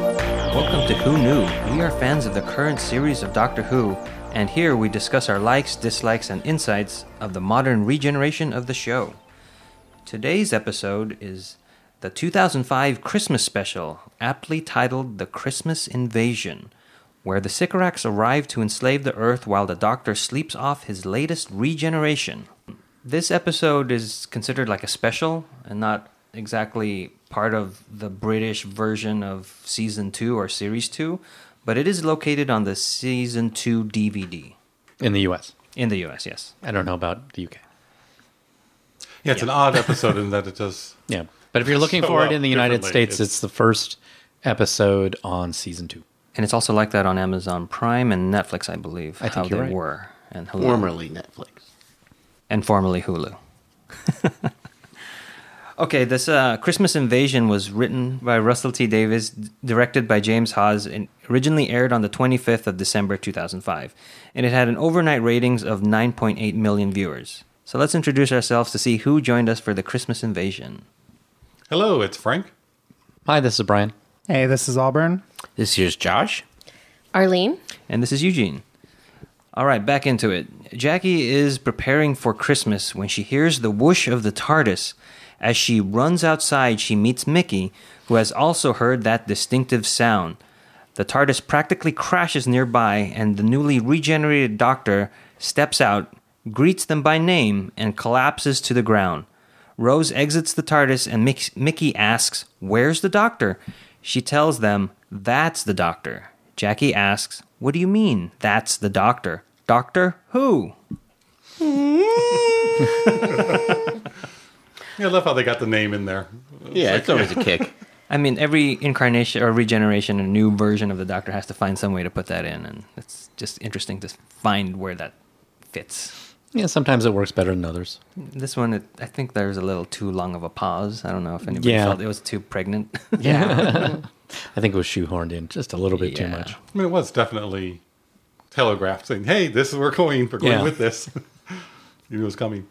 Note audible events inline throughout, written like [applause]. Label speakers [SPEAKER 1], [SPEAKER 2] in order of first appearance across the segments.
[SPEAKER 1] Welcome to Who Knew. We are fans of the current series of Doctor Who, and here we discuss our likes, dislikes, and insights of the modern regeneration of the show. Today's episode is the 2005 Christmas special, aptly titled The Christmas Invasion, where the Sycorax arrive to enslave the Earth while the Doctor sleeps off his latest regeneration. This episode is considered like a special and not exactly part of the British version of season 2 or series 2, but it is located on the season 2 DVD
[SPEAKER 2] in the U.S.
[SPEAKER 1] in the US, yes.
[SPEAKER 2] I don't know about the U.K.
[SPEAKER 3] Yeah, it's an odd episode in that it does.
[SPEAKER 2] Yeah, but if you're looking
[SPEAKER 3] So,
[SPEAKER 2] for it
[SPEAKER 3] well,
[SPEAKER 2] in the United
[SPEAKER 3] differently,
[SPEAKER 2] States,
[SPEAKER 3] it's-
[SPEAKER 2] it's the first episode on season two.
[SPEAKER 1] And it's also like that on Amazon Prime and Netflix, I believe.
[SPEAKER 2] I think
[SPEAKER 1] how
[SPEAKER 2] you're
[SPEAKER 1] they
[SPEAKER 2] right.
[SPEAKER 1] were and hello.
[SPEAKER 4] formerly Netflix.
[SPEAKER 1] and formerly Hulu. [laughs] okay, this uh, Christmas Invasion was written by Russell T. Davis, d- directed by James Hawes, and originally aired on the 25th of December 2005. And it had an overnight ratings of 9.8 million viewers. So let's introduce ourselves to see who joined us for the Christmas Invasion.
[SPEAKER 3] Hello, it's Frank.
[SPEAKER 2] Hi, this is Brian.
[SPEAKER 5] Hey, this is Auburn.
[SPEAKER 4] This here's Josh.
[SPEAKER 6] Arlene?
[SPEAKER 1] And this is Eugene. All right, back into it. Jackie is preparing for Christmas when she hears the whoosh of the TARDIS. As she runs outside, she meets Mickey, who has also heard that distinctive sound. The TARDIS practically crashes nearby, and the newly regenerated doctor steps out, greets them by name, and collapses to the ground. Rose exits the TARDIS, and Mick- Mickey asks, Where's the doctor? She tells them, That's the doctor. Jackie asks, What do you mean, that's the doctor? Doctor who?
[SPEAKER 3] Yeah, I love how they got the name in there.
[SPEAKER 4] Yeah, it's always a kick.
[SPEAKER 1] I mean, every incarnation or regeneration, a new version of the doctor has to find some way to put that in, and it's just interesting to find where that fits.
[SPEAKER 2] Yeah, sometimes it works better than others.
[SPEAKER 1] This one, it, I think there's a little too long of a pause. I don't know if anybody
[SPEAKER 2] Yeah.
[SPEAKER 1] felt it was too pregnant. [laughs]
[SPEAKER 2] I think it was shoehorned in just a little bit too
[SPEAKER 1] Yeah.
[SPEAKER 2] much.
[SPEAKER 3] I mean, it was definitely telegraphed saying, "Hey, this is we're going. We're going
[SPEAKER 2] Yeah.
[SPEAKER 3] with this." [laughs] you knew it was coming.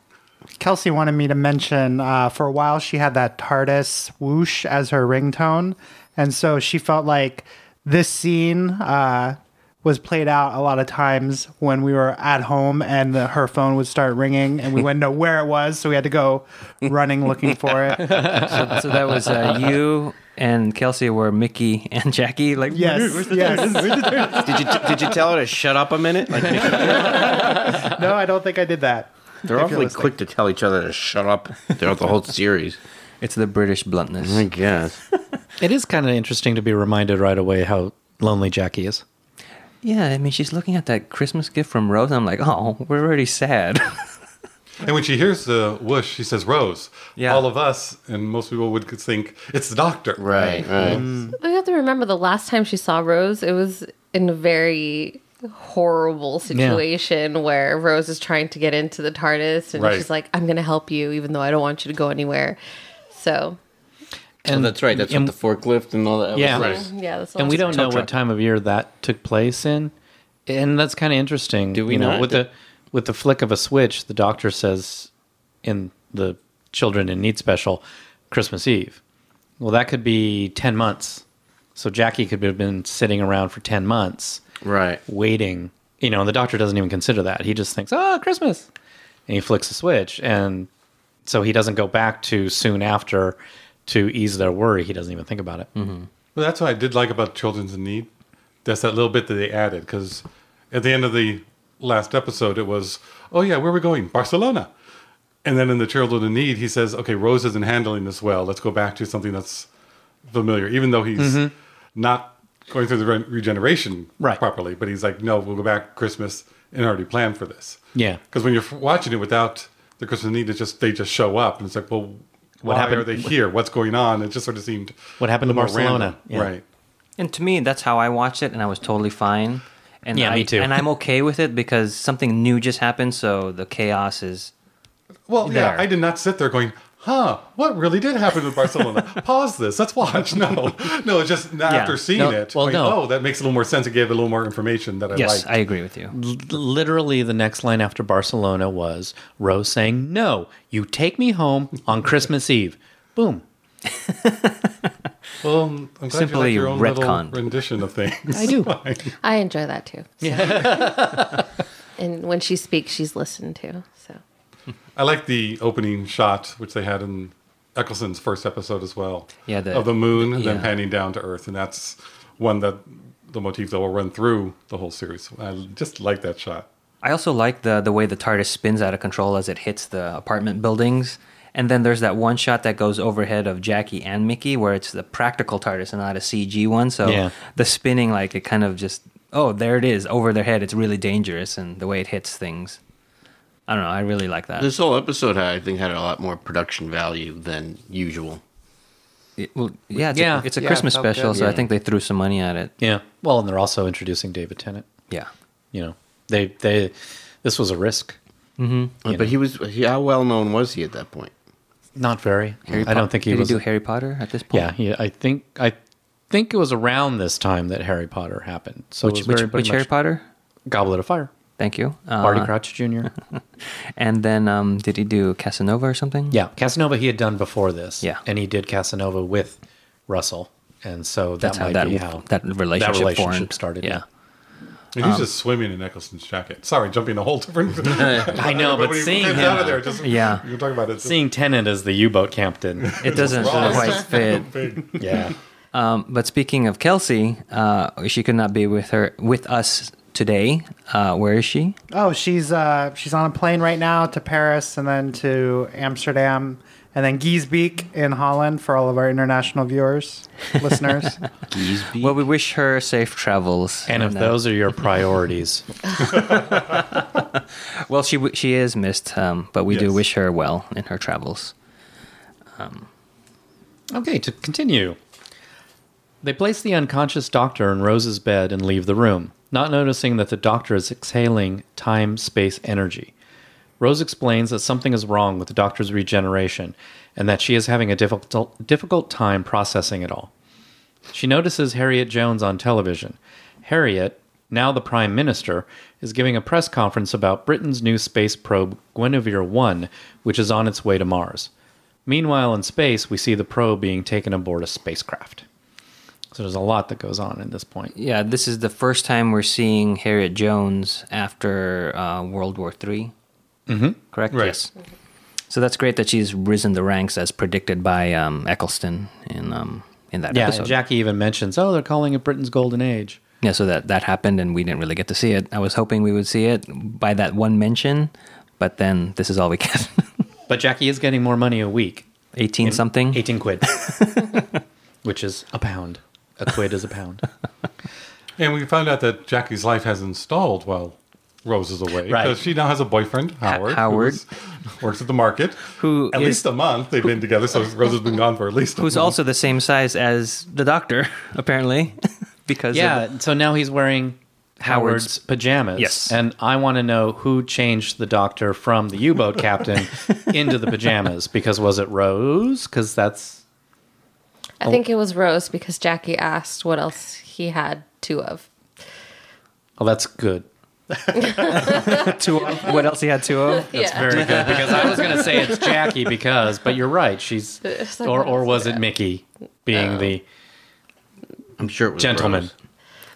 [SPEAKER 5] Kelsey wanted me to mention uh, for a while she had that TARDIS whoosh as her ringtone. And so she felt like this scene uh, was played out a lot of times when we were at home and the, her phone would start ringing and we wouldn't know where it was. So we had to go running looking for it.
[SPEAKER 1] so that was uh, you and Kelsey were Mickey and Jackie. Like,
[SPEAKER 5] Yes. yes.
[SPEAKER 4] [laughs] Did you did you tell her to shut up a minute? [laughs] Like
[SPEAKER 5] [laughs] No, I don't think I did that.
[SPEAKER 4] they're
[SPEAKER 5] If you're
[SPEAKER 4] awfully
[SPEAKER 5] listening.
[SPEAKER 4] quick to tell each other to shut up throughout the whole series.
[SPEAKER 1] it's the British bluntness.
[SPEAKER 4] I guess.
[SPEAKER 2] It is kind of interesting to be reminded right away how lonely Jackie is.
[SPEAKER 1] Yeah, I mean, she's looking at that Christmas gift from Rose. And I'm like, oh, we're already sad. [laughs]
[SPEAKER 3] And when she hears the whoosh, she says, "Rose."
[SPEAKER 1] Yeah.
[SPEAKER 3] All of us and most people would think it's the doctor.
[SPEAKER 4] Right, Mm. right.
[SPEAKER 6] We have to remember the last time she saw Rose, it was in a very horrible situation where Rose is trying to get into the TARDIS and
[SPEAKER 3] Right.
[SPEAKER 6] she's like, I'm going to help you, even though I don't want you to go anywhere. So,
[SPEAKER 4] And that's right. That's
[SPEAKER 2] and-
[SPEAKER 4] with the forklift and all that.
[SPEAKER 2] Yeah.
[SPEAKER 3] Right.
[SPEAKER 6] mm-hmm, yeah, that's the
[SPEAKER 2] and we
[SPEAKER 6] last
[SPEAKER 2] don't know
[SPEAKER 4] truck.
[SPEAKER 2] what time of year that took place in, and that's kind of interesting.
[SPEAKER 4] Do we
[SPEAKER 2] you know
[SPEAKER 4] not?
[SPEAKER 2] with the with the flick of a switch, the doctor says in the children in need special, Christmas Eve. Well, that could be ten months. So Jackie could have been sitting around for ten months
[SPEAKER 4] Right.
[SPEAKER 2] waiting. You know, and the doctor doesn't even consider that. He just thinks, "Oh, Christmas," and he flicks a switch, and so he doesn't go back to soon after to ease their worry. He doesn't even think about
[SPEAKER 4] Mm-hmm.
[SPEAKER 2] it.
[SPEAKER 3] Well, that's what I did like about Children's in Need. That's that little bit that they added because at the end of the last episode, it was, oh, yeah, where are we going? Barcelona. And then in the Children in Need, he says, okay, Rose isn't handling this well. Let's go back to something that's familiar, even though he's not going through the re- regeneration
[SPEAKER 2] Mm-hmm. Right.
[SPEAKER 3] properly. But he's like, no, we'll go back to Christmas and already plan for this.
[SPEAKER 2] Yeah.
[SPEAKER 3] Because when you're f- watching it without the Christmas in Need, it's just, they just show up. And it's like, well, why
[SPEAKER 2] happened-
[SPEAKER 3] are they here? What's going on? It just sort of seemed
[SPEAKER 2] What happened
[SPEAKER 3] a
[SPEAKER 2] to
[SPEAKER 3] little more
[SPEAKER 2] Barcelona?
[SPEAKER 3] random.
[SPEAKER 2] Yeah.
[SPEAKER 3] Right.
[SPEAKER 1] and to me, that's how I watched it, and I was totally fine. And
[SPEAKER 2] Yeah,
[SPEAKER 1] I,
[SPEAKER 2] me too.
[SPEAKER 1] And I'm okay with it because something new just happened, so the chaos is.
[SPEAKER 3] Well, yeah,
[SPEAKER 1] there.
[SPEAKER 3] I did not sit there going, huh, what really did happen with Barcelona? Pause this. Let's watch. No, no, it's just not
[SPEAKER 1] Yeah.
[SPEAKER 3] after seeing
[SPEAKER 2] No,
[SPEAKER 3] it.
[SPEAKER 2] well,
[SPEAKER 3] going,
[SPEAKER 2] no.
[SPEAKER 3] Oh, that makes a little more sense. It gave a little more information that I
[SPEAKER 2] Yes,
[SPEAKER 3] liked.
[SPEAKER 1] I agree with you.
[SPEAKER 2] literally the next line after Barcelona was Rose saying,
[SPEAKER 1] [laughs]
[SPEAKER 2] "No, you take me home on Christmas Eve." Boom.
[SPEAKER 3] Well, I'm glad you
[SPEAKER 1] Simply
[SPEAKER 3] like your own little
[SPEAKER 1] retconned.
[SPEAKER 3] rendition of things.
[SPEAKER 2] I do.
[SPEAKER 6] I enjoy that too. so. [laughs] and when she speaks, she's listened to. So
[SPEAKER 3] [laughs] I like the opening shot, which they had in Eccleston's first episode as well.
[SPEAKER 1] Yeah, the-
[SPEAKER 3] of the moon, then
[SPEAKER 1] yeah.
[SPEAKER 3] panning down to Earth, and that's one that the motif that will run through the whole series. I just like that shot.
[SPEAKER 1] I also like the the way the TARDIS spins out of control as it hits the apartment buildings. And then there's that one shot that goes overhead of Jackie and Mickey where it's the practical TARDIS and not a CG one. So
[SPEAKER 2] Yeah.
[SPEAKER 1] the spinning like it kind of just oh, there it is, over their head. It's really dangerous and the way it hits things. I don't know, I really like that.
[SPEAKER 4] This whole episode, I think, had a lot more production value than usual.
[SPEAKER 1] It- well, yeah, it's
[SPEAKER 2] Yeah.
[SPEAKER 1] a, it's a
[SPEAKER 2] Yeah,
[SPEAKER 1] Christmas
[SPEAKER 2] felt good.
[SPEAKER 1] special, so I
[SPEAKER 4] Yeah.
[SPEAKER 1] think they threw some money at it.
[SPEAKER 2] Yeah. Well, and they're also introducing David Tennant.
[SPEAKER 1] Yeah.
[SPEAKER 2] You know, they they this was a risk.
[SPEAKER 4] Uh, but he was he, how well known was he at that point?
[SPEAKER 2] Not very. I
[SPEAKER 1] Harry
[SPEAKER 2] don't
[SPEAKER 1] Po-
[SPEAKER 2] think he
[SPEAKER 1] Did
[SPEAKER 2] was.
[SPEAKER 1] he do Harry Potter at this point?
[SPEAKER 2] yeah, he, I think I think it was around this time that Harry Potter happened. So
[SPEAKER 1] Which,
[SPEAKER 2] it was
[SPEAKER 1] which,
[SPEAKER 2] very, pretty
[SPEAKER 1] which Harry
[SPEAKER 2] much
[SPEAKER 1] Potter?
[SPEAKER 2] Goblet of Fire,
[SPEAKER 1] Thank you. Uh,
[SPEAKER 2] Barty
[SPEAKER 1] [laughs]
[SPEAKER 2] Crouch Jr.
[SPEAKER 1] And then um, did he do Casanova or something?
[SPEAKER 2] yeah, Casanova he had done before this.
[SPEAKER 1] Yeah.
[SPEAKER 2] and he did Casanova with Russell, and so that
[SPEAKER 1] That's how
[SPEAKER 2] might
[SPEAKER 1] that,
[SPEAKER 2] be how
[SPEAKER 1] that relationship,
[SPEAKER 2] relationship
[SPEAKER 1] formed.
[SPEAKER 2] started,
[SPEAKER 1] Yeah.
[SPEAKER 3] And
[SPEAKER 2] Um,
[SPEAKER 3] he's just swimming in Eccleston's jacket. Sorry, jumping a whole
[SPEAKER 2] [laughs]
[SPEAKER 3] different. [laughs]
[SPEAKER 2] I know, but
[SPEAKER 3] when he
[SPEAKER 2] seeing
[SPEAKER 3] comes
[SPEAKER 2] him,
[SPEAKER 3] out of there, just
[SPEAKER 1] Yeah.
[SPEAKER 3] you can talk about it. It's
[SPEAKER 2] seeing Tennant as the
[SPEAKER 1] [laughs]
[SPEAKER 2] U-boat captain,
[SPEAKER 1] It doesn't
[SPEAKER 3] wrong.
[SPEAKER 1] quite fit.
[SPEAKER 3] big.
[SPEAKER 2] yeah,
[SPEAKER 1] Um, but speaking of Kelsey, uh, she could not be with her with us today. Uh, where is she?
[SPEAKER 5] Oh, she's uh, she's on a plane right now to Paris and then to Amsterdam and then Giesbeek in Holland for all of our international
[SPEAKER 4] [laughs]
[SPEAKER 5] viewers, listeners.
[SPEAKER 1] Well, we wish her safe travels.
[SPEAKER 2] and if
[SPEAKER 1] uh,
[SPEAKER 2] those are your
[SPEAKER 1] [laughs]
[SPEAKER 2] priorities,
[SPEAKER 1] well, she w- she is missed, um, but we do
[SPEAKER 3] Yes.
[SPEAKER 1] wish her well in her travels.
[SPEAKER 2] Okay, to continue. They place the unconscious doctor in Rose's bed and leave the room, not noticing that the doctor is exhaling time space energy. Rose explains that something is wrong with the doctor's regeneration and that she is having a difficult, difficult time processing it all. She notices Harriet Jones on television. Harriet, now the Prime Minister, is giving a press conference about Britain's new space probe Guinevere 1, which is on its way to Mars. Meanwhile, in space, we see the probe being taken aboard a spacecraft. So there's a lot that goes on at this point.
[SPEAKER 1] Yeah, this is the first time we're seeing Harriet Jones after uh, World War III. Mm-hmm. Correct.
[SPEAKER 3] Right.
[SPEAKER 1] Yes. So that's great that she's risen the ranks as predicted by um, Eccleston in um, in that
[SPEAKER 2] Yeah,
[SPEAKER 1] episode.
[SPEAKER 2] and Jackie even mentions, oh, they're calling it Britain's Golden Age.
[SPEAKER 1] Yeah, so that that happened, and we didn't really get to see it. I was hoping we would see it by that one mention, but then this is all we get. [laughs]
[SPEAKER 2] But Jackie is getting more money a week
[SPEAKER 1] Eighteen something.
[SPEAKER 2] 18 quid, which is a pound. A quid is a pound.
[SPEAKER 3] [laughs] And we found out that Jackie's life has installed while Rose is away.
[SPEAKER 2] Right.
[SPEAKER 3] Because she now has a boyfriend, Howard. who
[SPEAKER 1] Howard.
[SPEAKER 3] is- works at the market.
[SPEAKER 1] Who
[SPEAKER 3] at
[SPEAKER 1] is-
[SPEAKER 3] least a month they've been
[SPEAKER 2] [laughs]
[SPEAKER 3] together, so Rose has been gone for at least a
[SPEAKER 1] Who's
[SPEAKER 3] month.
[SPEAKER 1] also the same size as the doctor, [laughs] apparently, because [laughs] of
[SPEAKER 2] Yeah, so now he's wearing Howard's,
[SPEAKER 1] Howard's-
[SPEAKER 2] pajamas.
[SPEAKER 1] Yes.
[SPEAKER 2] And I want to know who changed the doctor from the U
[SPEAKER 1] [laughs]
[SPEAKER 2] boat captain into the pajamas because was it Rose? Because that's. Oh.
[SPEAKER 6] I think it was Rose because Jackie asked what else he had two of.
[SPEAKER 2] Oh, that's good.
[SPEAKER 1] the- two. of- What else he had two of?
[SPEAKER 2] That's very [laughs] good because I was going to say it's Jackie because, but you're right. She's
[SPEAKER 6] [laughs] It's like,
[SPEAKER 2] or
[SPEAKER 6] what
[SPEAKER 2] or
[SPEAKER 6] else
[SPEAKER 2] was
[SPEAKER 6] is
[SPEAKER 2] it Mickey being the
[SPEAKER 4] I'm sure it was
[SPEAKER 2] gentleman?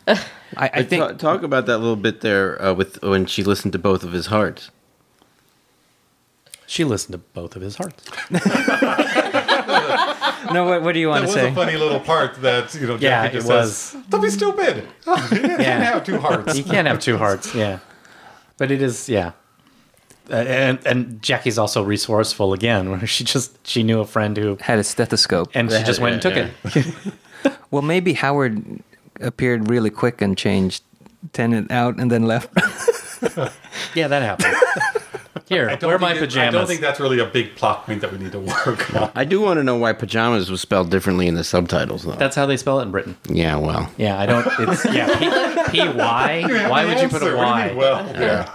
[SPEAKER 4] Rose.
[SPEAKER 1] I, I
[SPEAKER 4] I
[SPEAKER 1] think
[SPEAKER 4] think talk about that little bit there uh, with when she listened to both of his hearts.
[SPEAKER 2] She listened to both of his hearts.
[SPEAKER 1] no. What, what do you want
[SPEAKER 3] That
[SPEAKER 1] to
[SPEAKER 3] was
[SPEAKER 1] say?
[SPEAKER 3] a funny little part that, you know, Jackie
[SPEAKER 2] Yeah,
[SPEAKER 3] just
[SPEAKER 2] it was.
[SPEAKER 3] says, Don't be stupid. You [laughs]
[SPEAKER 2] [laughs]
[SPEAKER 3] can't
[SPEAKER 2] Yeah.
[SPEAKER 3] have two hearts.
[SPEAKER 2] You can't have two hearts. Yeah, but it is. Yeah, Uh, and and Jackie's also resourceful again, where she just she knew a friend who,
[SPEAKER 1] Had a stethoscope.
[SPEAKER 2] and she just went and took
[SPEAKER 4] Yeah,
[SPEAKER 2] it.
[SPEAKER 1] Well, maybe Howard appeared really quick and changed Tennant out and then [laughs] left.
[SPEAKER 2] Yeah, that happened. [laughs] Here,
[SPEAKER 3] Don't
[SPEAKER 2] wear
[SPEAKER 3] think
[SPEAKER 2] my
[SPEAKER 3] it-
[SPEAKER 2] pajamas.
[SPEAKER 3] I don't think that's really a big plot point that we need to
[SPEAKER 2] [laughs]
[SPEAKER 3] work on.
[SPEAKER 4] I do want to know why pajamas was spelled differently in the subtitles, though.
[SPEAKER 2] that's how they spell it in Britain.
[SPEAKER 4] yeah, well,
[SPEAKER 2] Yeah, I don't. It's yeah. P, P
[SPEAKER 3] [laughs]
[SPEAKER 2] Y. Why would you put a
[SPEAKER 3] Answer, what do you
[SPEAKER 2] Y?
[SPEAKER 3] mean, Well, yeah.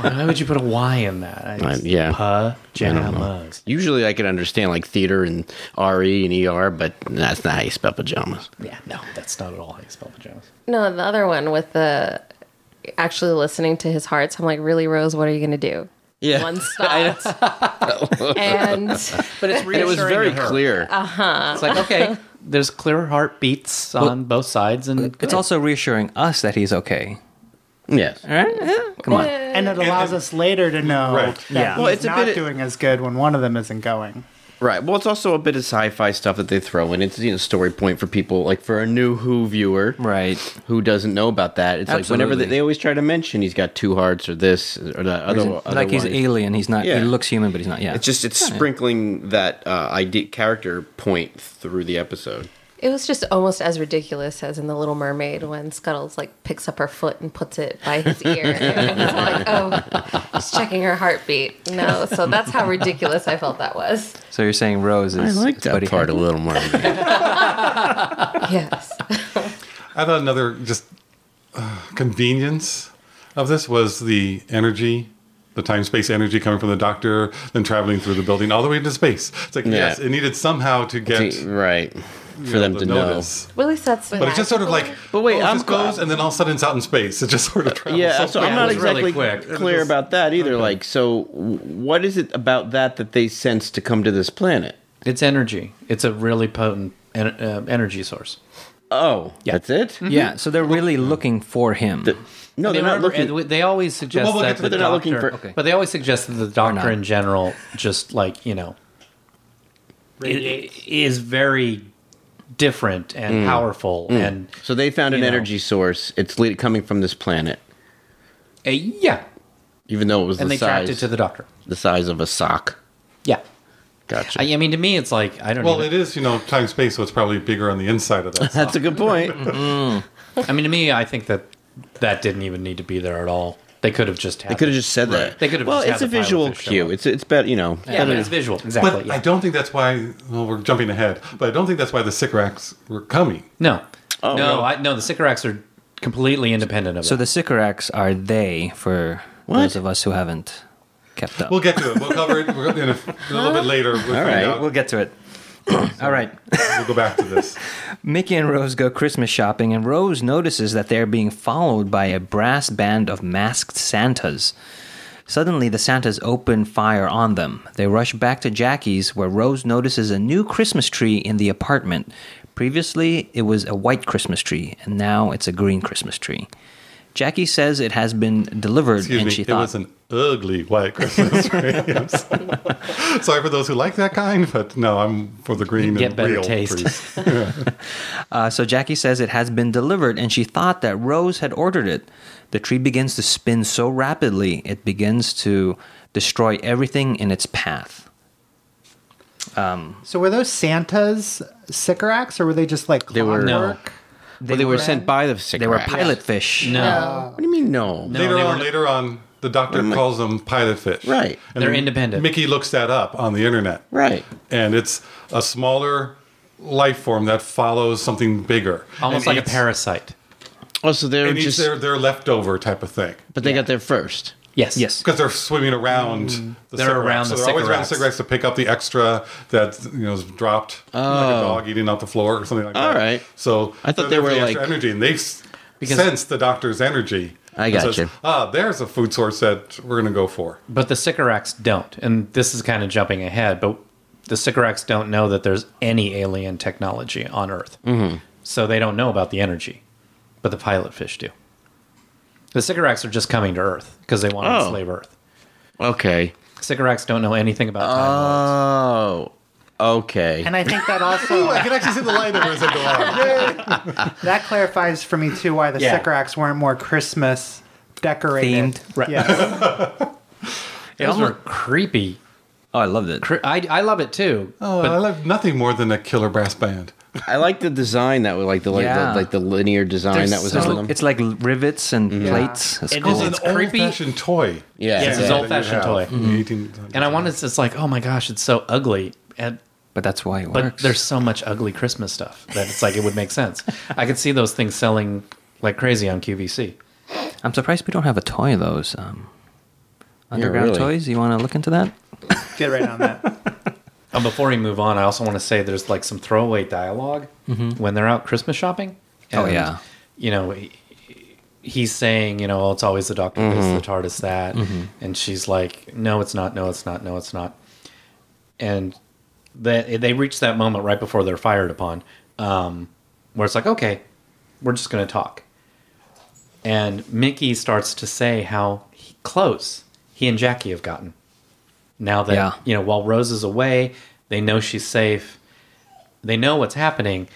[SPEAKER 2] Why would you put a Y in that? I
[SPEAKER 4] Uh,
[SPEAKER 2] just-
[SPEAKER 4] yeah.
[SPEAKER 2] Pajamas.
[SPEAKER 4] Usually, I could understand like theater and re and er, but that's not how you spell pajamas.
[SPEAKER 2] Yeah, no, that's not at all how you spell pajamas.
[SPEAKER 6] No, the other one with the actually listening to his hearts. I'm like, really, Rose? What are you going to do?
[SPEAKER 4] Yeah.
[SPEAKER 6] One stop. and [laughs]
[SPEAKER 2] But it's
[SPEAKER 4] And it was very
[SPEAKER 2] to her.
[SPEAKER 4] clear.
[SPEAKER 2] It's like okay, there's clear heartbeats on both sides, and
[SPEAKER 1] It's also reassuring us that he's okay.
[SPEAKER 4] Yes.
[SPEAKER 1] All right? Yeah, Come on.
[SPEAKER 5] And it allows us later to know
[SPEAKER 3] Right.
[SPEAKER 5] that
[SPEAKER 1] Yeah.
[SPEAKER 5] he's
[SPEAKER 4] Well, it's a
[SPEAKER 5] not
[SPEAKER 4] bit-
[SPEAKER 5] doing as good when one of them isn't going.
[SPEAKER 4] Right. Well, it's also a bit of sci-fi stuff that they throw in. It's you know story point for people like for a new Who viewer,
[SPEAKER 1] Right.
[SPEAKER 4] Who doesn't know about that? It's like whenever
[SPEAKER 1] Absolutely.
[SPEAKER 4] they, they always try to mention he's got two hearts or this or that other,
[SPEAKER 1] like he's
[SPEAKER 4] otherwise.
[SPEAKER 1] alien. He's not.
[SPEAKER 4] Yeah.
[SPEAKER 1] He looks human, but he's not. Yeah.
[SPEAKER 4] It's just it's sprinkling that uh, idea character point through the episode.
[SPEAKER 6] It was just almost as ridiculous as in The Little Mermaid when Scuttles like picks up her foot and puts it by his ear. and it's like, oh, he's checking her heartbeat. No, so that's how ridiculous I felt that was.
[SPEAKER 1] so you're saying Rose is. is
[SPEAKER 4] that
[SPEAKER 1] Buddy
[SPEAKER 4] part a
[SPEAKER 1] Harry.
[SPEAKER 4] little more.
[SPEAKER 1] [laughs]
[SPEAKER 6] Yes.
[SPEAKER 3] I thought another just uh, convenience of this was the energy, the time space energy coming from the doctor, then traveling through the building all the way into space. It's like,
[SPEAKER 4] Yeah.
[SPEAKER 3] yes, it needed somehow to get you
[SPEAKER 4] right for them
[SPEAKER 3] the
[SPEAKER 4] to know.
[SPEAKER 3] notice.
[SPEAKER 6] At least that's.
[SPEAKER 3] But it's just sort of like,
[SPEAKER 4] But wait,
[SPEAKER 3] oh, it
[SPEAKER 4] I'm
[SPEAKER 3] just goes, and then all of a sudden it's out in space. It just sort of travels.
[SPEAKER 4] Yeah, so I'm not
[SPEAKER 2] it was really
[SPEAKER 4] exactly
[SPEAKER 2] quick.
[SPEAKER 4] clear about that either. Like, so w- what is it about that that they sense to come to this planet?
[SPEAKER 2] it's energy. It's a really potent en- uh, energy source.
[SPEAKER 4] Oh,
[SPEAKER 2] Yeah.
[SPEAKER 4] that's it.
[SPEAKER 1] Yeah. So they're really looking for him.
[SPEAKER 4] No, they're
[SPEAKER 2] They
[SPEAKER 4] not
[SPEAKER 2] remember-
[SPEAKER 4] looking.
[SPEAKER 2] and They always suggest
[SPEAKER 3] Well, we'll get
[SPEAKER 2] that
[SPEAKER 3] to
[SPEAKER 2] the
[SPEAKER 3] that.
[SPEAKER 4] They're not looking
[SPEAKER 2] doctor,
[SPEAKER 4] for-
[SPEAKER 1] Okay.
[SPEAKER 2] but they always suggest that the doctor
[SPEAKER 1] not.
[SPEAKER 2] in general, just like you know, i- i- is very different and
[SPEAKER 4] Mm.
[SPEAKER 2] powerful, and
[SPEAKER 4] So they found an
[SPEAKER 2] You know.
[SPEAKER 4] energy source. It's le- coming from this planet,
[SPEAKER 2] uh, yeah,
[SPEAKER 4] even though it was
[SPEAKER 2] and
[SPEAKER 4] the
[SPEAKER 2] they tracked
[SPEAKER 4] size
[SPEAKER 2] it to the doctor.
[SPEAKER 4] the size of a sock.
[SPEAKER 2] Yeah,
[SPEAKER 4] Gotcha.
[SPEAKER 2] I, I mean, to me, it's like I don't.
[SPEAKER 3] Well,
[SPEAKER 2] even-
[SPEAKER 3] it is, you know, time space, so it's probably bigger on the inside
[SPEAKER 4] [laughs]
[SPEAKER 3] of that.
[SPEAKER 4] that's a
[SPEAKER 2] [laughs]
[SPEAKER 4] good point.
[SPEAKER 2] Mm-hmm. I mean, to me, I think that that didn't even need to be there at all. They could have just had
[SPEAKER 4] they could have just said that.
[SPEAKER 2] They could have
[SPEAKER 4] Well,
[SPEAKER 2] just had
[SPEAKER 4] it's a
[SPEAKER 2] the pilot
[SPEAKER 4] visual
[SPEAKER 2] just show
[SPEAKER 4] cue.
[SPEAKER 2] up.
[SPEAKER 4] It's it's better, you know.
[SPEAKER 2] Yeah, but it's visual. Exactly.
[SPEAKER 3] But
[SPEAKER 2] yeah.
[SPEAKER 3] I don't think that's why. Well, we're jumping ahead, but I don't think that's why the Sycorax were coming.
[SPEAKER 2] No.
[SPEAKER 4] Oh.
[SPEAKER 2] no, I, no, the Sycorax are completely independent of
[SPEAKER 1] So
[SPEAKER 2] it.
[SPEAKER 1] the Sycorax are they for
[SPEAKER 4] What?
[SPEAKER 1] those of us who haven't kept up.
[SPEAKER 3] We'll get to it. We'll cover it we're in a, a little bit later. We'll find
[SPEAKER 4] right.
[SPEAKER 3] out.
[SPEAKER 1] We'll get to it. [coughs] All right.
[SPEAKER 3] we'll go back to this.
[SPEAKER 1] Mickey and Rose go Christmas shopping, and Rose notices that they are being followed by a brass band of masked Santas. Suddenly, the Santas open fire on them. They rush back to Jackie's, where Rose notices a new Christmas tree in the apartment. Previously, it was a white Christmas tree, and now it's a green Christmas tree. Jackie says it has been delivered,
[SPEAKER 3] Excuse
[SPEAKER 1] and
[SPEAKER 3] me.
[SPEAKER 1] she
[SPEAKER 3] it
[SPEAKER 1] thought,
[SPEAKER 3] was an ugly
[SPEAKER 2] [laughs]
[SPEAKER 3] white Christmas tree. I'm sorry. [laughs] Sorry for those who like that kind, but no, I'm for the green
[SPEAKER 2] Get
[SPEAKER 3] and
[SPEAKER 2] better
[SPEAKER 3] real
[SPEAKER 2] taste. [laughs]
[SPEAKER 3] trees.
[SPEAKER 1] Uh, so Jackie says it has been delivered, and she thought that Rose had ordered it. The tree begins to spin so rapidly, it begins to destroy everything in its path.
[SPEAKER 5] So were those Santas Sycorax or were they just like
[SPEAKER 4] They were-
[SPEAKER 5] clockwork?
[SPEAKER 2] No.
[SPEAKER 4] Well, they were sent by the Sycorax.
[SPEAKER 1] They were pilot fish.
[SPEAKER 4] What do you mean no?
[SPEAKER 3] later
[SPEAKER 2] they
[SPEAKER 3] on,
[SPEAKER 2] were-
[SPEAKER 3] later on, the doctor calls them pilot fish.
[SPEAKER 4] Right.
[SPEAKER 2] They're
[SPEAKER 3] then
[SPEAKER 2] independent.
[SPEAKER 3] Mickey looks that up on the internet.
[SPEAKER 4] Right.
[SPEAKER 3] And it's a smaller life form that follows something bigger.
[SPEAKER 2] Almost
[SPEAKER 3] and
[SPEAKER 2] like
[SPEAKER 3] eats-
[SPEAKER 2] a parasite.
[SPEAKER 4] Oh, so they're
[SPEAKER 3] And eats
[SPEAKER 4] just
[SPEAKER 3] their, their leftover type of thing.
[SPEAKER 4] but they got there first.
[SPEAKER 2] Yes.
[SPEAKER 1] Yes.
[SPEAKER 3] because they're swimming around. The
[SPEAKER 2] They're
[SPEAKER 3] Sycorax.
[SPEAKER 2] around the
[SPEAKER 3] so they're always around
[SPEAKER 2] Sycorax.
[SPEAKER 3] cigarettes to pick up the extra that you know is dropped, like a dog eating off the floor or something like that.
[SPEAKER 4] All right.
[SPEAKER 3] So
[SPEAKER 4] I
[SPEAKER 3] they're
[SPEAKER 4] thought they
[SPEAKER 3] there for
[SPEAKER 4] were
[SPEAKER 3] the extra
[SPEAKER 4] like-
[SPEAKER 3] energy, and they s-
[SPEAKER 2] Because-
[SPEAKER 3] sense the doctor's energy.
[SPEAKER 4] I
[SPEAKER 3] and
[SPEAKER 4] got
[SPEAKER 3] says,
[SPEAKER 4] you.
[SPEAKER 3] Ah, there's a food source that we're going to go for.
[SPEAKER 2] But the Sycorax don't. And this is kind of jumping ahead, but the Sycorax don't know that there's any alien technology on Earth. So they don't know about the energy, but the pilot fish do. The Sycorax are just coming to Earth because they want to
[SPEAKER 4] Oh.
[SPEAKER 2] enslave Earth.
[SPEAKER 4] Okay.
[SPEAKER 2] Sycorax don't know anything about time. lords.
[SPEAKER 4] Oh. Okay.
[SPEAKER 5] And I think
[SPEAKER 4] [laughs]
[SPEAKER 5] that also
[SPEAKER 3] [laughs] I can actually see the light as [laughs] I go on.
[SPEAKER 5] that clarifies for me too why the
[SPEAKER 2] Yeah.
[SPEAKER 5] Sycorax weren't more Christmas decorated.
[SPEAKER 1] Themed.
[SPEAKER 5] Right. Yes.
[SPEAKER 2] Those were creepy.
[SPEAKER 1] Oh, I loved it.
[SPEAKER 2] Cre- I, I love it too.
[SPEAKER 3] Oh, I love nothing more than a killer brass band.
[SPEAKER 4] I like the design that was like the like,
[SPEAKER 1] Yeah.
[SPEAKER 4] the, like the linear design
[SPEAKER 2] There's
[SPEAKER 4] that was
[SPEAKER 2] so-
[SPEAKER 4] on
[SPEAKER 2] Um,
[SPEAKER 4] them.
[SPEAKER 1] It's like rivets and plates. It's
[SPEAKER 2] It
[SPEAKER 1] cool.
[SPEAKER 3] It's an
[SPEAKER 2] It's
[SPEAKER 3] old
[SPEAKER 2] creepy.
[SPEAKER 3] fashioned toy.
[SPEAKER 4] Yeah. It's
[SPEAKER 2] his
[SPEAKER 3] that
[SPEAKER 2] old-fashioned
[SPEAKER 3] you
[SPEAKER 2] toy.
[SPEAKER 3] have in the 1800s.
[SPEAKER 2] And I wanted to, it's like, oh my gosh, it's so ugly. And
[SPEAKER 1] but that's why it
[SPEAKER 2] but
[SPEAKER 1] works.
[SPEAKER 2] there's so much ugly Christmas stuff that it's like it would make sense. I could see those things selling like crazy on QVC.
[SPEAKER 1] I'm surprised we don't have a toy of those. Um, underground
[SPEAKER 4] really.
[SPEAKER 1] toys. You want to look into that?
[SPEAKER 5] Get right on that.
[SPEAKER 2] Uh, before we move on, I also want to say there's like some throwaway dialog when they're out Christmas shopping.
[SPEAKER 1] Mm-hmm. Oh, yeah.
[SPEAKER 2] you know. He, He's saying, you know, oh, it's always the doctor this, the TARDIS that, and she's like, no, it's not, no, it's not, no, it's not, and they they reach that moment right before they're fired upon um, where it's like, okay, we're just going to talk. And Mickey starts to say how he, close he and Jackie have gotten. Now that,
[SPEAKER 1] Yeah.
[SPEAKER 2] you know, while Rose is away, they know she's safe. They know what's happening.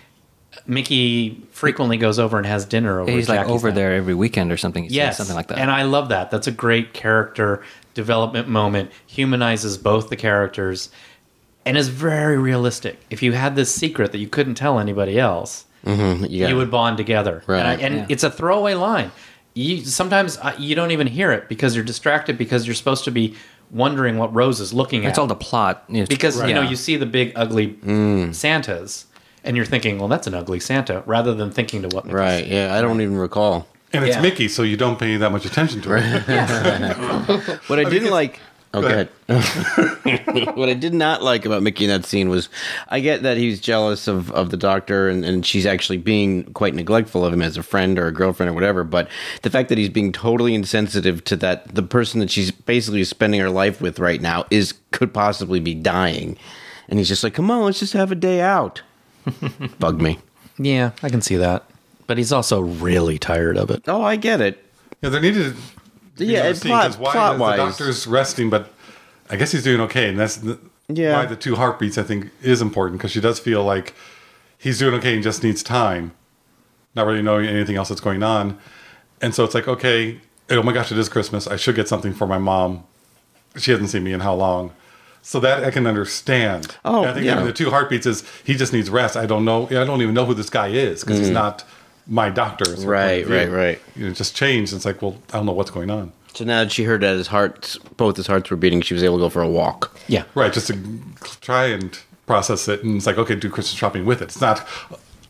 [SPEAKER 2] Mickey frequently goes over and has dinner over.
[SPEAKER 1] He's like
[SPEAKER 2] Jackie's
[SPEAKER 1] over
[SPEAKER 2] now.
[SPEAKER 1] there every weekend or something. He's saying
[SPEAKER 2] Yes,
[SPEAKER 1] something like that.
[SPEAKER 2] And I love that. That's a great character development moment. Humanizes both the characters and is very realistic. If you had this secret that you couldn't tell anybody else,
[SPEAKER 4] Yeah.
[SPEAKER 2] you would bond together. And, I-
[SPEAKER 4] Right.
[SPEAKER 2] and
[SPEAKER 1] Mm-hmm. Yeah.
[SPEAKER 2] it's a throwaway line. You sometimes uh, you don't even hear it because you're distracted because you're supposed to be wondering what Rose is looking at
[SPEAKER 1] it's all the plot you know,
[SPEAKER 2] because you
[SPEAKER 1] yeah.
[SPEAKER 2] know you see the big ugly Santas and you're thinking, well, that's an ugly Santa, rather than thinking to what Mickey's
[SPEAKER 4] right. Yeah. I don't even recall.
[SPEAKER 3] And it's
[SPEAKER 2] Yeah.
[SPEAKER 3] Mickey, so you don't pay that much attention to it.
[SPEAKER 4] What I, didn't like. Oh,
[SPEAKER 3] Go
[SPEAKER 4] go ahead. [laughs] what I did not like about Mickey in that scene was, I get that he's jealous of, of the doctor, and, and she's actually being quite neglectful of him as a friend or a girlfriend or whatever. But the fact that he's being totally insensitive to that the person that she's basically spending her life with right now is could possibly be dying, and he's just like, "Come on, let's just have a day out." [laughs] Bug me.
[SPEAKER 2] Yeah, I can see that. But he's also really tired of it.
[SPEAKER 4] Oh, I get it.
[SPEAKER 3] yeah, there needed. to be
[SPEAKER 4] Yeah,
[SPEAKER 3] another
[SPEAKER 4] and
[SPEAKER 3] scene, 'cause
[SPEAKER 4] plot-
[SPEAKER 3] why
[SPEAKER 4] plot
[SPEAKER 3] the-
[SPEAKER 4] wise.
[SPEAKER 3] the doctor's resting, but I guess he's doing okay, and that's the,
[SPEAKER 4] Yeah.
[SPEAKER 3] why the two heartbeats I think is important because she does feel like he's doing okay and just needs time, not really knowing anything else that's going on, and so it's like okay, and oh my gosh, it is Christmas. I should get something for my mom. She hasn't seen me in how long. So that I can understand.
[SPEAKER 4] Oh,
[SPEAKER 3] And I think
[SPEAKER 4] yeah.
[SPEAKER 3] even the two heartbeats is he just needs rest. I don't know. I don't even know who this guy is because
[SPEAKER 4] Mm-hmm.
[SPEAKER 3] he's not my doctor. so
[SPEAKER 4] Right,
[SPEAKER 3] point of
[SPEAKER 4] right, right.
[SPEAKER 3] You know, it just changed. It's like, well, I don't know what's going on.
[SPEAKER 4] So now that she heard that his heart, both his hearts were beating, she was able to go for a walk.
[SPEAKER 2] Yeah.
[SPEAKER 3] Right, just to try and process it. And it's like, okay, do Christmas shopping with it. It's not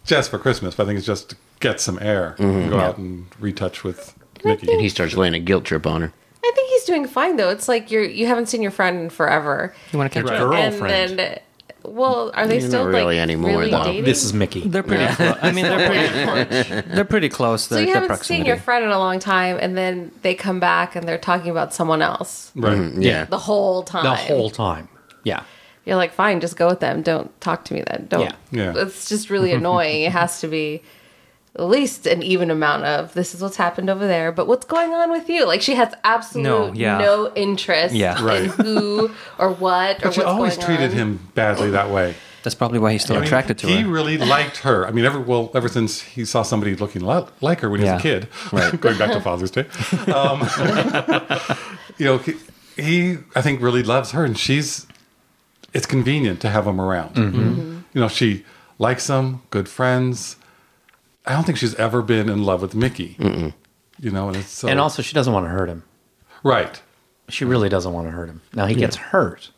[SPEAKER 3] just for Christmas, but I think it's just to get some air
[SPEAKER 4] Mm-hmm.
[SPEAKER 3] and go out and retouch with
[SPEAKER 4] And
[SPEAKER 3] Mickey.
[SPEAKER 4] he starts laying a guilt trip on her.
[SPEAKER 6] I think he's doing fine though. It's like you're you haven't seen your friend in forever.
[SPEAKER 1] you want to catch up.
[SPEAKER 2] Girlfriend.
[SPEAKER 6] And then, well, are they
[SPEAKER 4] Not
[SPEAKER 6] still
[SPEAKER 4] really
[SPEAKER 6] like
[SPEAKER 4] anymore,
[SPEAKER 6] really
[SPEAKER 4] though.
[SPEAKER 6] dating?
[SPEAKER 2] This is Mickey.
[SPEAKER 1] They're pretty. Clo- I mean, they're pretty. they're pretty close.
[SPEAKER 6] so
[SPEAKER 1] the,
[SPEAKER 6] you
[SPEAKER 1] the
[SPEAKER 6] haven't
[SPEAKER 1] proximity.
[SPEAKER 6] seen your friend in a long time, and then they come back and they're talking about someone else
[SPEAKER 3] Right.
[SPEAKER 4] Yeah.
[SPEAKER 6] the whole time.
[SPEAKER 2] the whole time. Yeah.
[SPEAKER 6] You're like, fine, just go with them. Don't talk to me then. Don't.
[SPEAKER 3] Yeah. Yeah.
[SPEAKER 6] It's just really annoying. it has to be at least an even amount of this is what's happened over there, but what's going on with you? Like she has absolute
[SPEAKER 1] No,
[SPEAKER 6] no,
[SPEAKER 1] yeah.
[SPEAKER 6] interest
[SPEAKER 1] Yeah.
[SPEAKER 3] Right.
[SPEAKER 6] in who or what or
[SPEAKER 3] But
[SPEAKER 6] what's
[SPEAKER 3] she always
[SPEAKER 6] going
[SPEAKER 3] treated
[SPEAKER 6] on.
[SPEAKER 3] him badly that way.
[SPEAKER 1] That's probably why he's still
[SPEAKER 3] I mean,
[SPEAKER 1] attracted to
[SPEAKER 3] he
[SPEAKER 1] her.
[SPEAKER 3] really liked her. I mean, ever well, ever since he saw somebody looking li- like her when he was
[SPEAKER 1] Yeah.
[SPEAKER 3] a kid, [laughs] going back to Father's Day, um, [laughs] you know, he, he I think really loves her, and she's. It's convenient to have him around.
[SPEAKER 1] Mm-hmm.
[SPEAKER 3] You know, she likes him, good friends. I don't think she's ever been in love with Mickey. You know, and it's so,
[SPEAKER 2] And also, she doesn't want to hurt him.
[SPEAKER 3] right.
[SPEAKER 2] She really doesn't want to hurt him. Now he gets hurt,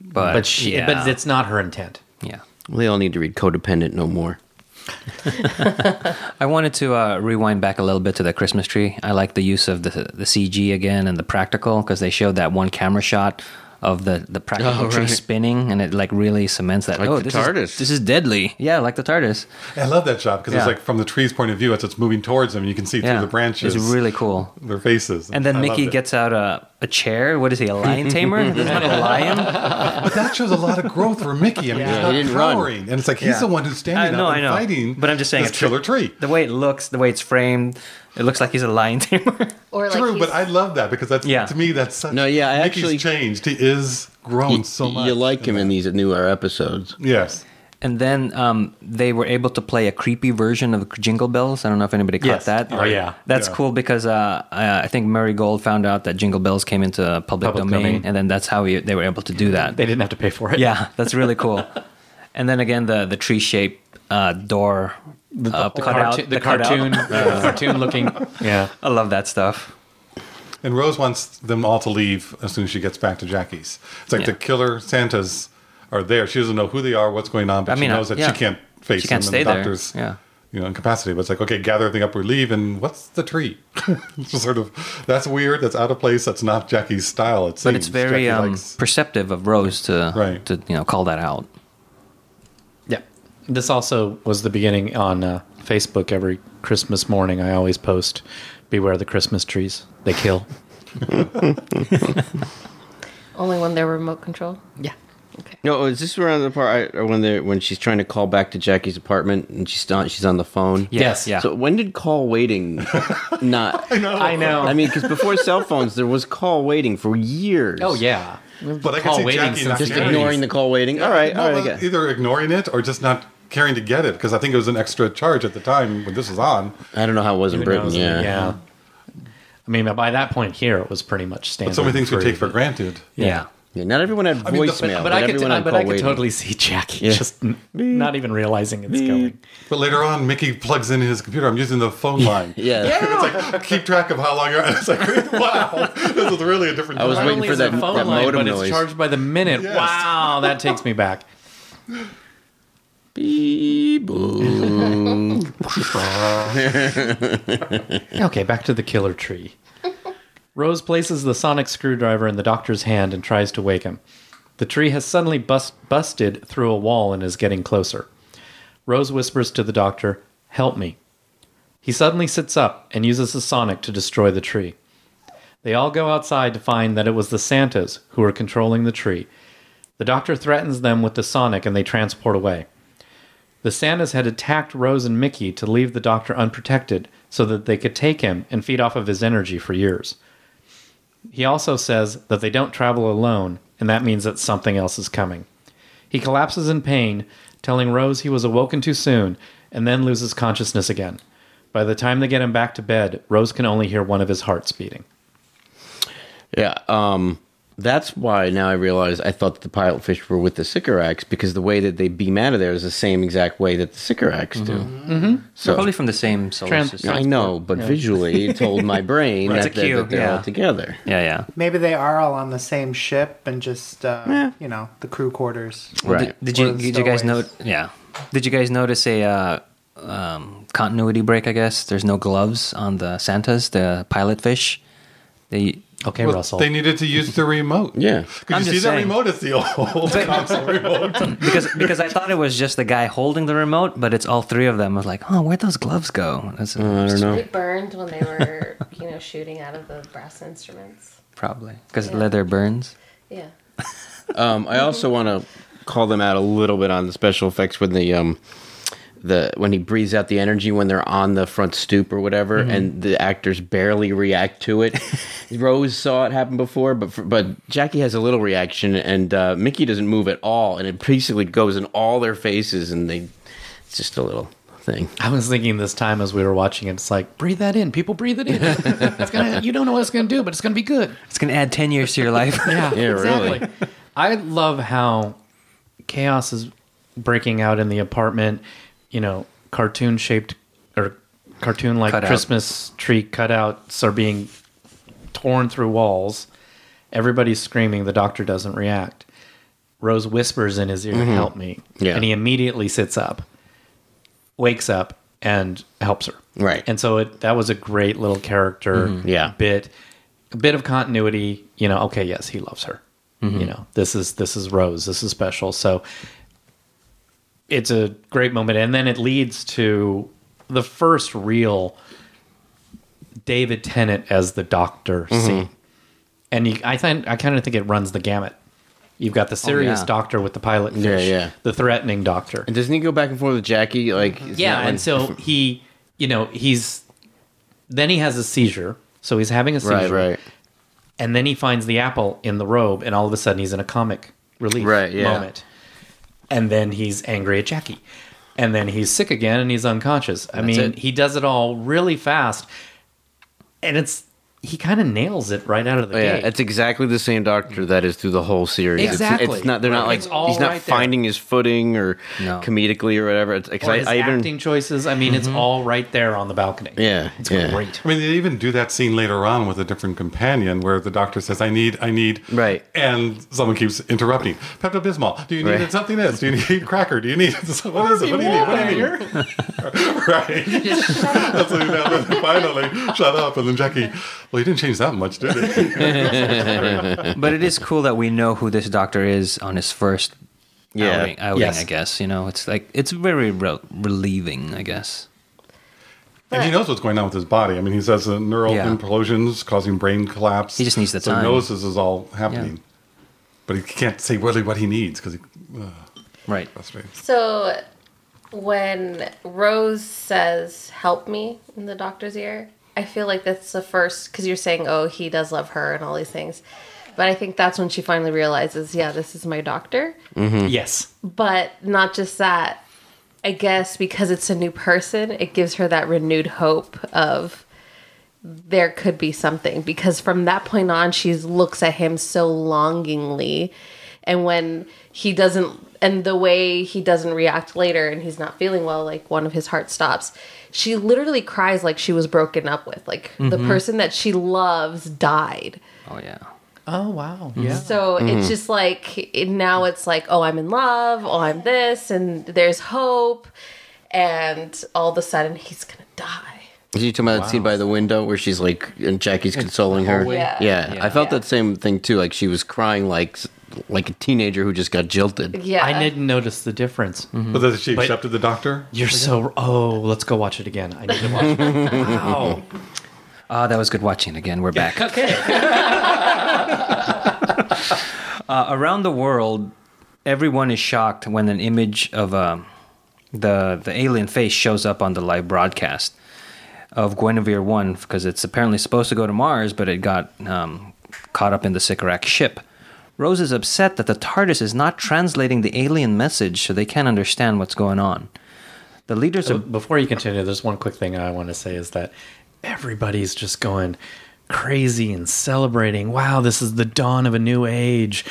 [SPEAKER 1] but,
[SPEAKER 2] but she,
[SPEAKER 1] yeah.
[SPEAKER 2] but it's not her intent.
[SPEAKER 1] yeah.
[SPEAKER 4] They all need to read Codependent No More.
[SPEAKER 1] I wanted to uh, rewind back a little bit to the Christmas tree. I like the use of the the CG again and the practical because they showed that one camera shot of the the practical
[SPEAKER 4] Oh,
[SPEAKER 1] tree
[SPEAKER 4] right.
[SPEAKER 1] spinning, and it like really cements that.
[SPEAKER 4] Like
[SPEAKER 1] oh,
[SPEAKER 4] the
[SPEAKER 1] this
[SPEAKER 4] TARDIS.
[SPEAKER 1] is this is deadly. Yeah, like the TARDIS.
[SPEAKER 3] I love that shot because
[SPEAKER 1] Yeah.
[SPEAKER 3] it's like from the tree's point of view, as it's moving towards them, you can see
[SPEAKER 1] Yeah,
[SPEAKER 3] through the branches
[SPEAKER 1] It's really cool.
[SPEAKER 3] their faces.
[SPEAKER 1] And then
[SPEAKER 3] I
[SPEAKER 1] Mickey
[SPEAKER 3] loved it.
[SPEAKER 1] gets out a, a chair. What is he? A lion tamer? There's not a lion.
[SPEAKER 3] But that shows a lot of growth for Mickey. I mean,
[SPEAKER 4] Yeah, he
[SPEAKER 3] he's
[SPEAKER 4] didn't
[SPEAKER 3] not
[SPEAKER 4] run.
[SPEAKER 3] powering, and it's like he's
[SPEAKER 1] Yeah.
[SPEAKER 3] the one who's standing
[SPEAKER 1] I know,
[SPEAKER 3] up
[SPEAKER 1] Uh, I
[SPEAKER 3] and
[SPEAKER 1] know.
[SPEAKER 3] fighting.
[SPEAKER 1] But I'm just saying
[SPEAKER 3] this
[SPEAKER 1] it's
[SPEAKER 3] killer tree.
[SPEAKER 1] The way it looks, the way it's framed, it looks like he's a lion tamer. [laughs]
[SPEAKER 6] Or like
[SPEAKER 3] True,
[SPEAKER 6] he's-
[SPEAKER 3] but I love that because that's
[SPEAKER 1] Yeah.
[SPEAKER 3] to me that's such,
[SPEAKER 4] No, yeah, I
[SPEAKER 3] Mickey's
[SPEAKER 4] actually-
[SPEAKER 3] changed. He is grown so much.
[SPEAKER 4] You like him in these newer episodes.
[SPEAKER 3] yes.
[SPEAKER 1] And then um, they were able to play a creepy version of Jingle Bells. I don't know if anybody caught
[SPEAKER 2] Yes.
[SPEAKER 1] that.
[SPEAKER 2] Oh, yeah.
[SPEAKER 1] that's
[SPEAKER 3] Yeah.
[SPEAKER 1] cool because uh, I I think Murray Gold found out that Jingle Bells came into public,
[SPEAKER 2] Public
[SPEAKER 1] domain,
[SPEAKER 2] domain.
[SPEAKER 1] and then that's how he, they were able to do that.
[SPEAKER 2] They didn't have to pay for it.
[SPEAKER 1] [laughs] yeah, that's really cool. and then again, the the tree shaped uh, door, the, uh,
[SPEAKER 2] the,
[SPEAKER 1] cutout-
[SPEAKER 2] cartoon, [laughs] the
[SPEAKER 1] cutout.
[SPEAKER 2] cartoon, cartoon looking. [laughs] Yeah,
[SPEAKER 1] I love that stuff.
[SPEAKER 3] And Rose wants them all to leave as soon as she gets back to Jackie's. It's like
[SPEAKER 1] Yeah.
[SPEAKER 3] the killer Santas are there. She doesn't know who they are, what's going on, but
[SPEAKER 1] I mean,
[SPEAKER 3] she knows that
[SPEAKER 1] yeah.
[SPEAKER 3] she can't face
[SPEAKER 1] She can't
[SPEAKER 3] them
[SPEAKER 1] stay
[SPEAKER 3] and the
[SPEAKER 1] there.
[SPEAKER 3] doctors.
[SPEAKER 1] Yeah.
[SPEAKER 3] You know, incapacity, but it's like, okay, gather everything up, we leave, and what's the tree? [laughs] It's just sort of that's weird, that's out of place, that's not Jackie's style. It
[SPEAKER 1] But it's
[SPEAKER 3] seems.
[SPEAKER 1] very
[SPEAKER 3] Jackie
[SPEAKER 1] um,
[SPEAKER 3] likes-
[SPEAKER 1] perceptive of Rose to
[SPEAKER 3] Right.
[SPEAKER 1] to you know call that out.
[SPEAKER 2] yeah. This also was the beginning on uh, Facebook. Every Christmas morning, I always post, "Beware the Christmas trees; they [laughs] kill."
[SPEAKER 6] only when they're remote control.
[SPEAKER 2] Yeah.
[SPEAKER 4] No, is this around the part I, when they when she's trying to call back to Jackie's apartment and she's not she's on the phone?
[SPEAKER 2] Yes.
[SPEAKER 1] Yeah.
[SPEAKER 4] So when did call
[SPEAKER 3] [laughs]
[SPEAKER 4] waiting not? I know.
[SPEAKER 2] Oh. I know.
[SPEAKER 4] I mean, because before cell phones, there was call waiting for years.
[SPEAKER 2] oh yeah.
[SPEAKER 3] But I can
[SPEAKER 2] Call
[SPEAKER 3] see
[SPEAKER 2] waiting
[SPEAKER 3] Jackie not
[SPEAKER 2] since
[SPEAKER 4] Just
[SPEAKER 2] Yeah.
[SPEAKER 3] caring.
[SPEAKER 4] ignoring the call waiting. All right,
[SPEAKER 3] No,
[SPEAKER 4] all right. I
[SPEAKER 3] but
[SPEAKER 4] guess.
[SPEAKER 3] either ignoring it or just not caring to get it because I think it was an extra charge at the time when this was on.
[SPEAKER 4] I don't know how it was in Britain.
[SPEAKER 2] knows?
[SPEAKER 4] Yeah.
[SPEAKER 2] I mean, by that point here, it was pretty much standard.
[SPEAKER 3] But so many things we
[SPEAKER 2] for-
[SPEAKER 3] take for granted.
[SPEAKER 2] Yeah.
[SPEAKER 4] Yeah, Not everyone had
[SPEAKER 3] mean, the-
[SPEAKER 4] voicemail,
[SPEAKER 3] but-
[SPEAKER 4] but,
[SPEAKER 2] But I could,
[SPEAKER 4] everyone had
[SPEAKER 2] but
[SPEAKER 4] call
[SPEAKER 2] I could
[SPEAKER 4] waiting.
[SPEAKER 2] totally see Jackie
[SPEAKER 4] Yeah.
[SPEAKER 2] just n- not even realizing it's going.
[SPEAKER 3] But later on, Mickey plugs in his computer. I'm using the phone line.
[SPEAKER 4] Yeah.
[SPEAKER 3] It's like, [laughs] keep track of how long you're. It's like, [laughs] wow, this is really a different.
[SPEAKER 4] I was
[SPEAKER 3] time.
[SPEAKER 2] Not
[SPEAKER 4] waiting
[SPEAKER 2] only
[SPEAKER 4] for
[SPEAKER 2] is it
[SPEAKER 4] that-
[SPEAKER 2] a phone
[SPEAKER 4] that
[SPEAKER 2] line,
[SPEAKER 4] modem
[SPEAKER 2] but
[SPEAKER 4] noise.
[SPEAKER 2] it's charged by the minute.
[SPEAKER 3] Yes.
[SPEAKER 2] Wow, that takes me back.
[SPEAKER 4] Beep, boom.
[SPEAKER 2] [laughs] Okay, back to the killer tree. Rose places the sonic screwdriver in the doctor's hand and tries to wake him. The tree has suddenly bust- busted through a wall and is getting closer. Rose whispers to the doctor, Help me. He suddenly sits up and uses the sonic to destroy the tree. They all go outside to find that it was the Santas who were controlling the tree. The doctor threatens them with the sonic and they transport away. The Santas had attacked Rose and Mickey to leave the doctor unprotected so that they could take him and feed off of his energy for years. He also says that they don't travel alone, and that means that something else is coming. He collapses in pain, telling Rose he was awoken too soon, and then loses consciousness again. By the time they get him back to bed, Rose can only hear one of his hearts beating.
[SPEAKER 4] Yeah. Um, that's why now I realize I thought that the pilot fish were with the Sycorax because the way that they beam out of there is the same exact way that the Sycorax do. Mm-hmm. So
[SPEAKER 1] Probably from the same solar
[SPEAKER 2] Trans-
[SPEAKER 1] system.
[SPEAKER 4] I know, but visually it told my brain
[SPEAKER 1] Right.
[SPEAKER 4] that,
[SPEAKER 1] It's a
[SPEAKER 4] that-
[SPEAKER 1] cue,
[SPEAKER 4] that they're
[SPEAKER 1] yeah.
[SPEAKER 4] all together.
[SPEAKER 1] Yeah, yeah.
[SPEAKER 5] Maybe they are all on the same ship and just uh,
[SPEAKER 4] Yeah.
[SPEAKER 5] you know the crew quarters.
[SPEAKER 1] Well,
[SPEAKER 4] Right.
[SPEAKER 1] Did, did
[SPEAKER 5] Or
[SPEAKER 1] you
[SPEAKER 5] the
[SPEAKER 1] did you guys note?
[SPEAKER 5] stowaways.
[SPEAKER 1] Yeah. Did you guys notice a uh, um, continuity break? I guess there's no gloves on the Santas, the pilot fish. They
[SPEAKER 2] Okay,
[SPEAKER 3] Well,
[SPEAKER 2] Russell.
[SPEAKER 3] They needed to use the remote.
[SPEAKER 4] Yeah.
[SPEAKER 3] Could
[SPEAKER 1] I'm
[SPEAKER 3] you see
[SPEAKER 1] just
[SPEAKER 3] that
[SPEAKER 1] saying.
[SPEAKER 3] remote? It's the old [laughs] console remote.
[SPEAKER 1] because because I thought it was just the guy holding the remote, but it's all three of them. I was like, oh, where'd those gloves go? That's
[SPEAKER 4] I don't know.
[SPEAKER 3] Oh.
[SPEAKER 6] They burned when
[SPEAKER 3] [laughs]
[SPEAKER 6] they were, you know, shooting out of the brass instruments.
[SPEAKER 1] probably because
[SPEAKER 6] Yeah.
[SPEAKER 1] leather burns.
[SPEAKER 6] Yeah.
[SPEAKER 4] Um, I also want to call them out a little bit on the special effects when the um, the when he breathes out the energy when they're on the front stoop or whatever, and the actors barely react to [laughs] it. Rose saw it happen before, but for, but Jackie has a little reaction, and uh, Mickey doesn't move at all, and it basically goes in all their faces, and they it's just a little thing.
[SPEAKER 2] I was thinking this time as we were watching it, it's like, breathe that in. People breathe it in. [laughs] it's gonna, you don't know what it's going to do, but it's going to be good.
[SPEAKER 1] It's gonna add ten years to your life.
[SPEAKER 2] [laughs] Yeah,
[SPEAKER 4] Yeah, really.
[SPEAKER 2] exactly. I love how chaos is breaking out in the apartment. You know, cartoon shaped or cartoon like
[SPEAKER 1] Cutout.
[SPEAKER 2] Christmas tree cutouts are being torn through walls. Everybody's screaming. The doctor doesn't react. Rose whispers in his ear, "Help me!"
[SPEAKER 4] Mm-hmm. Yeah.
[SPEAKER 2] and he immediately sits up, wakes up, and helps her.
[SPEAKER 4] Right. Mm-hmm.
[SPEAKER 2] and so it that was a great little character
[SPEAKER 4] Yeah.
[SPEAKER 2] bit a bit of continuity you know okay yes he loves her
[SPEAKER 4] Mm-hmm.
[SPEAKER 2] you know this is this is rose this is special so it's a great moment and then it leads to the first real david tennant as the doctor
[SPEAKER 4] Mm-hmm.
[SPEAKER 2] scene and you, i think i kind of think it runs the gamut you've got the serious
[SPEAKER 1] yeah.
[SPEAKER 2] doctor with the pilot fish,
[SPEAKER 4] Yeah, Oh, yeah.
[SPEAKER 2] the threatening doctor
[SPEAKER 4] And doesn't he go back and forth with Jackie? Like it's
[SPEAKER 2] Mm-hmm. yeah
[SPEAKER 4] not
[SPEAKER 2] and
[SPEAKER 4] like-
[SPEAKER 2] so he you know he's then he has a seizure so he's having a seizure
[SPEAKER 4] right, right.
[SPEAKER 2] and then he finds the apple in the robe and all of a sudden he's in a comic relief
[SPEAKER 4] Right, yeah.
[SPEAKER 2] moment and then he's angry at jackie and then he's sick again and he's unconscious i mean
[SPEAKER 1] it.
[SPEAKER 2] he does it all really fast and it's he kind of nails it right out of the
[SPEAKER 4] Oh, Yeah,
[SPEAKER 2] gate
[SPEAKER 4] it's exactly the same doctor that is through the whole series. It's- It's,
[SPEAKER 2] Exactly.
[SPEAKER 4] not. They're not
[SPEAKER 2] Right.
[SPEAKER 4] like
[SPEAKER 2] It's all
[SPEAKER 4] he's not
[SPEAKER 2] right there.
[SPEAKER 4] finding his footing or
[SPEAKER 1] No.
[SPEAKER 4] comedically or whatever. It's, 'cause
[SPEAKER 2] or
[SPEAKER 4] I,
[SPEAKER 2] his
[SPEAKER 4] I even
[SPEAKER 2] acting choices i mean it's all right there on the balcony
[SPEAKER 4] Mm-hmm. Yeah,
[SPEAKER 2] it's
[SPEAKER 4] yeah.
[SPEAKER 2] great
[SPEAKER 3] I mean, they even do that scene later on with a different companion where the doctor says, I need, I need.
[SPEAKER 4] Right.
[SPEAKER 3] And someone keeps interrupting. Pepto Bismol, do you need
[SPEAKER 4] Right.
[SPEAKER 3] something else? Do you need cracker? Do you need. [laughs] What is it? What do you need? What do you need? [laughs] right. That's what he now then finally shut up. And then Jackie, well, you didn't change that much, did it?
[SPEAKER 1] but it is cool that we know who this doctor is on his first
[SPEAKER 4] Yeah.
[SPEAKER 1] outing, outing
[SPEAKER 2] Yes.
[SPEAKER 1] I guess you know it's like it's very re- relieving. I guess.
[SPEAKER 3] and he knows what's going on with his body. I mean, he says uh, neural
[SPEAKER 1] Yeah.
[SPEAKER 3] implosions causing brain collapse.
[SPEAKER 1] He just needs the
[SPEAKER 3] so
[SPEAKER 1] time.
[SPEAKER 3] He knows this is all happening. but he can't say really what he needs because he. Uh,
[SPEAKER 1] Right.
[SPEAKER 3] frustrates.
[SPEAKER 6] So when Rose says, help me in the doctor's ear, I feel like that's the first, because you're saying, oh, he does love her and all these things. But I think that's when she finally realizes, yeah, this is my doctor.
[SPEAKER 4] Hmm.
[SPEAKER 2] Yes.
[SPEAKER 6] But not just that, I guess because it's a new person, it gives her that renewed hope of there could be something. Because from that point on, she looks at him so longingly. And when he doesn't, and the way he doesn't react later and he's not feeling well, like one of his heart stops, she literally cries like she was broken up with. Like the person that she loves died.
[SPEAKER 1] Oh yeah.
[SPEAKER 2] Oh wow. Yeah.
[SPEAKER 6] So it's just like it, now it's like, oh, I'm in love, oh, I'm this, and there's hope, and all of a sudden he's gonna die.
[SPEAKER 4] Did you talking about that scene by the window where she's like, and Jackie's consoling her?
[SPEAKER 6] Yeah.
[SPEAKER 4] yeah. I felt
[SPEAKER 6] Yeah.
[SPEAKER 4] that same thing too. Like she was crying like like a teenager who just got jilted.
[SPEAKER 6] Yeah,
[SPEAKER 2] I didn't notice the difference.
[SPEAKER 4] Mm-hmm.
[SPEAKER 1] Hmm.
[SPEAKER 3] But that she
[SPEAKER 2] But-
[SPEAKER 3] accepted the doctor.
[SPEAKER 2] You're so. Oh, let's go watch it again. I need to watch
[SPEAKER 4] [laughs]
[SPEAKER 2] it. wow.
[SPEAKER 1] Ah, that was good watching again. We're
[SPEAKER 4] [laughs]
[SPEAKER 1] back. [laughs]
[SPEAKER 2] Okay.
[SPEAKER 1] Uh, around the world, everyone is shocked when an image of um, the the alien face shows up on the live broadcast of Guinevere One because it's apparently supposed to go to Mars, but it got um, caught up in the Sycorax ship. Rose is upset that the TARDIS is not translating the alien message, so they can't understand what's going on. The leaders
[SPEAKER 2] So
[SPEAKER 4] Oh,
[SPEAKER 1] of
[SPEAKER 2] before you continue, there's one quick thing I want to say is that everybody's just going crazy and celebrating. Wow, this is the dawn of a new age.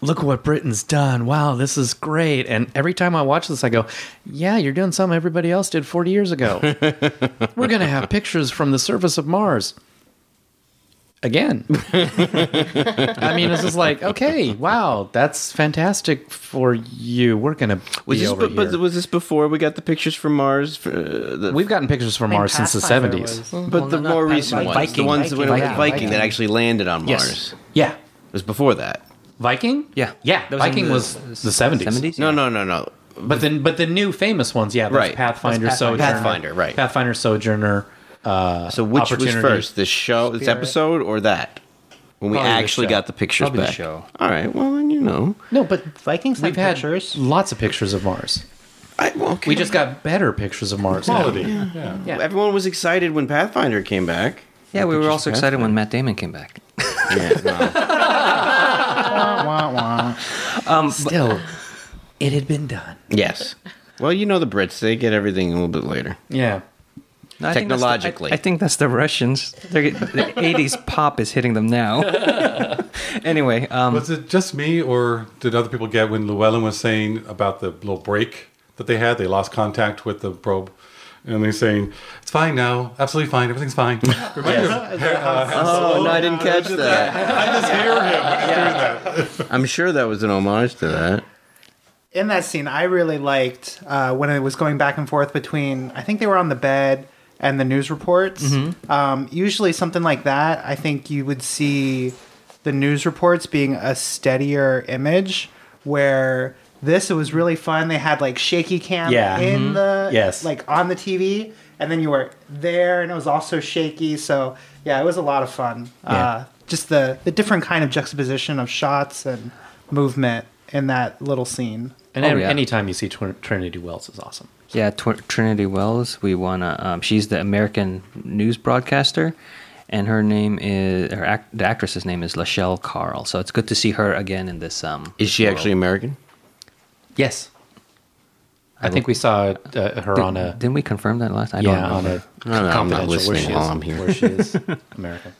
[SPEAKER 2] Look at what Britain's done. Wow, this is great. And every time I watch this, I go, Yeah, you're doing something everybody else did 40 years
[SPEAKER 4] [laughs]
[SPEAKER 2] ago. We're going to have pictures from the surface of Mars. Again. [laughs] I mean, it's just like, okay, wow, that's fantastic for you. We're going to.
[SPEAKER 4] Was
[SPEAKER 2] be
[SPEAKER 4] this,
[SPEAKER 2] over
[SPEAKER 4] but, but
[SPEAKER 2] here.
[SPEAKER 4] was this before we got the pictures from Mars? For, uh, the,
[SPEAKER 2] We've gotten pictures from Mars since the 70s.
[SPEAKER 4] but the more recent
[SPEAKER 1] Viking,
[SPEAKER 4] ones, the
[SPEAKER 1] Viking,
[SPEAKER 4] ones that went over
[SPEAKER 1] Viking,
[SPEAKER 4] the Viking, that
[SPEAKER 5] Viking.
[SPEAKER 4] actually landed on
[SPEAKER 1] Yes.
[SPEAKER 4] Mars.
[SPEAKER 2] Yeah.
[SPEAKER 4] It was before that.
[SPEAKER 2] Viking?
[SPEAKER 1] Yeah.
[SPEAKER 2] Yeah.
[SPEAKER 1] That was in
[SPEAKER 2] Viking
[SPEAKER 1] the-
[SPEAKER 2] was the 70s.
[SPEAKER 4] No, no, no, no.
[SPEAKER 2] But then but the new famous ones, yeah, that's
[SPEAKER 4] Right.
[SPEAKER 2] Pathfinder,
[SPEAKER 5] That's
[SPEAKER 2] Sojourner.
[SPEAKER 4] Pathfinder, right.
[SPEAKER 2] Pathfinder Sojourner.
[SPEAKER 4] So which was
[SPEAKER 2] Opportunity.
[SPEAKER 4] first, this show, this
[SPEAKER 5] Spirit.
[SPEAKER 4] episode, or that? When we
[SPEAKER 1] Probably the
[SPEAKER 4] actually
[SPEAKER 1] show.
[SPEAKER 4] got the pictures
[SPEAKER 1] Probably the
[SPEAKER 4] back.
[SPEAKER 1] show.
[SPEAKER 4] All right. Well, then you know.
[SPEAKER 2] No, but
[SPEAKER 5] Vikings
[SPEAKER 2] we've
[SPEAKER 5] have
[SPEAKER 2] had
[SPEAKER 5] pictures.
[SPEAKER 2] lots of pictures of Mars.
[SPEAKER 4] I, well, okay.
[SPEAKER 2] We just got better pictures of Mars. now.
[SPEAKER 3] Quality. Yeah.
[SPEAKER 2] Yeah.
[SPEAKER 4] Everyone was excited when Pathfinder came back.
[SPEAKER 1] Yeah, we were
[SPEAKER 4] Pictures
[SPEAKER 1] also
[SPEAKER 4] of
[SPEAKER 1] excited when Matt Damon came back.
[SPEAKER 4] Pathfinder. Yeah, no.
[SPEAKER 5] Wah, wah,
[SPEAKER 2] [laughs]
[SPEAKER 5] wah.
[SPEAKER 2] Um, Still, it had been done.
[SPEAKER 4] [laughs] yes. Well, you know the Brits; they get everything a little bit later.
[SPEAKER 2] Yeah.
[SPEAKER 1] No, I think that's the-
[SPEAKER 4] Technologically.
[SPEAKER 1] I, I think that's the Russians. They're, the 80s pop is hitting them now. anyway, um,
[SPEAKER 3] Was it just me, or did other people get when Llewellyn was saying about the little break that they had? They lost contact with the probe. And they're saying, it's fine now. Absolutely fine. Everything's
[SPEAKER 1] [laughs]
[SPEAKER 3] fine. Remember, uh, Han
[SPEAKER 4] Oh,
[SPEAKER 3] Solo?
[SPEAKER 4] no, I didn't catch that.
[SPEAKER 3] I just hear him.
[SPEAKER 4] [laughs] I'm sure that was an homage to that.
[SPEAKER 5] in that scene, I really liked uh, when it was going back and forth between. I think they were on the bed and the news reports.
[SPEAKER 2] Mm-hmm.
[SPEAKER 5] Um, usually, something like that, I think you would see the news reports being a steadier image. Where this, it was really fun. They had like shaky cam
[SPEAKER 2] Yeah. Mm-hmm.
[SPEAKER 5] in the
[SPEAKER 2] Yes.
[SPEAKER 5] like on the TV, and then you were there, and it was also shaky. So yeah, it was a lot of fun. Uh, just the the different kind of juxtaposition of shots and movement in that little scene.
[SPEAKER 2] And
[SPEAKER 1] Oh,
[SPEAKER 2] any
[SPEAKER 1] yeah.
[SPEAKER 2] anytime you see Trin- Trinity Wells is awesome.
[SPEAKER 1] yeah, Tw- Trinity Wells, we want to. Um, she's the American news broadcaster, and her name is, her act, the actress's name is Lachelle Carl. So it's good to see her again in this. Um,
[SPEAKER 4] Is she actually American?
[SPEAKER 2] Yes. I, think we saw uh, her on a
[SPEAKER 1] Didn't we confirm that last? I don't
[SPEAKER 2] yeah,
[SPEAKER 1] know.
[SPEAKER 2] on a
[SPEAKER 4] No, no, I'm not
[SPEAKER 2] confidential where
[SPEAKER 4] listening
[SPEAKER 2] she
[SPEAKER 4] while
[SPEAKER 2] is,
[SPEAKER 4] I'm here.
[SPEAKER 2] where she [laughs] is American.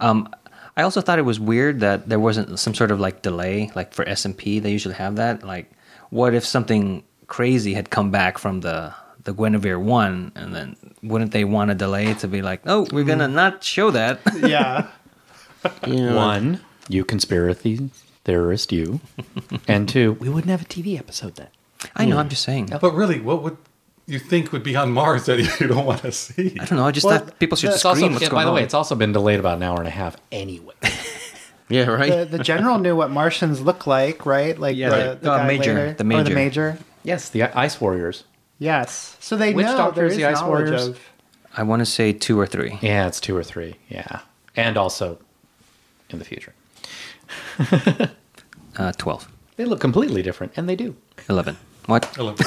[SPEAKER 1] I also thought it was weird that there wasn't some sort of like delay, like for S and P, they usually have that. Like, what if something crazy had come back from the the Guinevere one, and then wouldn't they want a delay to be like, oh, we're
[SPEAKER 2] Mm.
[SPEAKER 1] gonna not show that? [laughs]
[SPEAKER 2] [laughs]
[SPEAKER 5] Yeah.
[SPEAKER 4] You know,
[SPEAKER 2] One, you conspiracy theorist, [laughs] you. and two, we wouldn't have a TV episode then.
[SPEAKER 1] I know, I'm just saying. I
[SPEAKER 3] But really, what would you think would be on Mars that [laughs] you don't want to see?
[SPEAKER 1] don't know. I just
[SPEAKER 5] Well,
[SPEAKER 1] thought people should
[SPEAKER 5] that's
[SPEAKER 1] scream.
[SPEAKER 2] also,
[SPEAKER 1] what's
[SPEAKER 2] yeah,
[SPEAKER 1] going
[SPEAKER 2] by the
[SPEAKER 1] on.
[SPEAKER 2] way, it's also been delayed about an hour and a half anyway.
[SPEAKER 4] Yeah, right.
[SPEAKER 5] The, the general knew what Martians look like, right? Like
[SPEAKER 2] Yeah,
[SPEAKER 5] the,
[SPEAKER 2] right.
[SPEAKER 5] the
[SPEAKER 1] Uh,
[SPEAKER 5] guy
[SPEAKER 1] Major,
[SPEAKER 5] later.
[SPEAKER 1] the
[SPEAKER 5] Or
[SPEAKER 1] Major.
[SPEAKER 5] the major.
[SPEAKER 2] [laughs] yes, the I- Ice Warriors.
[SPEAKER 5] Yes. So they
[SPEAKER 2] Which
[SPEAKER 5] know
[SPEAKER 2] Doctor
[SPEAKER 5] there
[SPEAKER 2] is
[SPEAKER 5] is
[SPEAKER 2] the Ice
[SPEAKER 5] knowledge
[SPEAKER 2] Warriors?
[SPEAKER 5] of-
[SPEAKER 1] I want to say two or three.
[SPEAKER 2] Yeah, it's two or three. Yeah. And also in the future.
[SPEAKER 1] Uh, 12.
[SPEAKER 2] They look completely different, and they do.
[SPEAKER 1] 11. What?
[SPEAKER 3] I love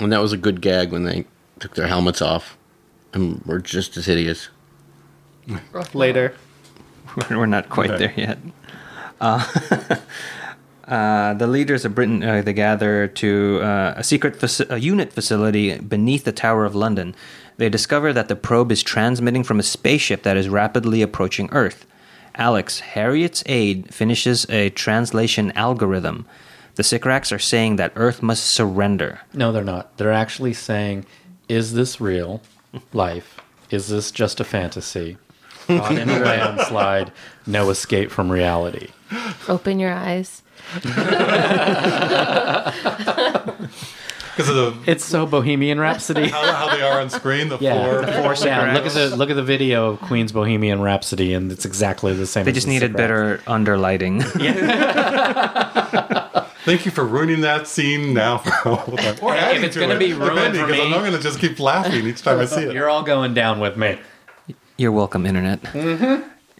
[SPEAKER 4] And that was a good gag when they took their helmets off and were just as hideous.
[SPEAKER 2] Later.
[SPEAKER 1] We're we're not quite there yet. Uh, [laughs] uh, the leaders of Britain uh, they gather to uh, a secret faci- a unit facility beneath the Tower of London. They discover that the probe is transmitting from a spaceship that is rapidly approaching Earth. Alex, Harriet's aide, finishes a translation algorithm. The Sycorax are saying that Earth must surrender.
[SPEAKER 2] No, they're not. They're actually saying, "Is this real life? Is this just a
[SPEAKER 1] [laughs]
[SPEAKER 2] fantasy? Caught in a landslide, no escape from reality."
[SPEAKER 6] Open your eyes.
[SPEAKER 3] because of the
[SPEAKER 2] It's so
[SPEAKER 1] [laughs]
[SPEAKER 2] Bohemian Rhapsody.
[SPEAKER 3] how, how they are on screen. The
[SPEAKER 2] Yeah,
[SPEAKER 3] floor,
[SPEAKER 2] the four down. Look at the look at the video of Queen's Bohemian Rhapsody, and it's exactly the same.
[SPEAKER 1] They
[SPEAKER 2] as
[SPEAKER 1] just
[SPEAKER 2] the
[SPEAKER 1] needed
[SPEAKER 2] Sycorax.
[SPEAKER 1] better underlighting. [laughs]
[SPEAKER 3] Thank you for ruining that scene now. For all the time. Or adding
[SPEAKER 2] it's gonna be ruined for
[SPEAKER 3] because
[SPEAKER 2] me-
[SPEAKER 3] I'm going to just keep laughing each time I see it.
[SPEAKER 2] You're all going down with me.
[SPEAKER 1] You're welcome, Internet.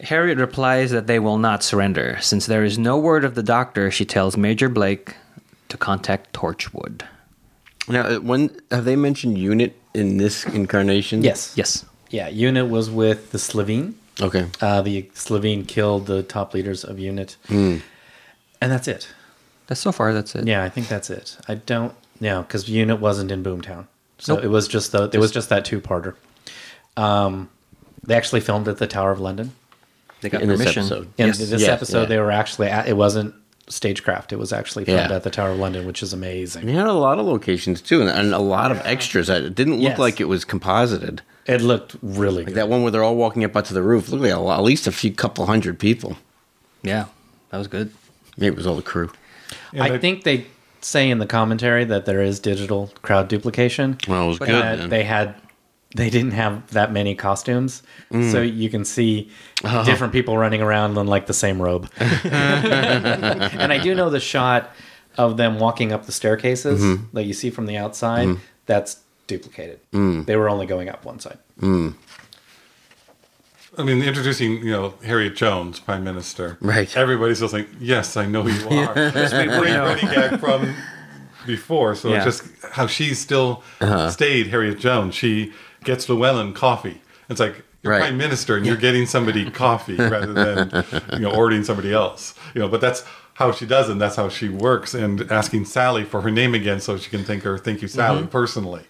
[SPEAKER 1] Harriet replies that they will not surrender. Since there is no word of the doctor, she tells Major Blake to contact Torchwood.
[SPEAKER 4] Now, uh, when have they mentioned unit in this incarnation?
[SPEAKER 2] Yes.
[SPEAKER 1] Yes.
[SPEAKER 2] Yeah. Unit was with the Slovene.
[SPEAKER 4] Okay.
[SPEAKER 2] Uh, the Slovene killed the top leaders of Unit,
[SPEAKER 1] Hmm.
[SPEAKER 2] and that's it.
[SPEAKER 1] That's so far, that's it.
[SPEAKER 2] Yeah, I think that's it. I don't know because Unit wasn't in Boomtown, so
[SPEAKER 1] Nope.
[SPEAKER 2] it was just the it was just that two parter. Um, they actually filmed at the Tower of London.
[SPEAKER 1] They got
[SPEAKER 4] In this
[SPEAKER 1] permission.
[SPEAKER 4] episode.
[SPEAKER 2] In
[SPEAKER 1] Yes.
[SPEAKER 2] this
[SPEAKER 4] yeah,
[SPEAKER 2] episode,
[SPEAKER 4] yeah.
[SPEAKER 2] they were actually at, it wasn't stagecraft. It was actually filmed
[SPEAKER 4] Yeah.
[SPEAKER 2] at the Tower of London, which is amazing.
[SPEAKER 4] They had a lot of locations too, and, and a lot of extras. It didn't look
[SPEAKER 2] Yes.
[SPEAKER 4] like it was composited.
[SPEAKER 2] It looked really good.
[SPEAKER 4] Like that one where they're all walking up onto the roof. Looked like a lot, at least a few couple hundred people.
[SPEAKER 1] Yeah. That was good.
[SPEAKER 4] Maybe it was all the crew.
[SPEAKER 3] And
[SPEAKER 2] I think they say in the commentary that there is digital crowd duplication.
[SPEAKER 4] Well, it was
[SPEAKER 2] but
[SPEAKER 4] good,
[SPEAKER 2] that
[SPEAKER 4] then.
[SPEAKER 2] They had they didn't have that many costumes, so you can see different people running around in like the same robe. and I do know the shot of them walking up the staircases that you see from the outside. That's duplicated. They were only going up one
[SPEAKER 3] [laughs]
[SPEAKER 2] side.
[SPEAKER 3] I mean, introducing you know Harriet Jones, Prime Minister.
[SPEAKER 4] Right.
[SPEAKER 3] Everybody's just like, "Yes, I know who you are." It's been pretty running gag from before, so
[SPEAKER 1] Yeah.
[SPEAKER 3] it's just how she still stayed Harriet Jones. She gets Llewellyn coffee. It's like you're
[SPEAKER 4] Right.
[SPEAKER 3] Prime Minister, and you're getting somebody coffee rather than you know ordering somebody else. You know, but that's how she does, it, and that's how she works. And asking Sally for her name again so she can thank her, thank you, Sally, personally.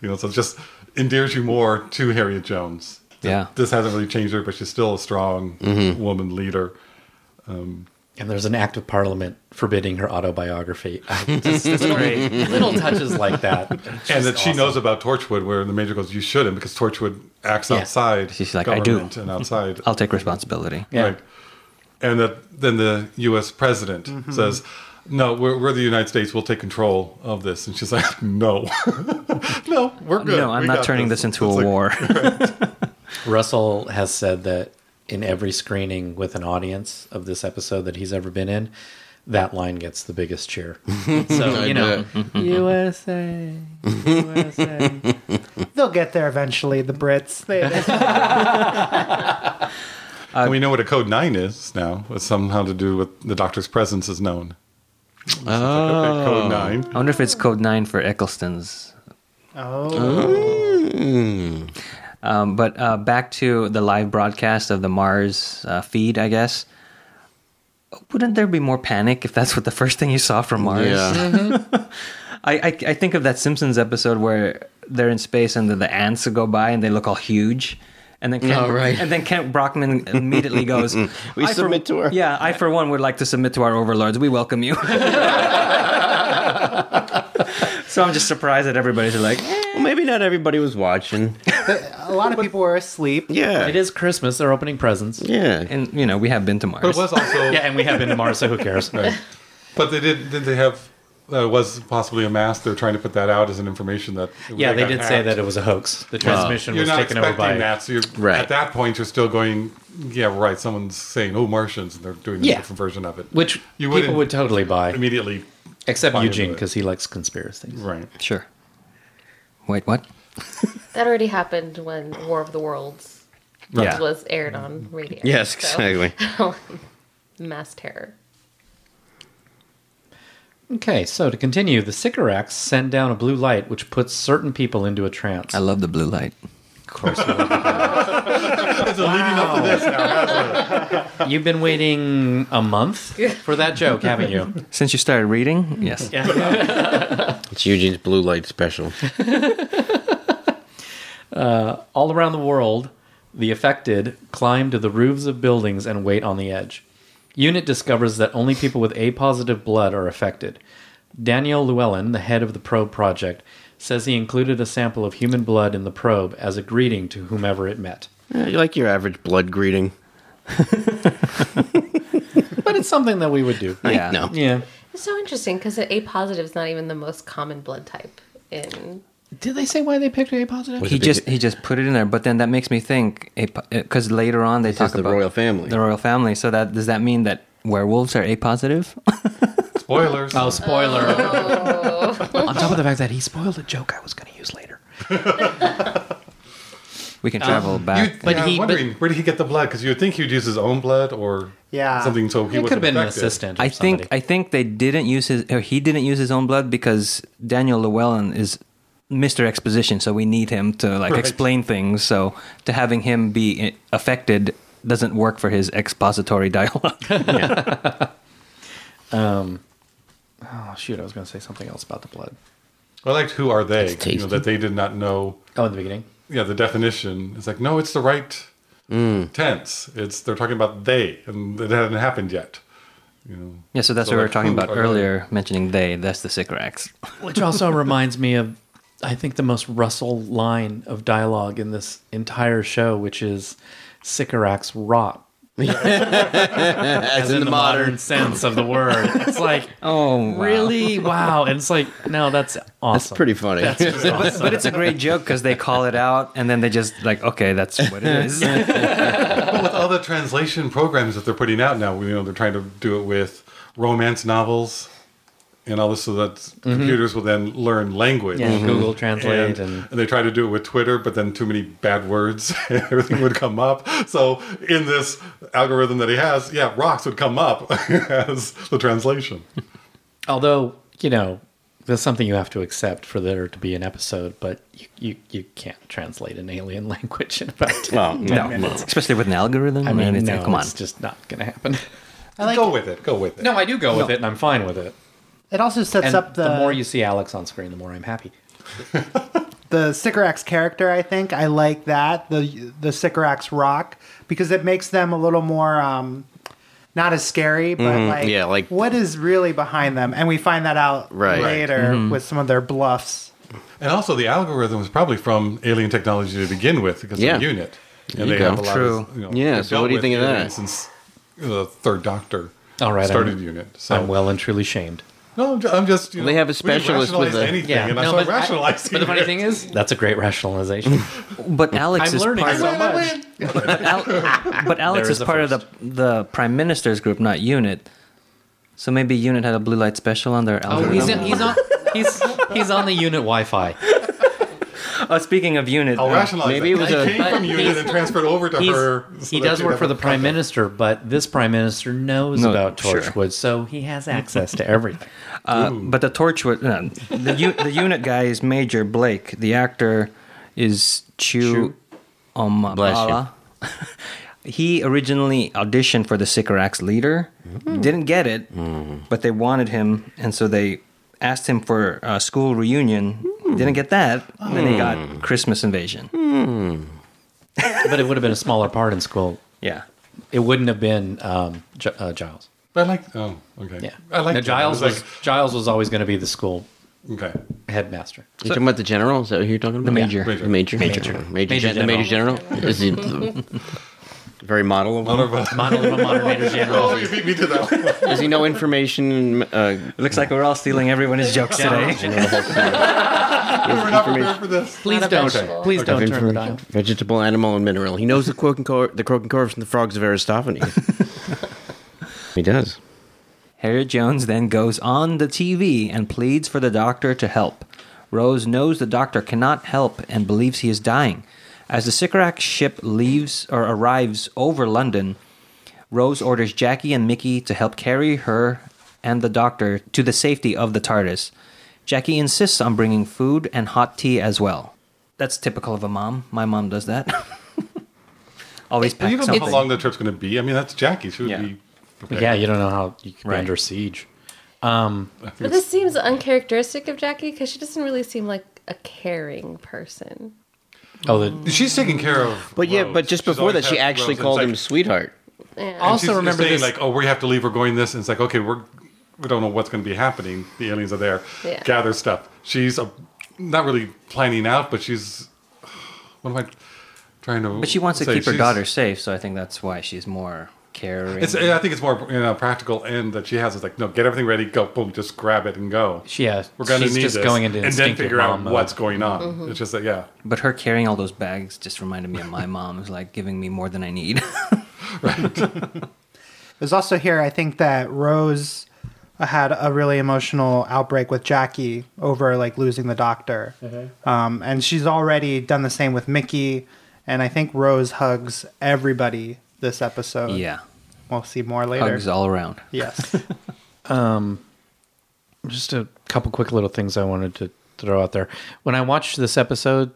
[SPEAKER 3] You know, so it just endears you more to Harriet Jones
[SPEAKER 1] Yeah.
[SPEAKER 3] this hasn't really changed her, but she's still a strong woman leader.
[SPEAKER 2] And there's an act of parliament forbidding her autobiography. Just- just little touches like that.
[SPEAKER 3] and that she knows about Torchwood, where the major goes, "You shouldn't," because Torchwood acts outside.
[SPEAKER 1] She's like, "I do." [laughs]
[SPEAKER 3] government and outside.
[SPEAKER 1] I'll take responsibility.
[SPEAKER 2] Yeah.
[SPEAKER 3] Right. And that then the U.S. president
[SPEAKER 1] Mm-hmm.
[SPEAKER 3] says, "No, we're, we're the United States. We'll take control of this." And she's like, [laughs] "No, no, we're good.
[SPEAKER 1] No, I'm
[SPEAKER 3] We
[SPEAKER 1] not
[SPEAKER 3] got
[SPEAKER 1] turning this, into
[SPEAKER 3] It's
[SPEAKER 1] a
[SPEAKER 3] like,
[SPEAKER 1] war.
[SPEAKER 2] Russell has said that in every screening with an audience of this episode that he's ever been in, that line gets the biggest [laughs] cheer. So, you know, [laughs] USA, USA.
[SPEAKER 5] They'll get there eventually. The Brits. They,
[SPEAKER 2] [laughs]
[SPEAKER 3] And we know what a code nine is now. It's somehow to do with the doctor's presence is known. Oh. code nine.
[SPEAKER 1] I wonder if it's code 9 for Eccleston's.
[SPEAKER 5] oh,
[SPEAKER 1] Um, but uh, back to the live broadcast of the Mars uh, feed, I guess. Wouldn't there be more panic if that's what the first thing you saw from Mars?
[SPEAKER 2] [laughs]
[SPEAKER 4] Yeah.
[SPEAKER 1] I, I I think of that Simpsons episode where they're in space and the, the ants go by and they look all huge. And then Kent,
[SPEAKER 4] Oh, right.
[SPEAKER 1] and then Kent Brockman immediately goes.
[SPEAKER 4] [laughs] We
[SPEAKER 1] for-
[SPEAKER 4] submit to her."
[SPEAKER 1] Yeah, I for one would like to submit to our overlords. We welcome you. [laughs] so I'm just surprised that everybody's like, eh.
[SPEAKER 4] well, maybe not everybody was watching.
[SPEAKER 5] a lot of people were asleep.
[SPEAKER 4] Yeah.
[SPEAKER 2] It is Christmas. They're opening presents.
[SPEAKER 4] Yeah.
[SPEAKER 1] and you know we have been to Mars.
[SPEAKER 3] But it
[SPEAKER 1] [laughs]
[SPEAKER 3] was also
[SPEAKER 2] Yeah, and we have been to Mars, so who cares?
[SPEAKER 3] But they did. Did they have? Uh, was possibly a mask. They're trying to put that out as an information that.
[SPEAKER 2] Yeah, they
[SPEAKER 3] got
[SPEAKER 2] did say
[SPEAKER 3] hacked.
[SPEAKER 2] that it was a hoax. The transmission
[SPEAKER 3] You're
[SPEAKER 2] was
[SPEAKER 3] not
[SPEAKER 2] taken over by.
[SPEAKER 3] expecting that, so you're
[SPEAKER 4] Right.
[SPEAKER 3] at that point you're still going. Yeah, right. Someone's saying, "Oh, Martians," and they're doing a
[SPEAKER 2] Yeah.
[SPEAKER 3] different version of it,
[SPEAKER 2] Which
[SPEAKER 3] You
[SPEAKER 2] people
[SPEAKER 3] wouldn't-
[SPEAKER 2] would totally buy,
[SPEAKER 3] immediately.
[SPEAKER 2] except
[SPEAKER 3] buy into
[SPEAKER 2] Eugene
[SPEAKER 3] it.
[SPEAKER 2] because he likes conspiracies.
[SPEAKER 3] Right.
[SPEAKER 1] sure. Wait, what?
[SPEAKER 6] That already happened when War of the Worlds
[SPEAKER 1] Yeah.
[SPEAKER 6] was aired on radio.
[SPEAKER 4] Yes,
[SPEAKER 6] so
[SPEAKER 4] exactly.
[SPEAKER 6] mass terror.
[SPEAKER 2] Okay, so to continue, the Sycorax send down a blue light which puts certain people into a trance.
[SPEAKER 1] I love the blue light.
[SPEAKER 2] Of course, it would.
[SPEAKER 3] That's a leading up to this now.
[SPEAKER 2] you've been waiting a month for that
[SPEAKER 3] [laughs]
[SPEAKER 2] joke, haven't you?
[SPEAKER 1] Since you started reading, yes.
[SPEAKER 4] It's Eugene's blue light special.
[SPEAKER 2] All around the world, the affected climb to the roofs of buildings and wait on the edge. Unit discovers that only people with A positive blood are affected. Daniel Llewellyn, the head of the probe project, says he included a sample of human blood in the probe as a greeting to whomever it met.
[SPEAKER 4] Yeah, you like your average blood greeting.
[SPEAKER 2] But it's something that we would do.
[SPEAKER 1] Yeah.
[SPEAKER 4] No.
[SPEAKER 2] Yeah.
[SPEAKER 6] It's so interesting because A positive is not even the most common blood type in
[SPEAKER 2] Did they say why they picked A positive?
[SPEAKER 4] Was
[SPEAKER 1] He
[SPEAKER 4] it
[SPEAKER 1] just
[SPEAKER 4] because-
[SPEAKER 1] he just put it in there, but then that makes me think because later on they talk
[SPEAKER 4] is the
[SPEAKER 1] about
[SPEAKER 4] royal family.
[SPEAKER 1] the royal family. So that does that mean that werewolves are a positive?
[SPEAKER 3] Spoilers.
[SPEAKER 2] Oh, spoiler. [laughs] On top of the fact that he spoiled a joke I was going to use later.
[SPEAKER 1] [laughs] we can travel
[SPEAKER 3] You,
[SPEAKER 1] back.
[SPEAKER 2] but
[SPEAKER 3] yeah,
[SPEAKER 2] he-
[SPEAKER 3] I'm
[SPEAKER 2] but-
[SPEAKER 3] wondering where did he get the blood? Because you would think he'd use his own blood or
[SPEAKER 5] Yeah.
[SPEAKER 3] something. So he
[SPEAKER 2] it could have
[SPEAKER 3] wasn't
[SPEAKER 2] been an
[SPEAKER 3] affected.
[SPEAKER 2] assistant. or
[SPEAKER 1] I think
[SPEAKER 2] somebody.
[SPEAKER 1] I think they didn't use his or he didn't use his own blood because Daniel Llewellyn is Mr. Exposition, so we need him to like
[SPEAKER 3] Right.
[SPEAKER 1] explain things. So to having him be i- affected doesn't work for his expository [laughs] dialogue.
[SPEAKER 2] Oh, shoot. I was going to say something else about the blood.
[SPEAKER 3] I liked who are they?
[SPEAKER 4] That's
[SPEAKER 3] You know, that they did not know.
[SPEAKER 2] Oh, in the beginning?
[SPEAKER 3] Yeah, the definition. It's like no, it's the right
[SPEAKER 2] Mm.
[SPEAKER 3] tense. It's they're talking about they, and it hadn't happened yet. You know.
[SPEAKER 1] yeah, so that's
[SPEAKER 3] So,
[SPEAKER 1] what we were
[SPEAKER 3] like,
[SPEAKER 1] talking
[SPEAKER 3] who
[SPEAKER 1] about
[SPEAKER 3] are they?
[SPEAKER 1] earlier, mentioning they. That's the Sycorax.
[SPEAKER 2] Which also [laughs] reminds me of, I think, the most Russell line of dialogue in this entire show, which is Sycorax rot.
[SPEAKER 4] As,
[SPEAKER 2] in, the modern, sense of the word. [laughs] It's like,
[SPEAKER 1] Oh,
[SPEAKER 2] really? Wow. And it's like, no, that's awesome.
[SPEAKER 4] That's pretty funny. [laughs]
[SPEAKER 2] That's awesome.
[SPEAKER 1] But it's a great joke because they call it out and then they just like, okay, that's what it
[SPEAKER 2] [laughs]
[SPEAKER 1] is.
[SPEAKER 3] But with all the translation programs that they're putting out now, you know, they're trying to do it with romance novels and all this, so that computers will then learn language.
[SPEAKER 2] Mm-hmm. yeah, Google
[SPEAKER 3] and,
[SPEAKER 2] Translate Mm-hmm. and
[SPEAKER 3] and they tried to do it with Twitter, but then too many bad words, [laughs] everything would come up. So in this algorithm that he has, yeah, rocks would come up [laughs] as the translation.
[SPEAKER 2] Although, you know, that's something you have to accept for there to be an episode, but you, you, you can't translate an alien [laughs] language in about 10
[SPEAKER 4] Well, no.
[SPEAKER 2] minutes.
[SPEAKER 1] Especially with an algorithm.
[SPEAKER 2] I mean,
[SPEAKER 1] it's
[SPEAKER 2] no,
[SPEAKER 1] like, come on.
[SPEAKER 2] it's just not going to happen.
[SPEAKER 3] go with it. Go with it.
[SPEAKER 2] No, I do go with it, and I'm fine with it.
[SPEAKER 5] It also sets
[SPEAKER 2] And
[SPEAKER 5] up the
[SPEAKER 2] the more you see Alex on screen, the more I'm happy.
[SPEAKER 5] the Sycorax character, I think I like that the the Sycorax rock because it makes them a little more um, not as scary, but like,
[SPEAKER 4] Mm-hmm. yeah, like-
[SPEAKER 5] what is really behind them, and we find that out
[SPEAKER 4] Right.
[SPEAKER 5] later with some of their bluffs.
[SPEAKER 3] And also, the algorithm was probably from alien technology to begin with because
[SPEAKER 4] Yeah.
[SPEAKER 3] they're a unit. And
[SPEAKER 4] you
[SPEAKER 3] they
[SPEAKER 4] go.
[SPEAKER 3] have a lot
[SPEAKER 1] True.
[SPEAKER 3] of. You know,
[SPEAKER 4] Yeah,
[SPEAKER 3] they've
[SPEAKER 4] so what do you
[SPEAKER 3] dealt
[SPEAKER 4] think of
[SPEAKER 3] with
[SPEAKER 4] that?
[SPEAKER 3] aliens Since the third doctor
[SPEAKER 2] All right,
[SPEAKER 3] started
[SPEAKER 2] I'm-
[SPEAKER 3] unit. So
[SPEAKER 2] I'm well and truly shamed.
[SPEAKER 3] No, I'm ju- I'm just. You know,
[SPEAKER 4] They have a
[SPEAKER 3] we
[SPEAKER 4] specialist with
[SPEAKER 3] rationalize
[SPEAKER 4] the-
[SPEAKER 3] anything, and I started rationalizing.
[SPEAKER 2] but the funny
[SPEAKER 3] it.
[SPEAKER 2] thing is, that's a great [laughs] rationalization.
[SPEAKER 1] But Alex
[SPEAKER 2] I'm
[SPEAKER 1] is
[SPEAKER 2] learning
[SPEAKER 1] part
[SPEAKER 2] so
[SPEAKER 1] of,
[SPEAKER 2] much.
[SPEAKER 1] but, Al- but Alex
[SPEAKER 2] There
[SPEAKER 1] is
[SPEAKER 2] is a
[SPEAKER 1] part of the the prime minister's group, not unit. So maybe unit had a blue light special on their
[SPEAKER 2] Oh,
[SPEAKER 1] algorithm.
[SPEAKER 2] he's, in, he's on. He's he's on the unit Wi-Fi.
[SPEAKER 1] Oh, speaking of unit,
[SPEAKER 3] [laughs] I'll
[SPEAKER 1] uh,
[SPEAKER 3] rationalize
[SPEAKER 4] Maybe
[SPEAKER 3] maybe
[SPEAKER 4] it
[SPEAKER 3] it.
[SPEAKER 4] was
[SPEAKER 3] I
[SPEAKER 4] a-
[SPEAKER 3] came from unit and transferred over to
[SPEAKER 2] He's-
[SPEAKER 3] her. so
[SPEAKER 2] he
[SPEAKER 3] that
[SPEAKER 2] does
[SPEAKER 3] she'd
[SPEAKER 2] work
[SPEAKER 3] have
[SPEAKER 2] for
[SPEAKER 3] a
[SPEAKER 2] the prime
[SPEAKER 3] contact.
[SPEAKER 2] minister, but this prime minister knows
[SPEAKER 1] No,
[SPEAKER 2] about
[SPEAKER 1] sure.
[SPEAKER 2] Torchwood, so he has access to everything.
[SPEAKER 1] uh, but the Torchwood, no, the u- the unit guy is Major Blake. The actor is Chu
[SPEAKER 4] Chu.
[SPEAKER 1] Omabala. [laughs] he originally auditioned for the Sycorax leader, didn't get it, but they wanted him, and so they asked him for a school reunion. Didn't get that, then he got Christmas Invasion.
[SPEAKER 2] But it would have been a smaller part in school.
[SPEAKER 1] Yeah.
[SPEAKER 2] It wouldn't have been um, G- uh, Giles.
[SPEAKER 3] But I like. Oh, okay.
[SPEAKER 2] Yeah,
[SPEAKER 3] I like
[SPEAKER 2] No,
[SPEAKER 3] that.
[SPEAKER 2] Giles.
[SPEAKER 3] It
[SPEAKER 2] Was, Giles was always going to be the school [laughs]
[SPEAKER 3] okay. [laughs]
[SPEAKER 2] headmaster.
[SPEAKER 4] You talking about the general? Is that who you're talking about? The
[SPEAKER 1] major.
[SPEAKER 4] The major. Major. Major, gen- the major general. Is he the [laughs] very model of
[SPEAKER 3] None
[SPEAKER 4] him?
[SPEAKER 3] of us.
[SPEAKER 2] Model of a [laughs] moderator
[SPEAKER 3] Oh,
[SPEAKER 2] general.
[SPEAKER 3] you beat me to that. one. [laughs]
[SPEAKER 4] Does he know information? Uh,
[SPEAKER 1] Looks like we're all stealing everyone's jokes
[SPEAKER 2] General.
[SPEAKER 1] today.
[SPEAKER 3] We were not prepared for this.
[SPEAKER 2] Please
[SPEAKER 6] Not a
[SPEAKER 2] don't.
[SPEAKER 6] vegetable.
[SPEAKER 2] Please
[SPEAKER 4] of
[SPEAKER 2] don't turn the
[SPEAKER 4] information,
[SPEAKER 2] dial.
[SPEAKER 4] vegetable, animal, and mineral. He knows the croak and cor- the croak and corvus from the frogs of Aristophanes. he does.
[SPEAKER 1] Harriet Jones then goes on the TV and pleads for the doctor to help. Rose knows the doctor cannot help and believes he is dying. As the Sycorax ship leaves or arrives over London, Rose orders Jackie and Mickey to help carry her and the doctor to the safety of the TARDIS. Jackie insists on bringing food and hot tea as well. That's typical of a mom. My mom does that. [laughs] Always
[SPEAKER 3] Well,
[SPEAKER 1] packs
[SPEAKER 3] you don't know
[SPEAKER 1] something.
[SPEAKER 3] how long the trip's going to be. I mean, that's Jackie. She would
[SPEAKER 1] Yeah.
[SPEAKER 3] be prepared.
[SPEAKER 2] Yeah, you don't know how you could
[SPEAKER 1] Right.
[SPEAKER 2] be under siege.
[SPEAKER 6] But this seems uncharacteristic of Jackie because she doesn't really seem like a caring person.
[SPEAKER 2] Oh, the,
[SPEAKER 3] She's taking care of.
[SPEAKER 4] But yeah,
[SPEAKER 3] Rose.
[SPEAKER 4] but just
[SPEAKER 3] She's
[SPEAKER 4] before
[SPEAKER 3] always
[SPEAKER 4] that, she
[SPEAKER 3] had
[SPEAKER 4] actually
[SPEAKER 3] Rose, and
[SPEAKER 4] called
[SPEAKER 3] it's
[SPEAKER 4] him
[SPEAKER 3] like-
[SPEAKER 4] sweetheart.
[SPEAKER 6] Yeah.
[SPEAKER 2] also
[SPEAKER 3] she's
[SPEAKER 2] remember
[SPEAKER 3] saying
[SPEAKER 2] this.
[SPEAKER 3] like, oh, we have to leave. We're going this, and it's like, okay, we're we don't know what's going to be happening. The aliens are there.
[SPEAKER 6] Yeah.
[SPEAKER 3] Gather stuff. She's uh not really planning out, but she's. What am I trying to?
[SPEAKER 1] But she wants to
[SPEAKER 3] say?
[SPEAKER 1] keep her
[SPEAKER 3] She's-
[SPEAKER 1] daughter safe, so I think that's why she's more caring.
[SPEAKER 3] It's, I think it's more you know, practical end that she has. It's like, no, get everything ready, go, boom, just grab it and go.
[SPEAKER 2] She- yeah,
[SPEAKER 3] We're going to
[SPEAKER 2] she's
[SPEAKER 3] need
[SPEAKER 2] just
[SPEAKER 3] this,
[SPEAKER 2] going into
[SPEAKER 3] and then
[SPEAKER 2] instinctive
[SPEAKER 3] figure out
[SPEAKER 2] mom mode.
[SPEAKER 3] what's going on.
[SPEAKER 2] Mm-hmm.
[SPEAKER 3] It's just that, yeah,
[SPEAKER 1] but her carrying all those bags just reminded me of my mom, who's like giving me more than I need. [laughs]
[SPEAKER 5] There's also here, I think that Rose had a really emotional outbreak with Jackie over like losing the doctor. Um, and she's already done the same with Mickey. And I think Rose hugs everybody this episode.
[SPEAKER 1] yeah.
[SPEAKER 5] We'll see more later.
[SPEAKER 1] Hugs all around.
[SPEAKER 5] Yes.
[SPEAKER 2] just a couple quick little things I wanted to throw out there. When I watch this episode,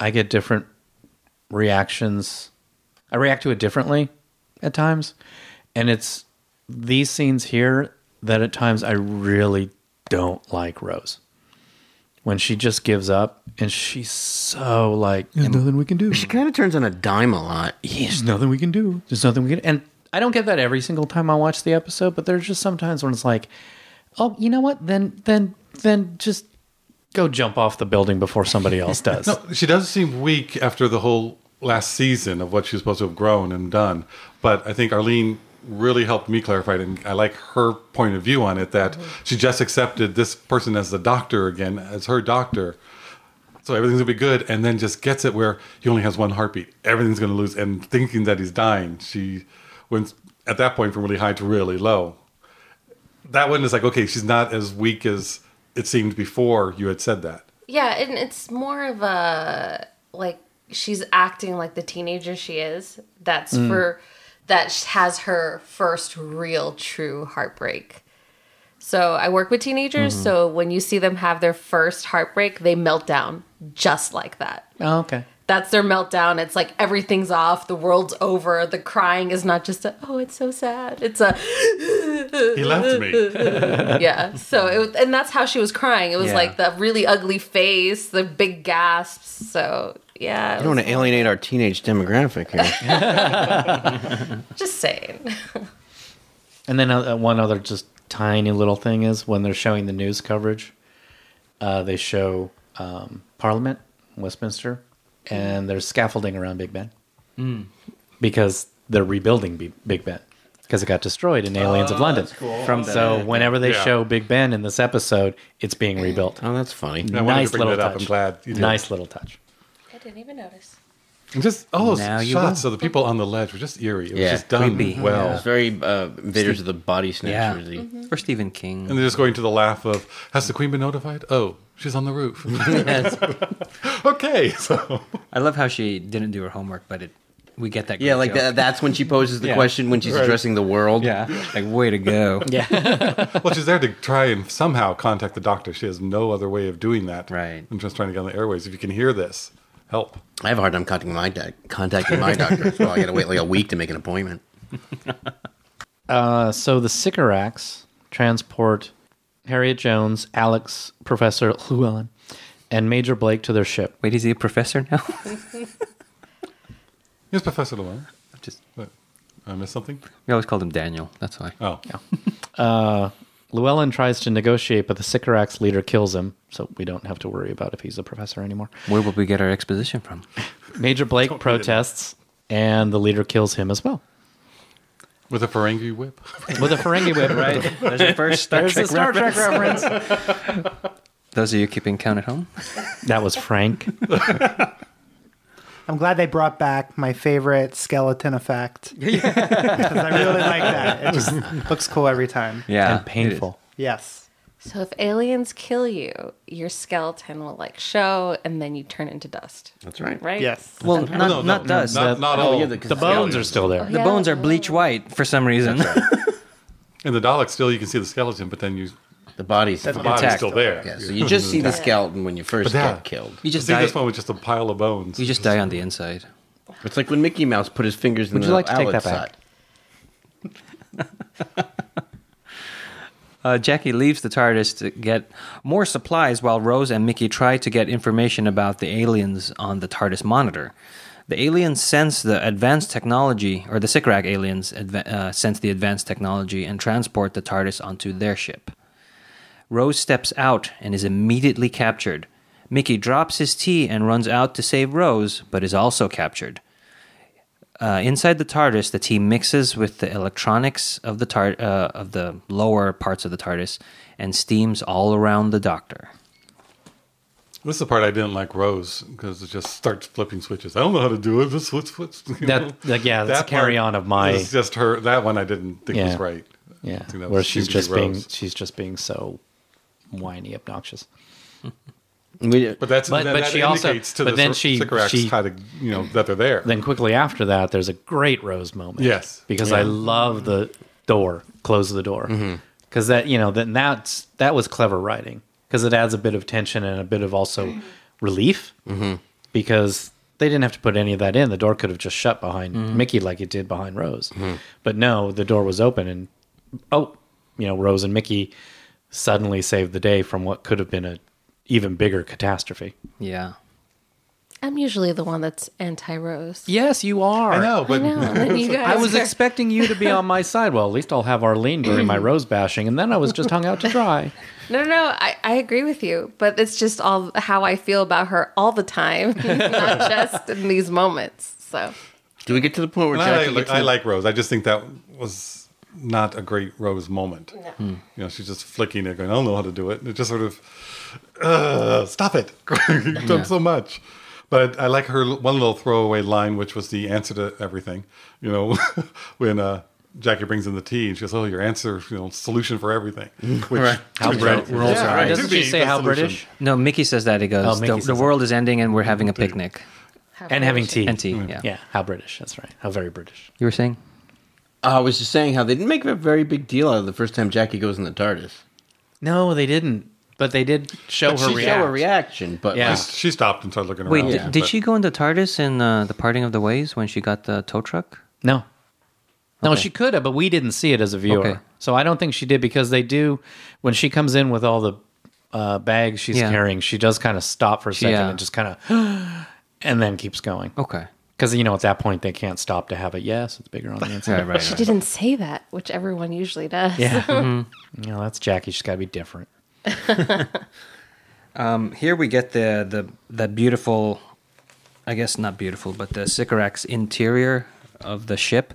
[SPEAKER 2] I get different reactions. I react to it differently at times, and it's these scenes here that at times I really don't like Rose. When she just gives up and she's so like, there's nothing we can [laughs] do.
[SPEAKER 4] She kind of turns on a dime a lot.
[SPEAKER 2] There's nothing we can do. There's nothing we can. And I don't get that every single time I watch the episode, but there's just sometimes when it's like, oh, you know what? Then then then just go jump off the building before somebody else does.
[SPEAKER 3] she does seem weak after the whole last season of what she's supposed to have grown and done. But I think Arlene really helped me clarify it, and I like her point of view on it that she just accepted this person as the doctor again, as her doctor. So everything's gonna be good, and then just gets it where he only has one heartbeat. Everything's gonna lose, and thinking that he's dying, she went at that point from really high to really low. That one is like, okay, she's not as weak as it seemed before you had said that.
[SPEAKER 6] Yeah, and it's more of a like she's acting like the teenager she is. That's for that sh- has her first real true heartbreak. So I work with teenagers, so when you see them have their first heartbreak, they melt down just like that.
[SPEAKER 2] Oh, okay.
[SPEAKER 6] That's their meltdown. It's like everything's off, the world's over, the crying is not just a oh, it's so sad. It's a
[SPEAKER 3] He left me.
[SPEAKER 6] yeah. So it was, and that's how she was crying. It was
[SPEAKER 1] Yeah.
[SPEAKER 6] like the really ugly face, the big gasps. So yeah, it
[SPEAKER 4] I don't
[SPEAKER 6] was-
[SPEAKER 4] want to alienate our teenage demographic [laughs] here.
[SPEAKER 6] just saying.
[SPEAKER 2] And then uh, one other just tiny little thing is when they're showing the news coverage, uh, they show um, Parliament, Westminster, and there's scaffolding around Big Ben because they're rebuilding B- Big Ben because it got destroyed in Aliens of London.
[SPEAKER 1] From the,
[SPEAKER 2] So whenever they
[SPEAKER 3] Yeah.
[SPEAKER 2] show Big Ben in this episode, it's being rebuilt.
[SPEAKER 4] oh, that's funny.
[SPEAKER 3] I wanted to
[SPEAKER 2] nice
[SPEAKER 3] bring
[SPEAKER 2] little
[SPEAKER 3] that up.
[SPEAKER 2] touch.
[SPEAKER 3] I'm glad you did.
[SPEAKER 2] Nice little touch.
[SPEAKER 6] I didn't even notice.
[SPEAKER 3] And just all those
[SPEAKER 1] Now you
[SPEAKER 3] shots of the people on the ledge were just eerie. It was
[SPEAKER 4] Yeah.
[SPEAKER 3] just done
[SPEAKER 1] Creepy.
[SPEAKER 3] well.
[SPEAKER 4] It's very uh, invaders of the body
[SPEAKER 1] yeah.
[SPEAKER 4] snatchers.
[SPEAKER 1] Or Stephen King.
[SPEAKER 3] And they're just going to the laugh of, has the queen been notified? Oh, she's on the roof. [laughs] okay. [laughs] So
[SPEAKER 1] [laughs] I love how she didn't do her homework, but it we get that.
[SPEAKER 4] Yeah,
[SPEAKER 1] great
[SPEAKER 4] like
[SPEAKER 1] joke.
[SPEAKER 4] that, that's when she poses the
[SPEAKER 1] Yeah.
[SPEAKER 4] question when she's addressing the world.
[SPEAKER 1] Yeah, like way to go.
[SPEAKER 3] well, she's there to try and somehow contact the doctor. She has no other way of doing that.
[SPEAKER 1] Right.
[SPEAKER 3] I'm just trying to get on the airways. If you can hear this, help.
[SPEAKER 4] I have a hard time contacting my doc- contacting my doctor. So I got to wait like a week to make an appointment.
[SPEAKER 2] Uh, so the Sycorax transport Harriet Jones, Alex, Professor [laughs] Llewellyn, and Major Blake to their ship.
[SPEAKER 1] Wait, is he a professor now? [laughs]
[SPEAKER 3] Yes, Professor Llewellyn.
[SPEAKER 1] Just
[SPEAKER 3] What? I missed something?
[SPEAKER 1] we always called him Daniel. That's why.
[SPEAKER 3] Oh.
[SPEAKER 2] Llewellyn tries to negotiate, but the Sycorax leader kills him, so we don't have to worry about if he's a professor anymore.
[SPEAKER 1] Where would we get our exposition from?
[SPEAKER 2] [laughs] Major Blake protests, and the leader kills him as well
[SPEAKER 3] With a Ferengi whip. [laughs]
[SPEAKER 2] with a Ferengi whip.
[SPEAKER 1] Right. There's your first [laughs] Star
[SPEAKER 2] [laughs] There's a
[SPEAKER 1] Trek
[SPEAKER 2] Star
[SPEAKER 1] reference.
[SPEAKER 2] Trek reference.
[SPEAKER 1] Those of you keeping count at home,
[SPEAKER 2] that was Frank.
[SPEAKER 5] I'm glad they brought back my favorite
[SPEAKER 1] [laughs]
[SPEAKER 5] skeleton effect. [laughs] Because I really like that. It just looks cool every time.
[SPEAKER 1] yeah,
[SPEAKER 2] and painful.
[SPEAKER 5] Yes.
[SPEAKER 6] So if aliens kill you, your skeleton will like show, and then you turn into dust,
[SPEAKER 4] That's right.
[SPEAKER 6] right?
[SPEAKER 5] Yes.
[SPEAKER 1] Well, not,
[SPEAKER 3] no, no,
[SPEAKER 1] not oh,
[SPEAKER 3] no,
[SPEAKER 1] dust.
[SPEAKER 3] Not, not all.
[SPEAKER 4] yeah,
[SPEAKER 2] The bones are still there.
[SPEAKER 1] the
[SPEAKER 6] Yeah.
[SPEAKER 1] bones are bleach white for some reason.
[SPEAKER 3] in the Dalek still, you can see the skeleton, but then you
[SPEAKER 4] The body's
[SPEAKER 3] the
[SPEAKER 4] fine.
[SPEAKER 3] body's
[SPEAKER 1] Intact.
[SPEAKER 3] still there.
[SPEAKER 4] Yeah, so you just see the skeleton when you first
[SPEAKER 3] But that-
[SPEAKER 4] get killed.
[SPEAKER 1] [laughs] you
[SPEAKER 3] You
[SPEAKER 1] just
[SPEAKER 3] see
[SPEAKER 1] die.
[SPEAKER 3] this one with just a pile of bones.
[SPEAKER 1] You just die on the inside.
[SPEAKER 4] It's like when Mickey Mouse put his fingers in
[SPEAKER 2] Would
[SPEAKER 4] the
[SPEAKER 2] you like to take
[SPEAKER 4] outlet
[SPEAKER 2] that back?
[SPEAKER 4] side.
[SPEAKER 1] Uh, Jackie leaves the TARDIS to get more supplies while Rose and Mickey try to get information about the aliens on the TARDIS monitor. The aliens sense the advanced technology, or the Sycorax aliens adva- uh, sense the advanced technology and transport the TARDIS onto their ship. Rose steps out and is immediately captured. Mickey drops his tea and runs out to save Rose, but is also captured. Uh, inside the TARDIS, the tea mixes with the electronics of the tar- uh, of the lower parts of the TARDIS and steams all around the Doctor.
[SPEAKER 3] This is the part I didn't like Rose because it just starts flipping switches. I don't know how to do it. This what's what's you
[SPEAKER 2] [laughs] That-
[SPEAKER 3] know?
[SPEAKER 2] like, yeah, that's a carry
[SPEAKER 3] part
[SPEAKER 2] on of my-
[SPEAKER 3] is just her. That one I didn't think was
[SPEAKER 2] Yeah.
[SPEAKER 3] right.
[SPEAKER 2] Yeah,
[SPEAKER 3] I think
[SPEAKER 2] where
[SPEAKER 3] that was-
[SPEAKER 2] she's
[SPEAKER 3] seemed to be
[SPEAKER 2] just being
[SPEAKER 3] Rose.
[SPEAKER 2] she's just being so whiny, obnoxious.
[SPEAKER 4] We,
[SPEAKER 3] But that's
[SPEAKER 2] But-
[SPEAKER 3] that,
[SPEAKER 2] but
[SPEAKER 3] that
[SPEAKER 2] she also-
[SPEAKER 3] indicates to
[SPEAKER 2] but
[SPEAKER 3] the
[SPEAKER 2] then
[SPEAKER 3] Syc-
[SPEAKER 2] she-
[SPEAKER 3] Sycorax
[SPEAKER 2] she-
[SPEAKER 3] how to you know that they're there.
[SPEAKER 2] Then quickly after that, there's a great Rose moment.
[SPEAKER 3] Yes.
[SPEAKER 2] because I love the door. Close the door because that you know then that's that was clever writing because it adds a bit of tension and a bit of also relief because they didn't have to put any of that in. The door could have just shut behind Mickey like it did behind Rose, but no, the door was open and oh, you know Rose and Mickey suddenly saved the day from what could have been a even bigger catastrophe.
[SPEAKER 1] Yeah.
[SPEAKER 6] I'm usually the one that's anti-rose.
[SPEAKER 2] Yes, you are.
[SPEAKER 3] I know, but
[SPEAKER 6] No, and [laughs] then you
[SPEAKER 2] [laughs] I
[SPEAKER 6] guys
[SPEAKER 2] was
[SPEAKER 6] are-
[SPEAKER 2] expecting you to be on [laughs] my side. Well, at least I'll have Arlene during [clears throat] my rose bashing, and then I was just hung out to dry.
[SPEAKER 6] No, no, no. I, I agree with you, but it's just all how I feel about her all the time, [laughs] not just in these moments. So
[SPEAKER 4] do we get to the point where
[SPEAKER 3] And I,
[SPEAKER 4] Jackie
[SPEAKER 3] like,
[SPEAKER 4] gets
[SPEAKER 3] I
[SPEAKER 4] in the-
[SPEAKER 3] like Rose. I just think that was not a great Rose moment.
[SPEAKER 1] Hmm.
[SPEAKER 3] You know, she's just flicking it, going, "I don't know how to do it." And it just sort of, uh, stop it! [laughs] You've done so much. But I like her l- one little throwaway line, which was the answer to everything. You know, [laughs] when uh, Jackie brings in the tea, and she goes, "Oh, your answer, you know, solution
[SPEAKER 1] [laughs]
[SPEAKER 3] for everything." Which [laughs]
[SPEAKER 4] Right.
[SPEAKER 3] how
[SPEAKER 2] Brit- rolls
[SPEAKER 4] are. Right.
[SPEAKER 2] Doesn't she say how British?
[SPEAKER 1] No, Mickey says that Mm-hmm. he
[SPEAKER 2] Oh,
[SPEAKER 1] goes.
[SPEAKER 2] Mickey
[SPEAKER 1] the
[SPEAKER 2] says
[SPEAKER 1] the
[SPEAKER 2] that.
[SPEAKER 1] world is ending, and we're having a picnic
[SPEAKER 2] and having tea.
[SPEAKER 1] and tea. Yeah.
[SPEAKER 2] Yeah, how British. That's right. How very British.
[SPEAKER 1] You were saying?
[SPEAKER 4] I was just saying how they didn't make a very big deal out of the first time Jackie goes in the TARDIS.
[SPEAKER 2] No, they didn't. But they did show
[SPEAKER 4] She show a reaction, but
[SPEAKER 2] Yeah.
[SPEAKER 4] yeah.
[SPEAKER 3] She stopped and started looking around.
[SPEAKER 1] Wait,
[SPEAKER 4] Yeah.
[SPEAKER 1] did, did
[SPEAKER 3] But-
[SPEAKER 1] she go into TARDIS in uh, the Parting of the Ways when she got the tow truck?
[SPEAKER 2] No. No,
[SPEAKER 1] Okay.
[SPEAKER 2] she could have, but we didn't see it as a viewer.
[SPEAKER 1] Okay.
[SPEAKER 2] So I don't think she did because they do, when she comes in with all the uh, bags she's
[SPEAKER 1] Yeah.
[SPEAKER 2] carrying, she does kind of stop for a second
[SPEAKER 1] Yeah.
[SPEAKER 2] and just kind of, [gasps] and then keeps going.
[SPEAKER 1] Okay.
[SPEAKER 2] Because, you know, at that point, they can't stop to have it. Yes, it's
[SPEAKER 3] [laughs]
[SPEAKER 2] bigger on the inside.
[SPEAKER 1] Right, [laughs] right,
[SPEAKER 6] she
[SPEAKER 1] right.
[SPEAKER 6] didn't say that, which everyone usually does.
[SPEAKER 2] Yeah. You know, that's Jackie. She's got to be different.
[SPEAKER 1] Here we get the the the beautiful, I guess not beautiful, but the Sycorax interior of the ship.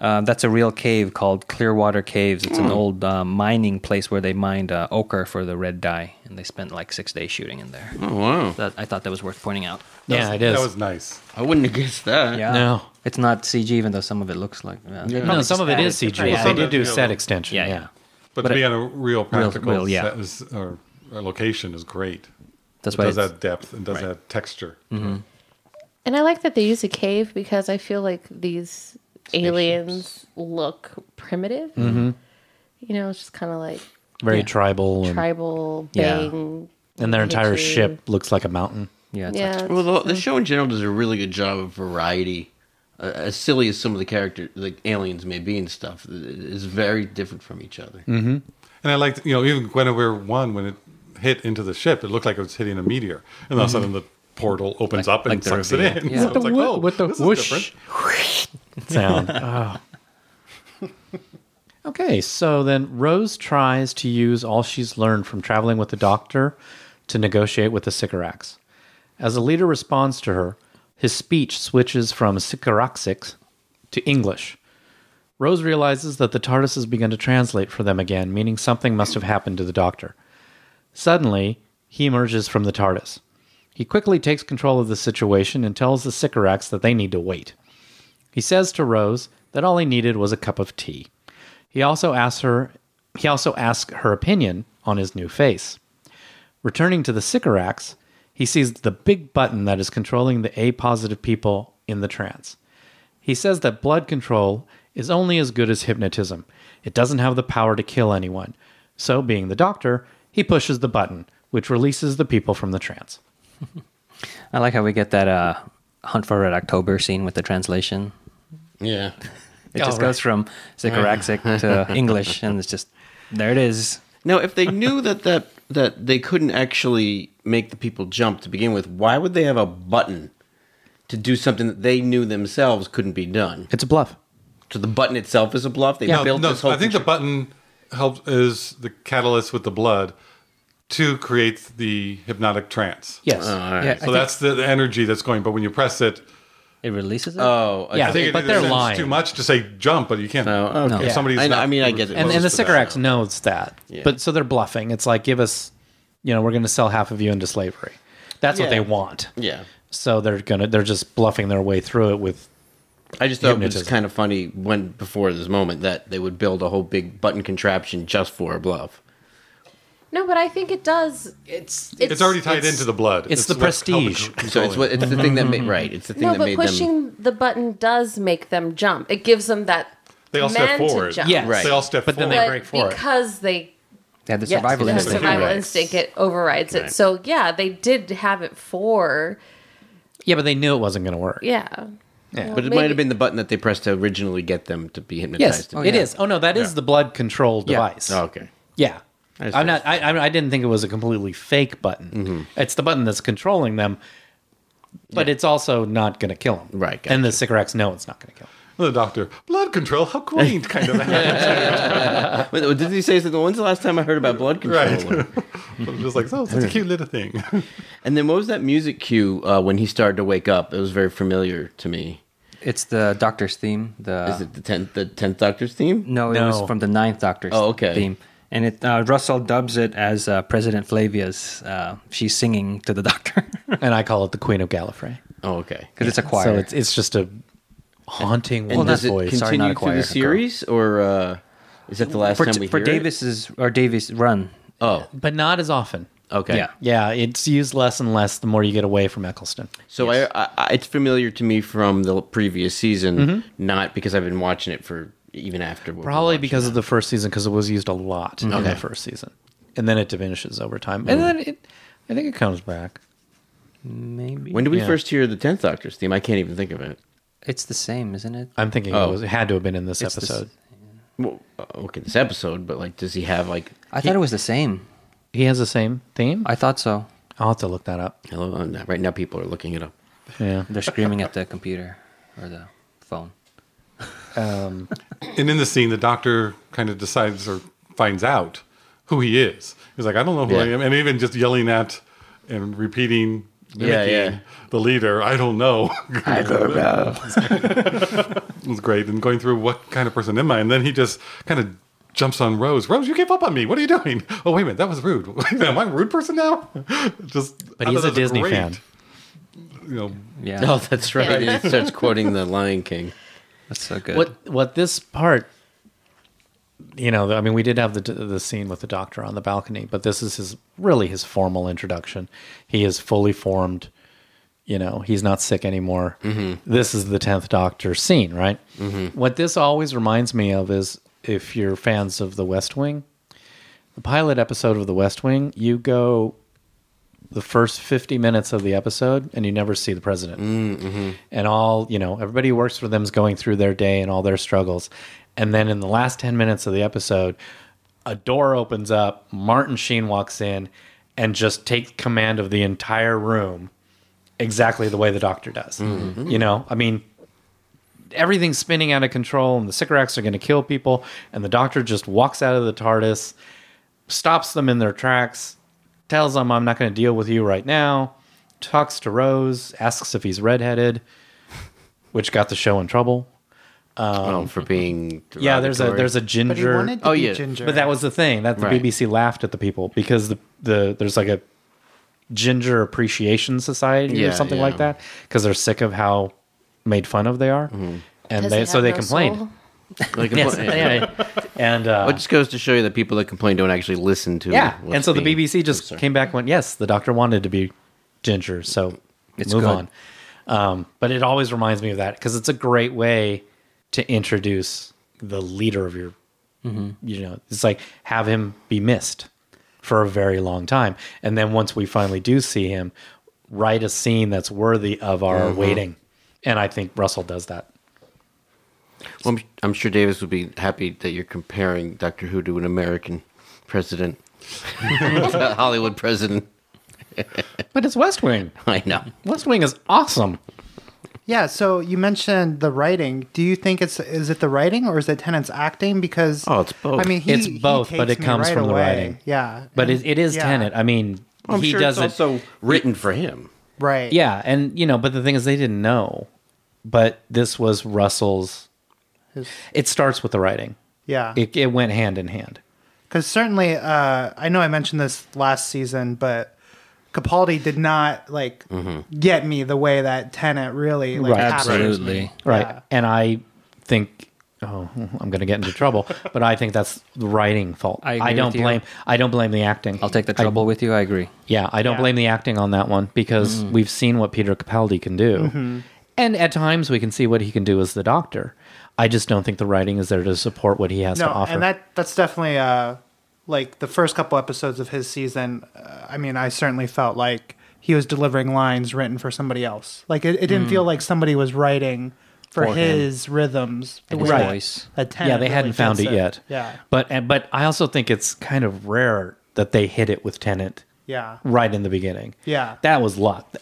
[SPEAKER 1] Uh, that's a real cave called Clearwater Caves. It's an old uh, mining place where they mined uh, ochre for the red dye, and they spent like six days shooting in there.
[SPEAKER 4] Oh, wow.
[SPEAKER 1] That, I thought that was worth pointing out.
[SPEAKER 2] yeah, it is.
[SPEAKER 3] That was nice.
[SPEAKER 4] I wouldn't [laughs] have guessed that.
[SPEAKER 1] Yeah,
[SPEAKER 2] No.
[SPEAKER 1] it's not CG, even though some of it looks like. uh, Yeah.
[SPEAKER 2] no, some of it is
[SPEAKER 1] added.
[SPEAKER 2] CG.
[SPEAKER 1] Right.
[SPEAKER 2] They
[SPEAKER 3] Some
[SPEAKER 2] did
[SPEAKER 3] of
[SPEAKER 2] do
[SPEAKER 3] it-
[SPEAKER 2] set extension.
[SPEAKER 1] Yeah,
[SPEAKER 2] Yeah.
[SPEAKER 1] yeah.
[SPEAKER 3] But,
[SPEAKER 1] But
[SPEAKER 3] to be
[SPEAKER 1] it-
[SPEAKER 3] on a real practical
[SPEAKER 1] real, yeah.
[SPEAKER 3] set was, or, or location is great.
[SPEAKER 1] That's
[SPEAKER 3] it
[SPEAKER 1] why
[SPEAKER 3] does
[SPEAKER 1] it's-
[SPEAKER 3] that depth and does that texture.
[SPEAKER 6] And I like that they use a cave because I feel like these aliens look primitive.
[SPEAKER 2] Mm-hmm.
[SPEAKER 6] You know, it's just kind of like
[SPEAKER 2] Very tribal. And,
[SPEAKER 6] tribal
[SPEAKER 1] Yeah.
[SPEAKER 6] bang.
[SPEAKER 2] and their entire
[SPEAKER 6] Picture.
[SPEAKER 2] ship looks like a mountain.
[SPEAKER 1] Yeah, it's
[SPEAKER 6] Yeah.
[SPEAKER 4] Well, the, the show in general does a really good job of variety. Uh, as silly as some of the character, like aliens may be and stuff, is very different from each other.
[SPEAKER 3] Mm. And I liked, you know, even Guinevere 1, when it hit into the ship, it looked like it was hitting a meteor. And all of a sudden the portal opens up and
[SPEAKER 1] like the
[SPEAKER 3] sucks
[SPEAKER 1] reveal.
[SPEAKER 3] it in. [laughs]
[SPEAKER 1] Yeah.
[SPEAKER 3] So
[SPEAKER 1] With
[SPEAKER 3] it's like,
[SPEAKER 2] whoo-
[SPEAKER 3] oh,
[SPEAKER 2] with the
[SPEAKER 3] this
[SPEAKER 2] whoosh.
[SPEAKER 3] is different.
[SPEAKER 2] sound. Oh. [laughs] Okay, so then Rose tries to use all she's learned from traveling with the doctor to negotiate with the Sycorax. As the leader responds to her, his speech switches from Sycoraxic to English. Rose realizes that the TARDIS has begun to translate for them again, meaning something must have happened to the doctor. Suddenly, he emerges from the TARDIS. He quickly takes control of the situation and tells the Sycorax that they need to wait. He says to Rose that all he needed was a cup of tea. He also asks her he also asks her opinion on his new face. Returning to the Sycorax, he sees the big button that is controlling the A positive people in the trance. He says that blood control is only as good as hypnotism. It doesn't have the power to kill anyone. So, being the doctor, he pushes the button, which releases the people from the trance.
[SPEAKER 1] I like how we get that uh, Hunt for Red October scene with the translation.
[SPEAKER 4] Yeah.
[SPEAKER 1] It
[SPEAKER 2] Oh,
[SPEAKER 1] just goes from Sycoraxic to
[SPEAKER 2] [laughs]
[SPEAKER 1] English, and it's just there it is.
[SPEAKER 4] [laughs] Now, if they knew that that that they couldn't actually make the people jump to begin with, why would they have a button to do something that they knew themselves couldn't be done?
[SPEAKER 2] It's a bluff.
[SPEAKER 4] So the button itself is a bluff. They
[SPEAKER 3] No,
[SPEAKER 4] built
[SPEAKER 3] no,
[SPEAKER 4] this whole.
[SPEAKER 3] I think the button helps is the catalyst with the blood to create the hypnotic trance.
[SPEAKER 2] Yes.
[SPEAKER 1] Yeah, I
[SPEAKER 3] Oh, So
[SPEAKER 1] think
[SPEAKER 3] that's the, the energy that's going. But when you press it,
[SPEAKER 1] it releases it.
[SPEAKER 4] oh, okay.
[SPEAKER 2] Yeah,
[SPEAKER 3] I think it
[SPEAKER 2] but
[SPEAKER 3] either
[SPEAKER 2] they're
[SPEAKER 3] sends
[SPEAKER 2] lying.
[SPEAKER 3] too much to say jump, but you can't.
[SPEAKER 4] Oh, okay.
[SPEAKER 3] If somebody's
[SPEAKER 4] I,
[SPEAKER 3] not-
[SPEAKER 4] I mean, I get it.
[SPEAKER 2] and,
[SPEAKER 3] Well,
[SPEAKER 2] and the
[SPEAKER 3] it's the
[SPEAKER 2] Sycorax knows that.
[SPEAKER 4] Yeah.
[SPEAKER 2] But so they're bluffing. It's like, give us, you know, we're going to sell half of you into slavery. That's what
[SPEAKER 4] Yeah.
[SPEAKER 2] they want.
[SPEAKER 4] yeah.
[SPEAKER 2] So they're gonna they're just bluffing their way through it with
[SPEAKER 4] I just thought it was
[SPEAKER 2] Hypnotism.
[SPEAKER 4] kind of funny when before this moment that they would build a whole big button contraption just for a bluff.
[SPEAKER 6] No, but I think it does.
[SPEAKER 2] it's
[SPEAKER 6] It's,
[SPEAKER 3] it's already tied
[SPEAKER 2] it's-
[SPEAKER 3] into the blood.
[SPEAKER 2] it's the
[SPEAKER 3] what's helping
[SPEAKER 2] prestige.
[SPEAKER 3] con-
[SPEAKER 4] So it's
[SPEAKER 3] control
[SPEAKER 4] what
[SPEAKER 3] it.
[SPEAKER 4] it's the thing that made right. It's the thing
[SPEAKER 6] No,
[SPEAKER 4] that
[SPEAKER 6] but
[SPEAKER 4] made them.
[SPEAKER 6] pushing the button does make them jump. It gives them that.
[SPEAKER 3] They all step
[SPEAKER 6] man to
[SPEAKER 3] forward.
[SPEAKER 6] jump.
[SPEAKER 2] yes,
[SPEAKER 4] Right.
[SPEAKER 3] They all step
[SPEAKER 2] But then they
[SPEAKER 3] forward.
[SPEAKER 6] But
[SPEAKER 2] break for it.
[SPEAKER 6] because they
[SPEAKER 1] they had the
[SPEAKER 2] yes,
[SPEAKER 1] survival
[SPEAKER 2] it
[SPEAKER 6] the
[SPEAKER 2] has
[SPEAKER 1] instinct.
[SPEAKER 6] survival
[SPEAKER 3] Right.
[SPEAKER 6] instinct it overrides it.
[SPEAKER 4] Right.
[SPEAKER 6] So yeah, they did have it for
[SPEAKER 2] Yeah, but they knew it wasn't going to work.
[SPEAKER 6] yeah.
[SPEAKER 4] But it might have been the button that they pressed to originally get them to be
[SPEAKER 2] Yes,
[SPEAKER 4] hypnotized.
[SPEAKER 2] it is.
[SPEAKER 4] to
[SPEAKER 2] oh,
[SPEAKER 4] be-
[SPEAKER 2] no, that is the blood control device.
[SPEAKER 4] Oh, okay.
[SPEAKER 2] Yeah.
[SPEAKER 4] just-
[SPEAKER 2] I'm not. I, I I didn't think it was a completely fake button. It's the button that's controlling them, but it's also not going to kill them.
[SPEAKER 4] Right,
[SPEAKER 2] And the Sycorax know it's not going to kill them.
[SPEAKER 3] The doctor, blood control, how quaint,
[SPEAKER 2] [laughs]
[SPEAKER 3] kind of.
[SPEAKER 4] Wait, uh, did he say something? When's the last time I heard about blood control?
[SPEAKER 3] Right. I'm just like, oh, it's a cute little thing. [laughs]
[SPEAKER 4] And then what was that music cue uh, when he started to wake up? It was very familiar to me.
[SPEAKER 1] It's the Doctor's theme. The
[SPEAKER 4] Is it the tenth the tenth Doctor's theme?
[SPEAKER 1] Uh, no, it was
[SPEAKER 2] No.
[SPEAKER 1] from the Ninth Doctor's
[SPEAKER 4] Oh, okay.
[SPEAKER 1] theme, and it uh, Russell dubs it as uh, President Flavia's. Uh, she's singing to the [laughs] Doctor because
[SPEAKER 2] And I call it the Queen of Gallifrey.
[SPEAKER 4] Oh, okay.
[SPEAKER 1] it's a choir.
[SPEAKER 2] So it's it's just a haunting
[SPEAKER 4] And
[SPEAKER 1] Well,
[SPEAKER 2] woman's
[SPEAKER 4] does
[SPEAKER 1] that's-
[SPEAKER 4] it
[SPEAKER 2] voice.
[SPEAKER 4] continue
[SPEAKER 1] Sorry, not a
[SPEAKER 4] through
[SPEAKER 1] choir,
[SPEAKER 4] the
[SPEAKER 1] a
[SPEAKER 4] series, or uh, is that the last
[SPEAKER 1] for
[SPEAKER 4] time we
[SPEAKER 1] for
[SPEAKER 4] hear it?
[SPEAKER 1] Davis's or Davis run.
[SPEAKER 4] Oh,
[SPEAKER 2] but not as often.
[SPEAKER 4] okay.
[SPEAKER 1] Yeah.
[SPEAKER 2] Yeah, it's used less and less the more you get away from Eccleston.
[SPEAKER 4] So I, I, I, it's familiar to me from the previous season, not because I've been watching it for even after. we've been
[SPEAKER 2] Probably
[SPEAKER 4] watching
[SPEAKER 2] because of the first season, because it was used a lot in the first season, and then it diminishes over time, and then it, I think it comes back.
[SPEAKER 4] it.
[SPEAKER 1] Maybe
[SPEAKER 4] When did we
[SPEAKER 2] yeah.
[SPEAKER 4] first hear the tenth Doctor's theme? I can't even think of it.
[SPEAKER 1] it's the same, isn't it?
[SPEAKER 2] I'm thinking it
[SPEAKER 4] Oh.
[SPEAKER 2] was it had to have been in this
[SPEAKER 1] It's the s-
[SPEAKER 2] episode.
[SPEAKER 4] Well, uh, okay, this episode, but like, does he have like?
[SPEAKER 1] I thought it was the same.
[SPEAKER 2] He has the same theme.
[SPEAKER 1] I thought so.
[SPEAKER 2] I'll have to look that up.
[SPEAKER 4] Hello, oh, no, right now people are looking it [laughs] up.
[SPEAKER 2] Yeah,
[SPEAKER 1] They're screaming at the computer or the phone.
[SPEAKER 2] Um,
[SPEAKER 3] and in the scene, the doctor kind of decides or finds out who he is. He's like, I don't know who I
[SPEAKER 4] Yeah.
[SPEAKER 3] am. And even just yelling at and repeating
[SPEAKER 4] Yeah,
[SPEAKER 3] mimicking
[SPEAKER 4] yeah.
[SPEAKER 3] the leader, I don't know. [laughs] I don't
[SPEAKER 4] Oh,
[SPEAKER 3] know. it was great. And going through what kind of person am I? And then he just kind of jumps on Rose. Rose, you gave up on me. What are you doing? [laughs] Oh, wait a minute. That was rude. [laughs] am I a rude person now? [laughs] just, I
[SPEAKER 2] but
[SPEAKER 3] thought
[SPEAKER 2] he's a
[SPEAKER 3] that was
[SPEAKER 2] Disney
[SPEAKER 3] great,
[SPEAKER 2] fan.
[SPEAKER 3] You know,
[SPEAKER 1] Yeah,
[SPEAKER 4] [laughs] Oh, that's right. And he [laughs] starts quoting the Lion King.
[SPEAKER 1] that's so good.
[SPEAKER 2] What what this part, you know, I mean, we did have the the scene with the doctor on the balcony, but this is his really his formal introduction. He is fully formed. You know, he's not sick anymore. This is the tenth Doctor scene, right? What this always reminds me of is if you're fans of The West Wing, the pilot episode of The West Wing, you go the first 50 minutes of the episode and you never see the president and all you know everybody who works for them is going through their day and all their struggles and then in the last 10 minutes of the episode a door opens up martin sheen walks in and just takes command of the entire room exactly the way the doctor does you know i mean everything's spinning out of control and the sycorax are going to kill people and the doctor just walks out of the tardis stops them in their tracks, tells them, I'm not going to deal with you right now, talks to Rose, asks if he's redheaded, which got the show in trouble.
[SPEAKER 4] oh, for being
[SPEAKER 2] Um, Yeah, there's a
[SPEAKER 4] derogatory.
[SPEAKER 2] there's a
[SPEAKER 5] But he
[SPEAKER 2] ginger.
[SPEAKER 5] wanted to
[SPEAKER 4] Oh,
[SPEAKER 5] be
[SPEAKER 4] yeah.
[SPEAKER 5] ginger.
[SPEAKER 2] But that was the thing that the
[SPEAKER 4] Right.
[SPEAKER 2] BBC laughed at the people because the the there's like a ginger appreciation society or
[SPEAKER 4] Yeah,
[SPEAKER 2] something
[SPEAKER 4] yeah.
[SPEAKER 2] like that because they're sick of how
[SPEAKER 5] Mm-hmm.
[SPEAKER 2] made fun of they are, and they, so they complained.
[SPEAKER 6] complain.
[SPEAKER 2] [laughs]
[SPEAKER 4] like a
[SPEAKER 2] Yes.
[SPEAKER 4] yeah.
[SPEAKER 2] Yeah. And uh,
[SPEAKER 4] Well, it just goes to show you that people that complain don't actually listen to.
[SPEAKER 2] yeah,
[SPEAKER 4] what's
[SPEAKER 2] and so the
[SPEAKER 4] being-
[SPEAKER 2] BBC just came back and went, yes, the doctor wanted to be ginger, so
[SPEAKER 1] It's
[SPEAKER 2] move
[SPEAKER 1] good.
[SPEAKER 2] on. Um, but it always reminds me of that because it's a great way to introduce the leader of your,
[SPEAKER 4] Mm-hmm.
[SPEAKER 2] you know, it's like have him be missed for a very long time, and then once we finally do see him, write a scene that's worthy of our
[SPEAKER 4] Mm-hmm.
[SPEAKER 2] waiting. And I think Russell does that.
[SPEAKER 4] Well, I'm, I'm sure Davis would be happy that you're comparing Doctor Who to an American
[SPEAKER 2] [laughs]
[SPEAKER 4] president, [laughs] To a Hollywood president.
[SPEAKER 2] But it's West Wing.
[SPEAKER 4] I know.
[SPEAKER 2] West Wing is awesome.
[SPEAKER 5] Yeah, so you mentioned the writing. Do you think it's is it the writing or is it Tennant's acting? Because
[SPEAKER 4] Oh, it's both.
[SPEAKER 5] I mean, he,
[SPEAKER 2] It's
[SPEAKER 5] he
[SPEAKER 2] both, but
[SPEAKER 5] takes
[SPEAKER 2] it
[SPEAKER 5] me
[SPEAKER 2] comes
[SPEAKER 5] right
[SPEAKER 2] from the
[SPEAKER 5] away.
[SPEAKER 2] writing.
[SPEAKER 5] Yeah,
[SPEAKER 2] But
[SPEAKER 5] and-
[SPEAKER 2] it, it is
[SPEAKER 5] yeah,
[SPEAKER 2] Tenet. I mean,
[SPEAKER 4] I'm
[SPEAKER 2] he
[SPEAKER 4] sure
[SPEAKER 2] does it.
[SPEAKER 4] it's also written for him.
[SPEAKER 5] right?
[SPEAKER 2] Yeah, and you know, but the thing is, they didn't know. But this was Russell's.
[SPEAKER 5] His-
[SPEAKER 2] It starts with the writing.
[SPEAKER 5] yeah.
[SPEAKER 2] It, it went hand in hand.
[SPEAKER 5] Because certainly, uh, I know I mentioned this last season, but Capaldi did not like get me the way that Tennant really like
[SPEAKER 2] Mm-hmm. Right.
[SPEAKER 5] captures me.
[SPEAKER 1] Absolutely.
[SPEAKER 2] Right.
[SPEAKER 5] Yeah.
[SPEAKER 2] And I think, oh, I'm going to get into
[SPEAKER 5] [laughs]
[SPEAKER 2] trouble, but I think that's the writing fault.
[SPEAKER 1] I agree
[SPEAKER 2] don't
[SPEAKER 1] with you.
[SPEAKER 2] blame. I don't blame the acting.
[SPEAKER 1] I'll take the
[SPEAKER 2] I-
[SPEAKER 1] trouble with you. I agree.
[SPEAKER 2] yeah, I don't
[SPEAKER 5] Yeah.
[SPEAKER 2] blame the acting on that one because
[SPEAKER 1] Mm-hmm.
[SPEAKER 2] we've seen what Peter Capaldi can do,
[SPEAKER 5] Mm-hmm.
[SPEAKER 2] and at times we can see what he can do as the Doctor. I just don't think the writing is there to support what he has to
[SPEAKER 5] No,
[SPEAKER 2] offer.
[SPEAKER 5] and that that's definitely uh, like the first couple episodes of his season. Uh, I mean, I certainly felt like he was delivering lines written for somebody else. Like it, it didn't feel like somebody was writing
[SPEAKER 1] For
[SPEAKER 5] for,
[SPEAKER 1] him.
[SPEAKER 5] his rhythms, the
[SPEAKER 1] And his
[SPEAKER 5] way
[SPEAKER 1] voice.
[SPEAKER 5] that Tennant
[SPEAKER 2] yeah, they
[SPEAKER 5] really
[SPEAKER 2] hadn't found
[SPEAKER 5] gets
[SPEAKER 2] it yet.
[SPEAKER 5] Yeah,
[SPEAKER 2] but and, but I also think it's kind of rare that they hit it with Tenant
[SPEAKER 5] yeah,
[SPEAKER 2] right in the beginning.
[SPEAKER 5] Yeah.
[SPEAKER 2] that was luck.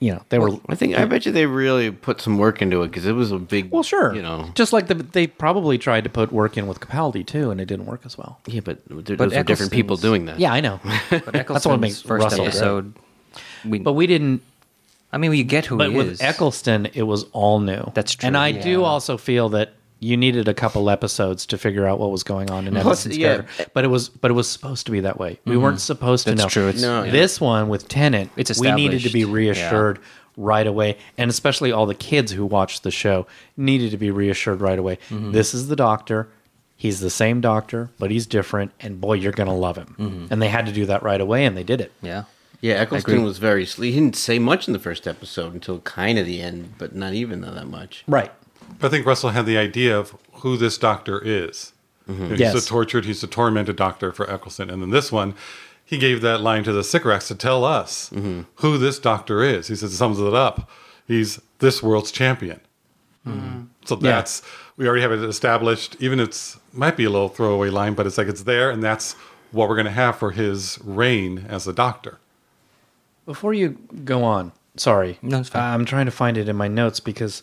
[SPEAKER 2] You know, they were
[SPEAKER 4] I think I bet you they really put some work into it because it was a big.
[SPEAKER 2] well, sure.
[SPEAKER 4] You know.
[SPEAKER 2] just like the, they probably tried to put work in with Capaldi too, and it didn't work as well.
[SPEAKER 4] yeah, but, there, those are different
[SPEAKER 1] Eccleston's-
[SPEAKER 4] people doing that.
[SPEAKER 2] Yeah, I know,
[SPEAKER 1] But Eccleston's
[SPEAKER 2] what makes
[SPEAKER 1] first
[SPEAKER 2] Russell great.
[SPEAKER 1] episode. We,
[SPEAKER 2] but we didn't.
[SPEAKER 1] I mean, you get who
[SPEAKER 2] But
[SPEAKER 1] he
[SPEAKER 2] with
[SPEAKER 1] is.
[SPEAKER 2] Eccleston, it was all new.
[SPEAKER 1] That's true,
[SPEAKER 2] And I do
[SPEAKER 1] yeah.
[SPEAKER 2] also feel that you needed a couple episodes to figure out what was going on in
[SPEAKER 4] Plus,
[SPEAKER 2] Eccleston's
[SPEAKER 4] yeah.
[SPEAKER 2] character. But it was but it was supposed to be that way. We weren't supposed to
[SPEAKER 1] Mm-hmm. That's
[SPEAKER 2] know.
[SPEAKER 1] true. It's-
[SPEAKER 4] No, yeah.
[SPEAKER 2] This one with Tennant,
[SPEAKER 1] It's
[SPEAKER 2] we needed to be
[SPEAKER 1] established.
[SPEAKER 2] reassured right away, and especially all the kids who watched the show needed to be reassured right away.
[SPEAKER 1] Mm-hmm.
[SPEAKER 2] This is the Doctor. He's the same doctor, but he's different, and boy, you're gonna love him.
[SPEAKER 1] Mm-hmm.
[SPEAKER 2] And they had to do that right away, and they did it.
[SPEAKER 1] yeah.
[SPEAKER 4] Yeah,
[SPEAKER 1] agree.
[SPEAKER 4] Eccleston was very sleep. He didn't say much in the first episode until kind of the end, but not even though that much.
[SPEAKER 2] Right.
[SPEAKER 3] But I think Russell had the idea of who this doctor is.
[SPEAKER 1] Mm-hmm.
[SPEAKER 3] You know, He's
[SPEAKER 2] Yes.
[SPEAKER 3] a tortured, he's a tormented doctor for Eccleston. And then this one, he gave that line to the Sycorax to tell us
[SPEAKER 1] Mm-hmm.
[SPEAKER 3] who this doctor is. He says, sums it up. He's this world's champion.
[SPEAKER 2] Mm-hmm.
[SPEAKER 3] So that's, we already have it established. Even it's, might be a little throwaway line, but it's like it's there, and that's what we're going to have for his reign as a doctor.
[SPEAKER 2] Before you go on, sorry,
[SPEAKER 1] No, it's fine.
[SPEAKER 2] I'm trying to find it in my notes because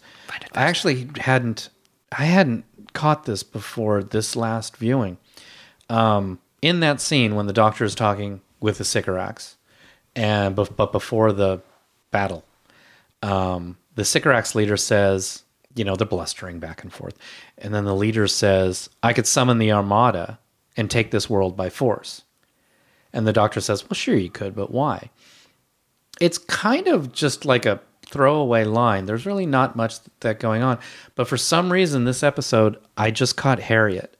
[SPEAKER 2] I actually hadn't, I hadn't caught this before this last viewing. Um, in that scene when the doctor is talking with the Sycorax, and but, but before the battle, um, the Sycorax leader says, you know, they're blustering back and forth, and then the leader says, "I could summon the Armada and take this world by force." And the doctor says, Well, sure, you could, but why? It's kind of just like a throwaway line. There's really not much that going on. But for some reason, this episode, I just caught Harriet.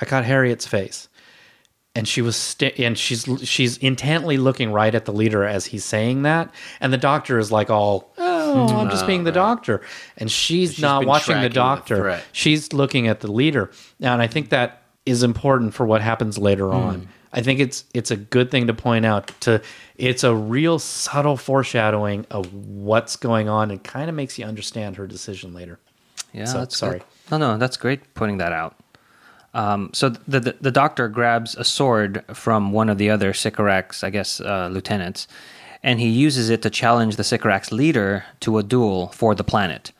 [SPEAKER 2] I caught Harriet's face. And she was, sta and she's she's intently looking right at the leader as he's saying that, and the doctor is like, "All, oh, I'm just being the doctor," and she's,
[SPEAKER 4] She's
[SPEAKER 2] not
[SPEAKER 4] been
[SPEAKER 2] watching the
[SPEAKER 4] tracking the
[SPEAKER 2] doctor.
[SPEAKER 4] threat.
[SPEAKER 2] She's looking at the leader. Now, and I think that is important for what happens later
[SPEAKER 4] Hmm.
[SPEAKER 2] on. I think it's it's a good thing to point out to it's a real subtle foreshadowing of what's going on and kind of makes you understand her decision later.
[SPEAKER 1] Yeah,
[SPEAKER 2] So,
[SPEAKER 1] that's
[SPEAKER 2] sorry.
[SPEAKER 1] good. No, no, that's great pointing that out. Um, so the, the the doctor grabs a sword from one of the other Sycorax, I guess, uh, lieutenants, and he uses it to challenge the Sycorax leader to a duel for the planet.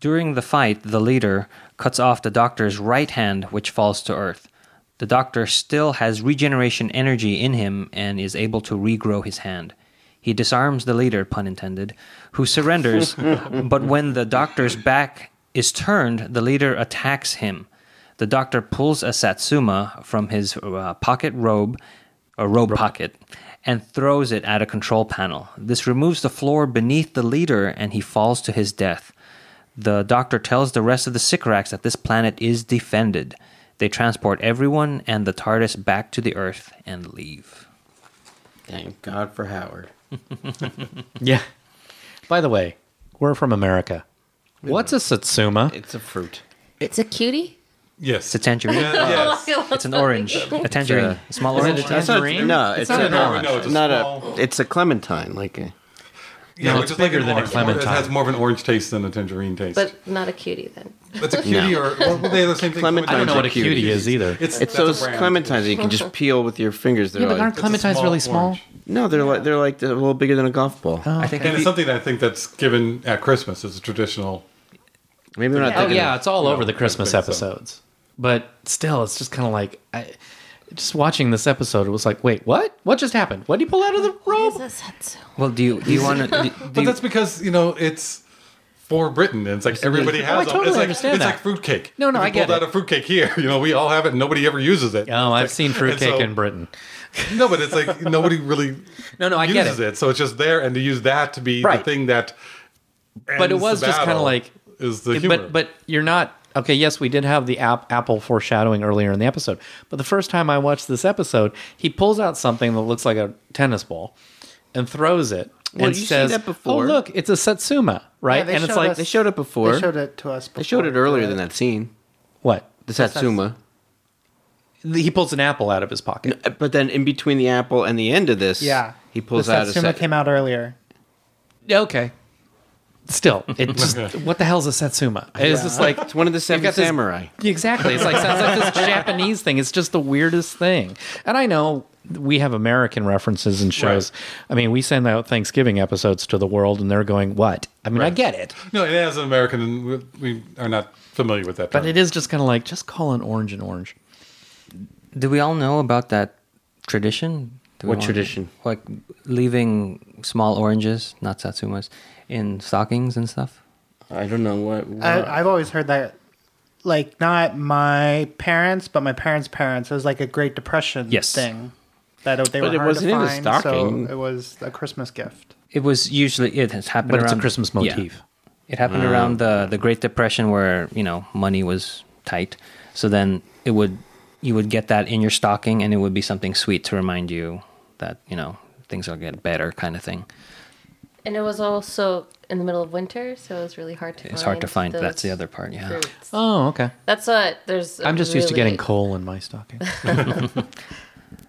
[SPEAKER 1] During the fight, the leader cuts off the doctor's right hand, which falls to Earth. The doctor still has regeneration energy in him and is able to regrow his hand. He disarms the leader, pun intended, who surrenders, but when the doctor's back is turned, the leader attacks him. The doctor pulls a satsuma from his uh, pocket robe, a robe pocket, and throws it at a control panel. This removes the floor beneath the leader, and he falls to his death. The doctor tells the rest of the Sycorax that this planet is defended. They transport everyone and the TARDIS back to the Earth and leave.
[SPEAKER 4] Thank God for Howard.
[SPEAKER 2] Yeah. By the way, we're from America. What's a satsuma?
[SPEAKER 4] It's a fruit.
[SPEAKER 6] It's
[SPEAKER 2] [laughs]
[SPEAKER 6] a cutie.
[SPEAKER 3] Yes.
[SPEAKER 1] It's a tangerine.
[SPEAKER 3] yes.
[SPEAKER 1] It's an orange. A tangerine. A small orange.
[SPEAKER 4] That's not- No, it's,
[SPEAKER 3] not
[SPEAKER 4] an
[SPEAKER 3] an orange.
[SPEAKER 4] orange.
[SPEAKER 3] No, it's a
[SPEAKER 4] not
[SPEAKER 3] small-
[SPEAKER 4] a. It's a clementine, like a.
[SPEAKER 3] Yeah,
[SPEAKER 2] No,
[SPEAKER 3] which
[SPEAKER 2] it's
[SPEAKER 3] is like
[SPEAKER 2] bigger
[SPEAKER 3] an
[SPEAKER 2] than a
[SPEAKER 3] orange. It
[SPEAKER 2] clementine.
[SPEAKER 3] has more of an orange taste than a tangerine taste.
[SPEAKER 6] But not a cutie then.
[SPEAKER 3] That's a cutie or well, they are the same thing.
[SPEAKER 4] Clementines
[SPEAKER 2] I don't know
[SPEAKER 4] are
[SPEAKER 2] what a cutie,
[SPEAKER 4] cuties.
[SPEAKER 2] is either.
[SPEAKER 3] It's,
[SPEAKER 4] It's
[SPEAKER 3] that's a
[SPEAKER 4] those
[SPEAKER 3] brand.
[SPEAKER 4] clementines that you can just peel with your fingers. They're
[SPEAKER 2] yeah, but
[SPEAKER 4] like,
[SPEAKER 2] aren't
[SPEAKER 3] It's a
[SPEAKER 2] clementines really small?
[SPEAKER 3] orange.
[SPEAKER 4] no, they're like they're like a little bigger than a golf ball.
[SPEAKER 1] I think
[SPEAKER 3] And
[SPEAKER 1] if
[SPEAKER 3] it's
[SPEAKER 1] you-
[SPEAKER 3] something I think that's given at Christmas. It's a traditional.
[SPEAKER 4] Maybe we're not
[SPEAKER 2] Oh
[SPEAKER 4] thinking.
[SPEAKER 2] yeah,
[SPEAKER 4] of-
[SPEAKER 2] it's all over the Christmas
[SPEAKER 3] think so.
[SPEAKER 2] episodes. But still, it's just kind of like I just watching this episode. It was like, wait, what? What just happened? What did you pull out of the robe?
[SPEAKER 1] Well, do you do you want to?
[SPEAKER 3] But that's because you know it's for Britain, and it's like everybody
[SPEAKER 2] Oh, I
[SPEAKER 3] has. them.
[SPEAKER 2] totally
[SPEAKER 3] it's like,
[SPEAKER 2] understand
[SPEAKER 3] It's
[SPEAKER 2] that.
[SPEAKER 3] like fruitcake.
[SPEAKER 2] No, no,
[SPEAKER 3] If you
[SPEAKER 2] I get
[SPEAKER 3] pulled
[SPEAKER 2] it.
[SPEAKER 3] out a fruitcake here. You know, we all have it. and Nobody ever uses it.
[SPEAKER 2] Oh, I've
[SPEAKER 3] [laughs]
[SPEAKER 2] seen fruitcake
[SPEAKER 3] so-
[SPEAKER 2] in Britain.
[SPEAKER 3] No, but it's like nobody really
[SPEAKER 2] [laughs] No, no, I get
[SPEAKER 3] uses
[SPEAKER 2] it.
[SPEAKER 3] it. So it's just there, and to use that to be the
[SPEAKER 2] Right.
[SPEAKER 3] thing that.
[SPEAKER 2] But it
[SPEAKER 3] ends
[SPEAKER 2] was
[SPEAKER 3] the
[SPEAKER 2] just kind of
[SPEAKER 3] battle
[SPEAKER 2] like,
[SPEAKER 3] is the humor.
[SPEAKER 2] but but you're not okay. Yes, we did have the app, apple foreshadowing earlier in the episode. But the first time I watched this episode, he pulls out something that looks like a tennis ball, and throws it,
[SPEAKER 4] Well,
[SPEAKER 2] and
[SPEAKER 4] you see
[SPEAKER 2] says,
[SPEAKER 4] that before.
[SPEAKER 2] "Oh look, it's a satsuma, right?"
[SPEAKER 5] Yeah, they
[SPEAKER 2] and it's
[SPEAKER 5] showed
[SPEAKER 2] like,
[SPEAKER 5] us-
[SPEAKER 4] they showed it before.
[SPEAKER 5] They showed it to us. Before.
[SPEAKER 4] They showed it earlier than that scene.
[SPEAKER 2] what?
[SPEAKER 4] The satsuma.
[SPEAKER 2] He pulls an apple out of his pocket.
[SPEAKER 4] But then in between the apple and the end of this,
[SPEAKER 5] Yeah.
[SPEAKER 4] he pulls
[SPEAKER 5] the
[SPEAKER 4] out a
[SPEAKER 5] satsuma
[SPEAKER 4] sa-
[SPEAKER 5] came out earlier.
[SPEAKER 2] Okay. Still,
[SPEAKER 3] [laughs]
[SPEAKER 2] it just what the hell's a satsuma? It's just like
[SPEAKER 4] It's one of the
[SPEAKER 2] You've
[SPEAKER 4] seven
[SPEAKER 2] got this-
[SPEAKER 4] samurai.
[SPEAKER 2] exactly. It's like sounds like [laughs] this Japanese thing. It's just the weirdest thing. And I know we have American references and shows. I mean, we send out Thanksgiving episodes to the world, and they're going, "What?" I mean, I get it,
[SPEAKER 3] no, and as an American, we, we are not familiar with that.
[SPEAKER 2] but
[SPEAKER 3] term.
[SPEAKER 2] it is just kind of like just call an orange an orange.
[SPEAKER 1] do we all know about that tradition? Do we
[SPEAKER 4] What
[SPEAKER 1] all-
[SPEAKER 4] tradition?
[SPEAKER 1] Like leaving small oranges, not satsumas, in stockings and stuff.
[SPEAKER 4] I don't know what.
[SPEAKER 5] Uh, I, I've always heard that, like not my parents, but my parents' parents. It was like a Great Depression
[SPEAKER 1] Yes.
[SPEAKER 5] thing that they
[SPEAKER 4] But
[SPEAKER 5] were
[SPEAKER 4] it
[SPEAKER 5] hard
[SPEAKER 4] wasn't
[SPEAKER 5] to
[SPEAKER 4] in a
[SPEAKER 5] find,
[SPEAKER 4] stocking.
[SPEAKER 5] so it was a Christmas gift.
[SPEAKER 1] It was usually it has happened.
[SPEAKER 2] But
[SPEAKER 1] around,
[SPEAKER 2] it's a Christmas
[SPEAKER 1] yeah.
[SPEAKER 2] motif. Ah.
[SPEAKER 1] It happened around the the Great Depression where you know money was tight, so then it would you would get that in your stocking, and it would be something sweet to remind you that you know things will get better, kind of thing.
[SPEAKER 6] And it was also in the middle of winter, so it was really hard to.
[SPEAKER 1] It's hard to find. That's
[SPEAKER 6] those
[SPEAKER 1] the other part. Yeah.
[SPEAKER 6] fruits.
[SPEAKER 2] Oh, okay.
[SPEAKER 6] That's what there's. a
[SPEAKER 2] I'm just used to getting
[SPEAKER 6] really-
[SPEAKER 2] coal in my stocking,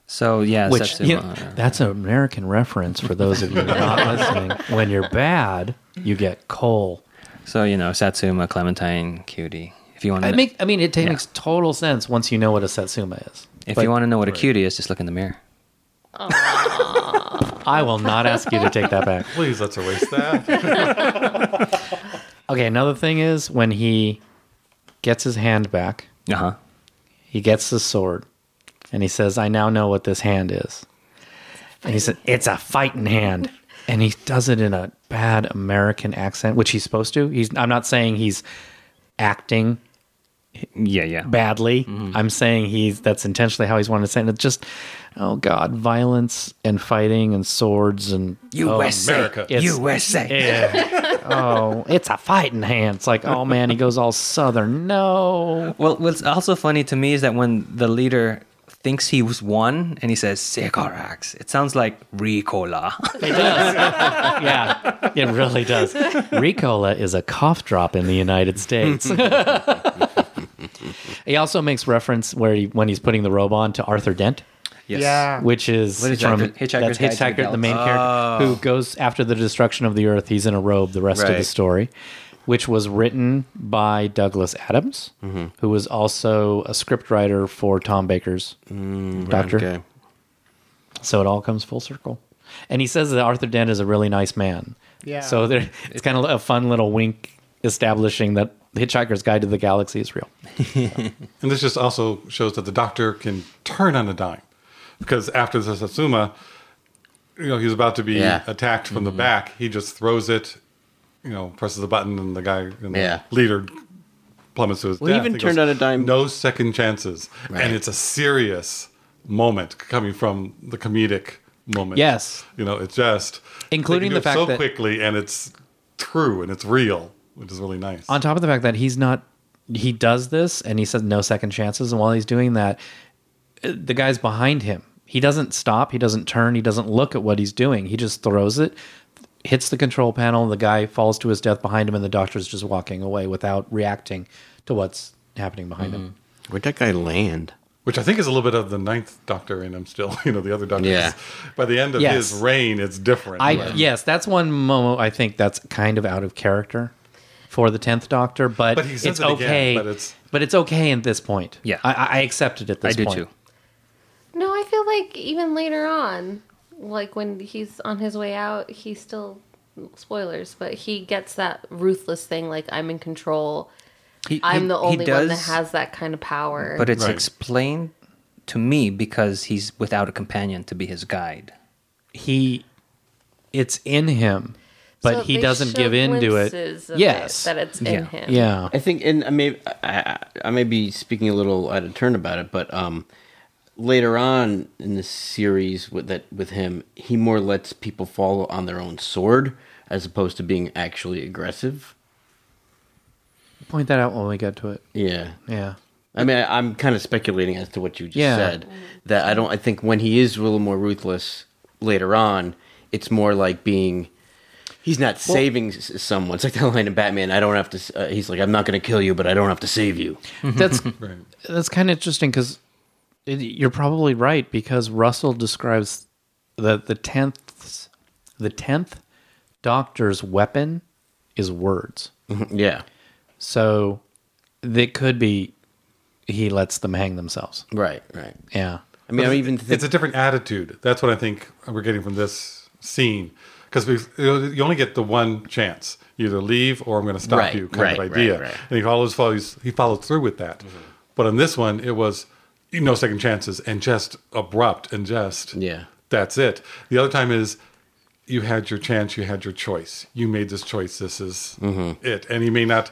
[SPEAKER 1] So yeah,
[SPEAKER 2] which
[SPEAKER 1] satsuma.
[SPEAKER 2] you know, that's an American reference for those of you [laughs] not listening. When you're bad, you get coal.
[SPEAKER 1] so you know, satsuma, clementine, cutie. If you want
[SPEAKER 2] I
[SPEAKER 1] to,
[SPEAKER 2] make. I mean, it ta-
[SPEAKER 1] Yeah.
[SPEAKER 2] makes total sense once you know what a satsuma is.
[SPEAKER 1] if
[SPEAKER 2] But
[SPEAKER 1] you want to know what a cutie is, just look in the mirror.
[SPEAKER 2] I will not ask you to take that back.
[SPEAKER 3] please let's erase
[SPEAKER 4] [laughs]
[SPEAKER 3] that.
[SPEAKER 2] Okay. Another thing is when he gets his hand back,
[SPEAKER 1] Uh huh.
[SPEAKER 2] he gets the sword, and he says, "I now know what this hand is." And he said, "It's a fighting hand," and he does it in a bad American accent, which he's supposed to. He's. I'm not saying he's acting
[SPEAKER 1] Yeah, yeah.
[SPEAKER 2] badly. I'm saying he's that's intentionally how he's wanted to say it. And it's just, oh God, violence and fighting and swords and
[SPEAKER 1] [laughs] USA,
[SPEAKER 3] America.
[SPEAKER 2] It's-
[SPEAKER 1] USA. [laughs]
[SPEAKER 2] Yeah. oh, it's a fighting hand. It's like, oh man, he goes all southern. No.
[SPEAKER 1] Well, what's also funny to me is that when the leader thinks he was won and he says Sekorax, it sounds like Ricola. [laughs]
[SPEAKER 2] It does. yeah, it really does. Ricola is a cough drop in the United States. he also makes reference where he, when he's putting the robe on to Arthur Dent.
[SPEAKER 5] Yeah,
[SPEAKER 2] which is
[SPEAKER 1] What is that?
[SPEAKER 2] from
[SPEAKER 1] The Hitchhiker's
[SPEAKER 2] that's
[SPEAKER 1] Guide to the Galaxy.
[SPEAKER 2] Hitchhiker, the,
[SPEAKER 1] Oh.
[SPEAKER 2] main character who goes after the destruction of the Earth. He's in a robe the rest of the
[SPEAKER 4] Right.
[SPEAKER 2] story, which was written by Douglas Adams,
[SPEAKER 1] Mm-hmm.
[SPEAKER 2] who was also a scriptwriter for Tom Baker's
[SPEAKER 1] Mm,
[SPEAKER 2] Doctor.
[SPEAKER 4] Okay.
[SPEAKER 2] So it all comes full circle. And he says that Arthur Dent is a really nice man.
[SPEAKER 5] Yeah.
[SPEAKER 2] So there, it's kind of a fun little wink establishing that The Hitchhiker's Guide to the Galaxy is real.
[SPEAKER 3] and this just also shows that the doctor can turn on a dime, because after the satsuma, you know he's about to be
[SPEAKER 4] Yeah. Mm-hmm.
[SPEAKER 3] attacked from the back. He just throws it, you know, presses the button, and the guy, and
[SPEAKER 4] Yeah.
[SPEAKER 3] the leader, plummets to his
[SPEAKER 4] Well, he
[SPEAKER 3] death.
[SPEAKER 4] even
[SPEAKER 3] He
[SPEAKER 4] turned on a dime-
[SPEAKER 3] No second chances,
[SPEAKER 4] Right.
[SPEAKER 3] and it's a serious moment coming from the comedic moment.
[SPEAKER 2] Yes.
[SPEAKER 3] you know, it's just they
[SPEAKER 2] Including
[SPEAKER 3] can
[SPEAKER 2] the
[SPEAKER 3] do it
[SPEAKER 2] fact
[SPEAKER 3] so
[SPEAKER 2] that-
[SPEAKER 3] quickly, and it's true and it's real, which is really nice.
[SPEAKER 2] on top of the fact that he's not he does this and he says no second chances. And while he's doing that, uh, the guy's behind him. He doesn't stop. He doesn't turn. He doesn't look at what he's doing. He just throws it, hits the control panel. The guy falls to his death behind him, and the doctor's just walking away without reacting to what's happening behind him.
[SPEAKER 4] Where'd that guy land?
[SPEAKER 3] Which I think is a little bit of the ninth Doctor in him still. [laughs] You know, the other Doctor.
[SPEAKER 4] Yeah.
[SPEAKER 3] is- By the end of
[SPEAKER 2] Yes.
[SPEAKER 3] his reign, it's different.
[SPEAKER 2] I
[SPEAKER 3] Right.
[SPEAKER 2] yes, that's one moment I think that's kind of out of character for the tenth Doctor, but,
[SPEAKER 3] But he
[SPEAKER 2] it's
[SPEAKER 3] says it again,
[SPEAKER 2] okay.
[SPEAKER 3] but it's-
[SPEAKER 2] but it's okay at this point.
[SPEAKER 1] Yeah.
[SPEAKER 2] I- I, I accept it at
[SPEAKER 1] I
[SPEAKER 2] this
[SPEAKER 1] do
[SPEAKER 2] point.
[SPEAKER 1] too.
[SPEAKER 6] No, I feel like even later on, like when he's on his way out, he still spoilers, but he gets that ruthless thing like I'm in control.
[SPEAKER 1] He,
[SPEAKER 6] I'm
[SPEAKER 1] he-
[SPEAKER 6] the
[SPEAKER 1] he
[SPEAKER 6] only one that
[SPEAKER 1] does,
[SPEAKER 6] has that kind of power.
[SPEAKER 1] But it's
[SPEAKER 3] Right.
[SPEAKER 1] explained to me because he's without a companion to be his guide.
[SPEAKER 2] He, it's in him, but
[SPEAKER 6] So
[SPEAKER 2] he
[SPEAKER 6] they
[SPEAKER 2] doesn't
[SPEAKER 6] show
[SPEAKER 2] give in to
[SPEAKER 6] glimpses
[SPEAKER 2] it.
[SPEAKER 6] of
[SPEAKER 2] Yes,
[SPEAKER 6] that it's in
[SPEAKER 1] Yeah.
[SPEAKER 6] him.
[SPEAKER 2] yeah.
[SPEAKER 4] I think, and I may, I, I I may be speaking a little out of turn about it, but um, later on in the series with that with him, he more lets people fall on their own sword as opposed to being actually aggressive.
[SPEAKER 2] Point that out when we get to it.
[SPEAKER 4] Yeah,
[SPEAKER 2] Yeah,
[SPEAKER 4] I mean, I, I'm kind of speculating as to what you just
[SPEAKER 2] Yeah.
[SPEAKER 4] said. That I don't. I think when he is a little more ruthless later on, it's more like being. He's not saving s- someone. It's like that line in Batman. I don't have to. s- Uh, he's like, I'm not going to kill you, but I don't have to save you.
[SPEAKER 2] [laughs] that's
[SPEAKER 3] Right.
[SPEAKER 2] that's kind of interesting because you're probably right because Russell describes that the tenth the tenth Doctor's weapon is words.
[SPEAKER 4] [laughs] yeah.
[SPEAKER 2] So they could be he lets them hang themselves.
[SPEAKER 4] Right. Right.
[SPEAKER 2] Yeah.
[SPEAKER 4] I mean, I even
[SPEAKER 3] it's
[SPEAKER 4] think
[SPEAKER 3] a different attitude. That's what I think we're getting from this scene because you only get the one chance: you either leave or I'm going to stop
[SPEAKER 4] Right,
[SPEAKER 3] you, kind
[SPEAKER 4] right,
[SPEAKER 3] of idea.
[SPEAKER 4] right, right. Mm-hmm.
[SPEAKER 3] And he always follows. He followed through with that. But on this one, it was you no second chances and just abrupt and just
[SPEAKER 4] Yeah.
[SPEAKER 3] That's it. The other time is you had your chance, you had your choice. You made this choice. This is
[SPEAKER 4] Mm-hmm.
[SPEAKER 3] it. And you may not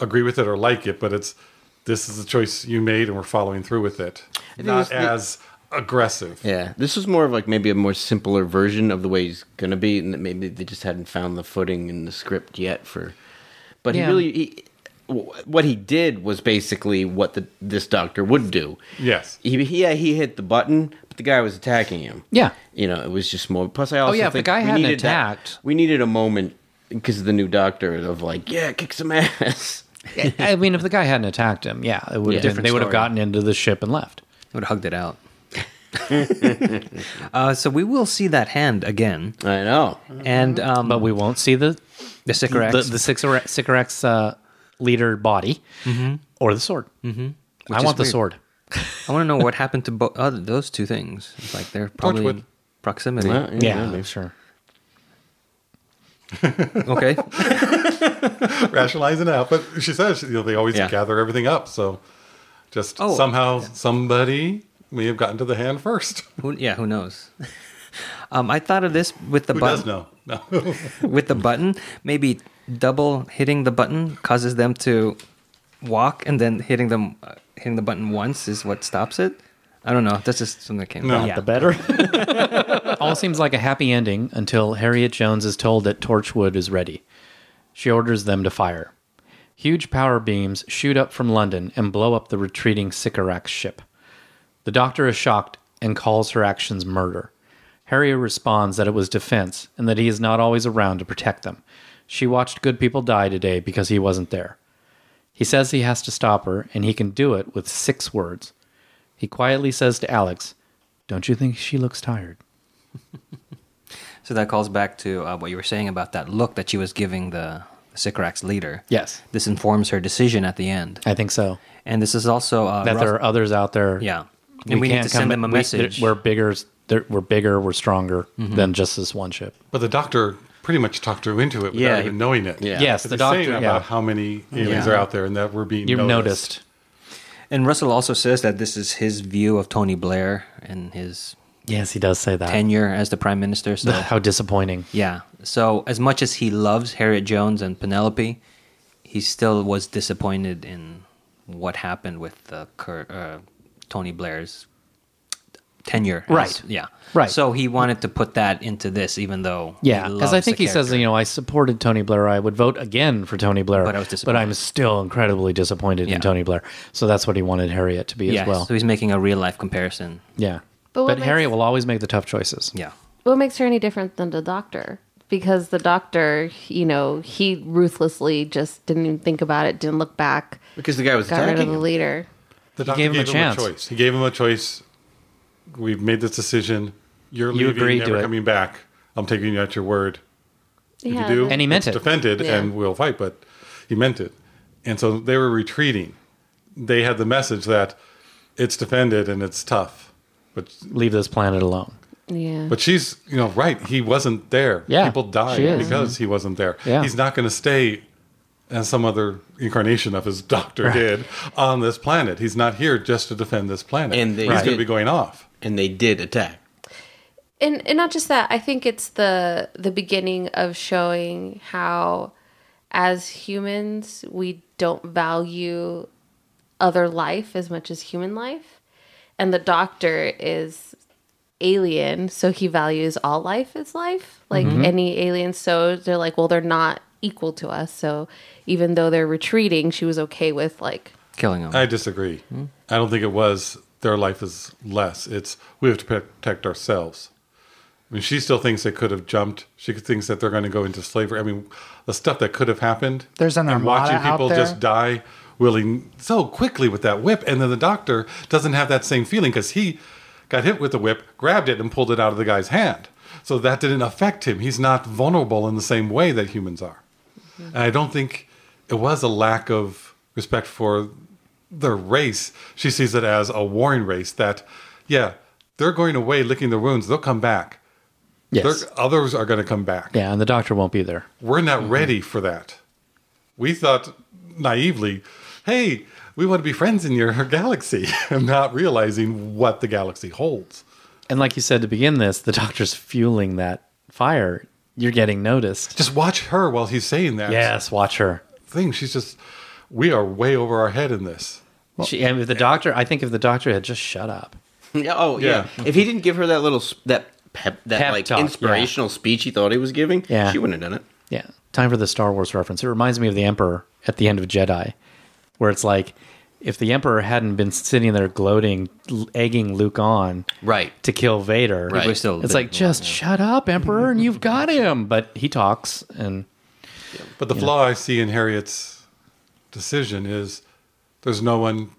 [SPEAKER 3] agree with it or like it, but it's this is the choice you made, and we're following through with it.
[SPEAKER 4] think
[SPEAKER 3] Not
[SPEAKER 4] it's the-
[SPEAKER 3] as aggressive.
[SPEAKER 4] Yeah, this is more of like maybe a more simpler version of the way he's gonna be, and that maybe they just hadn't found the footing in the script yet for. But
[SPEAKER 2] Yeah.
[SPEAKER 4] he really, he, w- what he did was basically what the this doctor would do.
[SPEAKER 3] Yes.
[SPEAKER 4] He, he [laughs] yeah he hit the button, but the guy was attacking him.
[SPEAKER 2] Yeah. Oh,
[SPEAKER 4] you know it was just more. Plus, I also
[SPEAKER 2] yeah, if the
[SPEAKER 4] think
[SPEAKER 2] guy
[SPEAKER 4] we
[SPEAKER 2] hadn't
[SPEAKER 4] needed that-
[SPEAKER 2] attacked-
[SPEAKER 4] we needed a moment because of the new doctor of like yeah kick some [laughs] ass.
[SPEAKER 2] [laughs] I mean if the guy hadn't attacked him, yeah, it would
[SPEAKER 4] Yeah.
[SPEAKER 2] have been,
[SPEAKER 4] Different
[SPEAKER 2] they would have
[SPEAKER 4] story.
[SPEAKER 2] gotten into the ship and left.
[SPEAKER 1] I would have hugged it
[SPEAKER 2] [laughs]
[SPEAKER 1] out. uh, so we will see that hand again,
[SPEAKER 4] I know.
[SPEAKER 1] and um,
[SPEAKER 2] But we won't see the
[SPEAKER 1] the Sycorax,
[SPEAKER 2] the, the Sycorax, Sycorax uh, leader body or the sword. Mm-hmm. I
[SPEAKER 1] is
[SPEAKER 2] want the
[SPEAKER 1] weird.
[SPEAKER 2] sword.
[SPEAKER 1] I want to know what happened to bo- uh, those two things. It's like they're probably in
[SPEAKER 3] Torchwood.
[SPEAKER 1] proximity.
[SPEAKER 4] Uh,
[SPEAKER 2] Yeah,
[SPEAKER 4] maybe.
[SPEAKER 2] sure.
[SPEAKER 1] Okay, [laughs]
[SPEAKER 3] rationalizing it out. But she says you know, they always
[SPEAKER 4] Yeah.
[SPEAKER 3] gather everything up. So just
[SPEAKER 1] Oh.
[SPEAKER 3] somehow somebody may have gotten to the hand first. [laughs]
[SPEAKER 1] who, yeah, who
[SPEAKER 2] [laughs]
[SPEAKER 1] knows? Um, I thought of this with the
[SPEAKER 3] Who does
[SPEAKER 1] button.
[SPEAKER 3] know? No.
[SPEAKER 1] With the button, maybe double hitting the button causes them to walk, and then hitting them uh, hitting the button once is what stops it. I don't know. That's just something that came.
[SPEAKER 3] No.
[SPEAKER 1] Yeah.
[SPEAKER 2] The better. All seems like a happy ending until Harriet Jones is told that Torchwood is ready. She orders them to fire. Huge power beams shoot up from London and blow up the retreating Sycorax ship. The doctor is shocked and calls her actions murder. Harriet responds that it was defense and that he is not always around to protect them. She watched good people die today because he wasn't there. He says he has to stop her, and he can do it with six words. He quietly says to Alex, Don't you think she looks tired?
[SPEAKER 1] So that calls back to uh, what you were saying about that look that she was giving the Sycorax leader.
[SPEAKER 2] Yes.
[SPEAKER 1] This informs her decision at the end,
[SPEAKER 2] I think so.
[SPEAKER 1] and this is also uh,
[SPEAKER 2] That
[SPEAKER 1] Ruff-
[SPEAKER 2] there are others out there.
[SPEAKER 1] Yeah. And we need
[SPEAKER 2] can't
[SPEAKER 1] to send
[SPEAKER 2] come-
[SPEAKER 1] them a
[SPEAKER 2] we- they're-
[SPEAKER 1] message. Mm-hmm.
[SPEAKER 2] We're bigger, they're- we're bigger, we're stronger than just this one ship.
[SPEAKER 3] but the doctor pretty much talked her into it without
[SPEAKER 4] Yeah,
[SPEAKER 3] even
[SPEAKER 4] he-
[SPEAKER 3] knowing it.
[SPEAKER 4] yeah.
[SPEAKER 2] Yes,
[SPEAKER 3] But
[SPEAKER 2] the
[SPEAKER 3] they're saying
[SPEAKER 2] doctor. Yeah.
[SPEAKER 3] about how many aliens
[SPEAKER 1] Yeah.
[SPEAKER 3] are out there and that we're being
[SPEAKER 2] You've
[SPEAKER 3] noticed.
[SPEAKER 2] noticed.
[SPEAKER 1] And Russell also says that this is his view of Tony Blair and his
[SPEAKER 2] Yes, he does say that.
[SPEAKER 1] tenure as the prime minister. So
[SPEAKER 2] [laughs] How disappointing.
[SPEAKER 1] yeah. So as much as he loves Harriet Jones and Penelope, he still was disappointed in what happened with the cur- uh, Tony Blair's tenure. as-
[SPEAKER 2] Right.
[SPEAKER 1] yeah.
[SPEAKER 2] Right.
[SPEAKER 1] So he wanted to put that into this, even though he
[SPEAKER 2] Yeah, because I
[SPEAKER 1] loves
[SPEAKER 2] think
[SPEAKER 1] the
[SPEAKER 2] he says,
[SPEAKER 1] character.
[SPEAKER 2] you know, I supported Tony Blair. I would vote again for Tony Blair,
[SPEAKER 1] But I was disappointed.
[SPEAKER 2] am still incredibly disappointed
[SPEAKER 1] Yeah.
[SPEAKER 2] in Tony Blair. So that's what he wanted Harriet to be
[SPEAKER 1] yeah.
[SPEAKER 2] as well.
[SPEAKER 1] So he's making a real life comparison.
[SPEAKER 2] yeah,
[SPEAKER 6] But
[SPEAKER 2] but,
[SPEAKER 6] what makes-
[SPEAKER 2] Harriet will always make the tough choices.
[SPEAKER 1] Yeah.
[SPEAKER 6] What makes her any different than the doctor? Because the doctor, you know, he ruthlessly just didn't even think about it, didn't look back,
[SPEAKER 4] Because the guy was
[SPEAKER 6] got rid
[SPEAKER 4] attacking
[SPEAKER 6] of the
[SPEAKER 4] him.
[SPEAKER 6] leader.
[SPEAKER 3] The doctor
[SPEAKER 2] gave him a chance.
[SPEAKER 3] choice. He gave him a choice. We've made this decision. You're
[SPEAKER 2] You
[SPEAKER 3] leaving.
[SPEAKER 2] agreed
[SPEAKER 3] never
[SPEAKER 2] to it.
[SPEAKER 3] coming back. I'm taking you at your word. If
[SPEAKER 6] Yeah,
[SPEAKER 3] you do,
[SPEAKER 6] that-
[SPEAKER 2] And he meant
[SPEAKER 3] it's
[SPEAKER 2] it.
[SPEAKER 3] Defended,
[SPEAKER 6] Yeah.
[SPEAKER 3] and we'll fight. But he meant it, and so they were retreating. They had the message that it's defended and it's tough, but
[SPEAKER 2] Leave this planet alone.
[SPEAKER 6] yeah.
[SPEAKER 3] but she's you know right. He wasn't there.
[SPEAKER 2] Yeah,
[SPEAKER 3] people died
[SPEAKER 2] she is.
[SPEAKER 3] because he wasn't there.
[SPEAKER 2] Yeah.
[SPEAKER 3] he's not going to stay as some other incarnation of his [laughs] doctor did on this planet. He's not here just to defend this planet.
[SPEAKER 4] And they
[SPEAKER 3] he's going
[SPEAKER 4] did-
[SPEAKER 3] to be going off.
[SPEAKER 4] And they did attack.
[SPEAKER 6] and and not just that i think it's the the beginning of showing how as humans we don't value other life as much as human life and the doctor is alien so he values all life as life like any alien so they're like well they're not equal to us so even though they're retreating she was okay with like
[SPEAKER 1] Killing him.
[SPEAKER 3] I disagree.
[SPEAKER 2] Hmm.
[SPEAKER 3] I don't think it was their life is less. It's we have to protect ourselves. I mean, she still thinks they could have jumped. She thinks that they're going to go into slavery. I mean, the stuff that could have happened.
[SPEAKER 5] There's an
[SPEAKER 3] and watching
[SPEAKER 5] armada out
[SPEAKER 3] people
[SPEAKER 5] there.
[SPEAKER 3] just die willing so quickly with that whip, and then the doctor doesn't have that same feeling because he got hit with the whip, grabbed it, and pulled it out of the guy's hand. So that didn't affect him. He's not vulnerable in the same way that humans are.
[SPEAKER 5] Mm-hmm.
[SPEAKER 3] And I don't think it was a lack of respect for their race. She sees it as a warring race that, yeah, they're going away licking their wounds. They'll come back.
[SPEAKER 2] Yes.
[SPEAKER 3] There- others are going to come back.
[SPEAKER 2] yeah, Mm-hmm. and the doctor won't be there.
[SPEAKER 3] We're not ready for that. We thought naively, hey, we want to be friends in your [laughs] galaxy, and not realizing what the galaxy holds.
[SPEAKER 2] And like you said to begin this, the doctor's fueling that fire. You're getting noticed.
[SPEAKER 3] Just watch her while he's saying that
[SPEAKER 2] Yes, watch her.
[SPEAKER 3] thing. She's just, we are way over our head in this.
[SPEAKER 2] she, and if the doctor, I think if the doctor had just shut up,
[SPEAKER 4] [laughs] Yeah, oh yeah. If he didn't give her that little s- that pep, that
[SPEAKER 2] Pep
[SPEAKER 4] like
[SPEAKER 2] talk,
[SPEAKER 4] inspirational speech he thought he was giving,
[SPEAKER 2] Yeah.
[SPEAKER 4] she wouldn't have done it.
[SPEAKER 2] Yeah. Time for the Star Wars reference. It reminds me of the Emperor at the end of Jedi, where it's like, if the Emperor hadn't been sitting there gloating, l- egging Luke on
[SPEAKER 4] Right.
[SPEAKER 2] to kill Vader,
[SPEAKER 4] Right.
[SPEAKER 1] We're still
[SPEAKER 2] it's like, just shut up, Emperor, and you've got him. But he talks, and
[SPEAKER 3] But the flaw I see in Harriet's decision is there's no one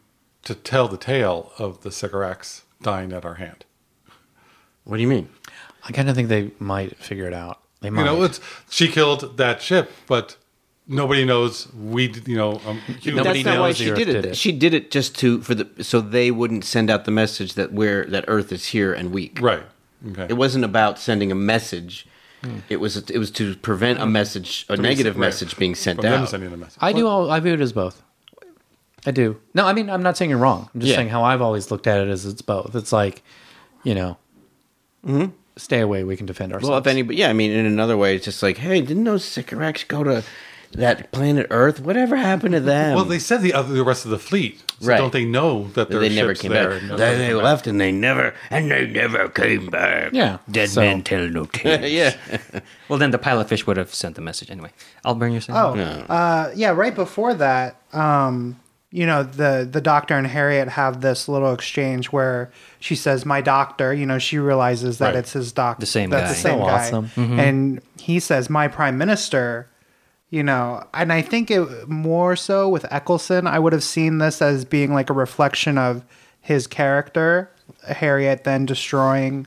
[SPEAKER 3] to tell the tale of the Sycorax dying at our hand.
[SPEAKER 4] What do you mean?
[SPEAKER 2] I kind of think they might figure it out. They might.
[SPEAKER 3] You know, it's she killed that ship, but nobody knows. We, d- you know, um, humans-
[SPEAKER 2] Nobody
[SPEAKER 4] That's not why
[SPEAKER 2] knows the
[SPEAKER 4] she
[SPEAKER 2] Earth
[SPEAKER 4] did it.
[SPEAKER 2] did it.
[SPEAKER 4] She did it just to for the so they wouldn't send out the message that we're that Earth is here and weak.
[SPEAKER 3] right? Okay.
[SPEAKER 4] It wasn't about sending a message. It was it was to prevent a message, a negative
[SPEAKER 3] right.
[SPEAKER 4] message being sent
[SPEAKER 3] From them
[SPEAKER 4] out.
[SPEAKER 3] sending the message.
[SPEAKER 2] I do. All, I view it as both. I do. No, I mean, I'm not saying you're wrong. I'm just
[SPEAKER 4] Yeah.
[SPEAKER 2] saying how I've always looked at it is it's both. It's like, you know, stay away. We can defend ourselves.
[SPEAKER 4] Well, if anybody, yeah, I mean, in another way, it's just like, hey, didn't those Sycorax go to that planet Earth? Whatever happened to them?
[SPEAKER 3] well, they said the other, the rest of the fleet. So
[SPEAKER 4] Right.
[SPEAKER 3] Don't they know that
[SPEAKER 4] That
[SPEAKER 3] their
[SPEAKER 4] they
[SPEAKER 3] ships
[SPEAKER 4] never came
[SPEAKER 3] there?
[SPEAKER 4] back.
[SPEAKER 3] and no-
[SPEAKER 7] They, they left and they never and they never came back.
[SPEAKER 2] Yeah,
[SPEAKER 7] Dead
[SPEAKER 2] so-
[SPEAKER 7] man tell
[SPEAKER 4] [laughs]
[SPEAKER 7] no tales.
[SPEAKER 4] yeah,
[SPEAKER 1] Well, then the pile of fish would have sent the message anyway. I'll burn your saying.
[SPEAKER 5] Oh, uh, yeah. Right before that, um, you know, the the doctor and Harriet have this little exchange where she says, "My doctor." You know, she realizes that
[SPEAKER 3] Right.
[SPEAKER 5] it's his doctor.
[SPEAKER 1] The same
[SPEAKER 5] That's
[SPEAKER 1] guy. Mm-hmm.
[SPEAKER 5] the same
[SPEAKER 2] So
[SPEAKER 5] guy.
[SPEAKER 2] awesome.
[SPEAKER 5] And he says, "My prime minister." You know, and I think it more so with Eccleston, I would have seen this as being like a reflection of his character, Harriet then destroying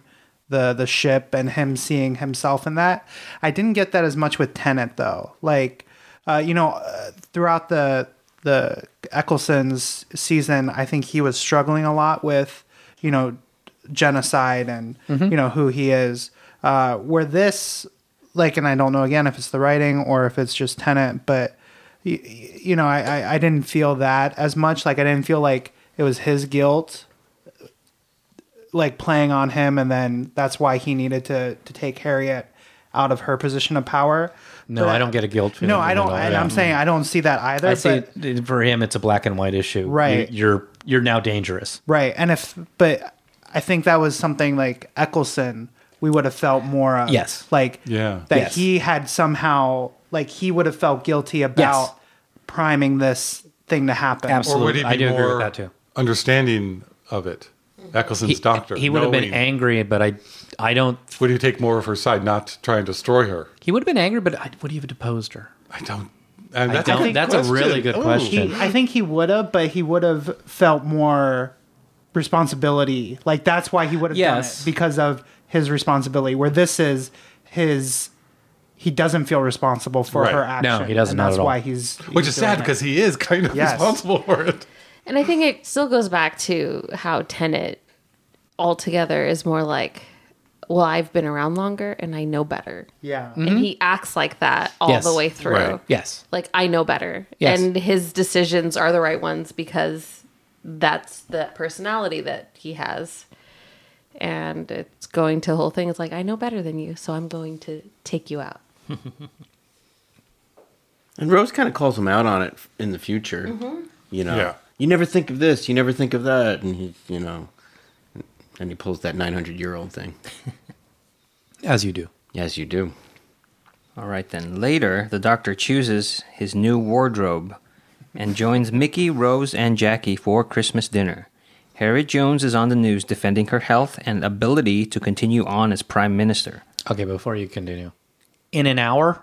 [SPEAKER 5] the the ship and him seeing himself in that. I didn't get that as much with Tenet though. Like, uh, you know, uh, throughout the the Eccleston's season, I think he was struggling a lot with, you know, genocide and
[SPEAKER 2] Mm-hmm.
[SPEAKER 5] you know who he is. Uh, where this, like, and I don't know again if it's the writing or if it's just Tenet, but y- y- you know, I, I I didn't feel that as much. Like, I didn't feel like it was his guilt like playing on him and then that's why he needed to to take Harriet out of her position of power.
[SPEAKER 2] No,
[SPEAKER 5] But
[SPEAKER 2] I don't get a guilt feeling
[SPEAKER 5] No, I
[SPEAKER 2] at
[SPEAKER 5] don't
[SPEAKER 2] all,
[SPEAKER 5] and
[SPEAKER 2] yeah.
[SPEAKER 5] I'm saying I don't see that either.
[SPEAKER 2] I see
[SPEAKER 5] but-
[SPEAKER 2] it- for him, it's a black and white issue.
[SPEAKER 5] Right.
[SPEAKER 2] You, are you're now dangerous.
[SPEAKER 5] Right. And if but I think that was something like Eccleston we would have felt more of.
[SPEAKER 2] Yes.
[SPEAKER 5] Like
[SPEAKER 3] Yeah.
[SPEAKER 5] that
[SPEAKER 2] Yes.
[SPEAKER 5] he had somehow like he would have felt guilty about priming this thing to happen.
[SPEAKER 2] Absolutely.
[SPEAKER 3] Or would he be
[SPEAKER 2] I do
[SPEAKER 3] more
[SPEAKER 2] agree with that, too.
[SPEAKER 3] understanding of it? Eccleston's
[SPEAKER 2] He,
[SPEAKER 3] doctor.
[SPEAKER 2] he would have been
[SPEAKER 3] knowing-
[SPEAKER 2] angry, but I, I don't.
[SPEAKER 3] Would he take more of her side, not try and destroy her?
[SPEAKER 2] He would have been angry, but I would he have deposed her.
[SPEAKER 3] I don't. And that's
[SPEAKER 2] don't-
[SPEAKER 3] a good
[SPEAKER 2] that's a really
[SPEAKER 3] question.
[SPEAKER 2] good
[SPEAKER 3] Ooh.
[SPEAKER 2] question.
[SPEAKER 5] He, I think he would have, but he would have felt more responsibility. Like that's why he would have
[SPEAKER 2] Yes.
[SPEAKER 5] done it because of his responsibility. Where this is his, he doesn't feel responsible for
[SPEAKER 3] Right.
[SPEAKER 5] her
[SPEAKER 3] No,
[SPEAKER 5] action.
[SPEAKER 2] he doesn't,
[SPEAKER 5] And
[SPEAKER 2] not
[SPEAKER 5] that's
[SPEAKER 2] at all.
[SPEAKER 5] why he's,
[SPEAKER 3] Which
[SPEAKER 5] he's
[SPEAKER 3] is sad
[SPEAKER 5] doing it.
[SPEAKER 3] because he is kind of
[SPEAKER 5] Yes.
[SPEAKER 3] responsible for
[SPEAKER 2] [laughs]
[SPEAKER 3] it.
[SPEAKER 6] And I think it still goes back to how Tenet altogether is more like, well, I've been around longer and I know better.
[SPEAKER 5] yeah,
[SPEAKER 6] And he acts like that all
[SPEAKER 2] Mm-hmm. Yes.
[SPEAKER 6] the way through.
[SPEAKER 3] Right.
[SPEAKER 2] Yes.
[SPEAKER 6] Like, I know better.
[SPEAKER 2] Yes.
[SPEAKER 6] And his decisions are the right ones because that's the personality that he has. And it's going to the whole thing. It's like, I know better than you, so I'm going to take you out.
[SPEAKER 4] And Rose kind of calls him out on it in the future.
[SPEAKER 2] Mm-hmm.
[SPEAKER 4] You know,
[SPEAKER 3] Yeah.
[SPEAKER 4] you never think of this, you never think of that, and he, you know, and he pulls that 900 year old thing.
[SPEAKER 2] As you do.
[SPEAKER 4] Yes, you do.
[SPEAKER 1] All right, then. Later, the doctor chooses his new wardrobe and joins Mickey, Rose, and Jackie for Christmas dinner. Harriet Jones is on the news defending her health and ability to continue on as prime minister.
[SPEAKER 2] Okay, before you continue, in an hour,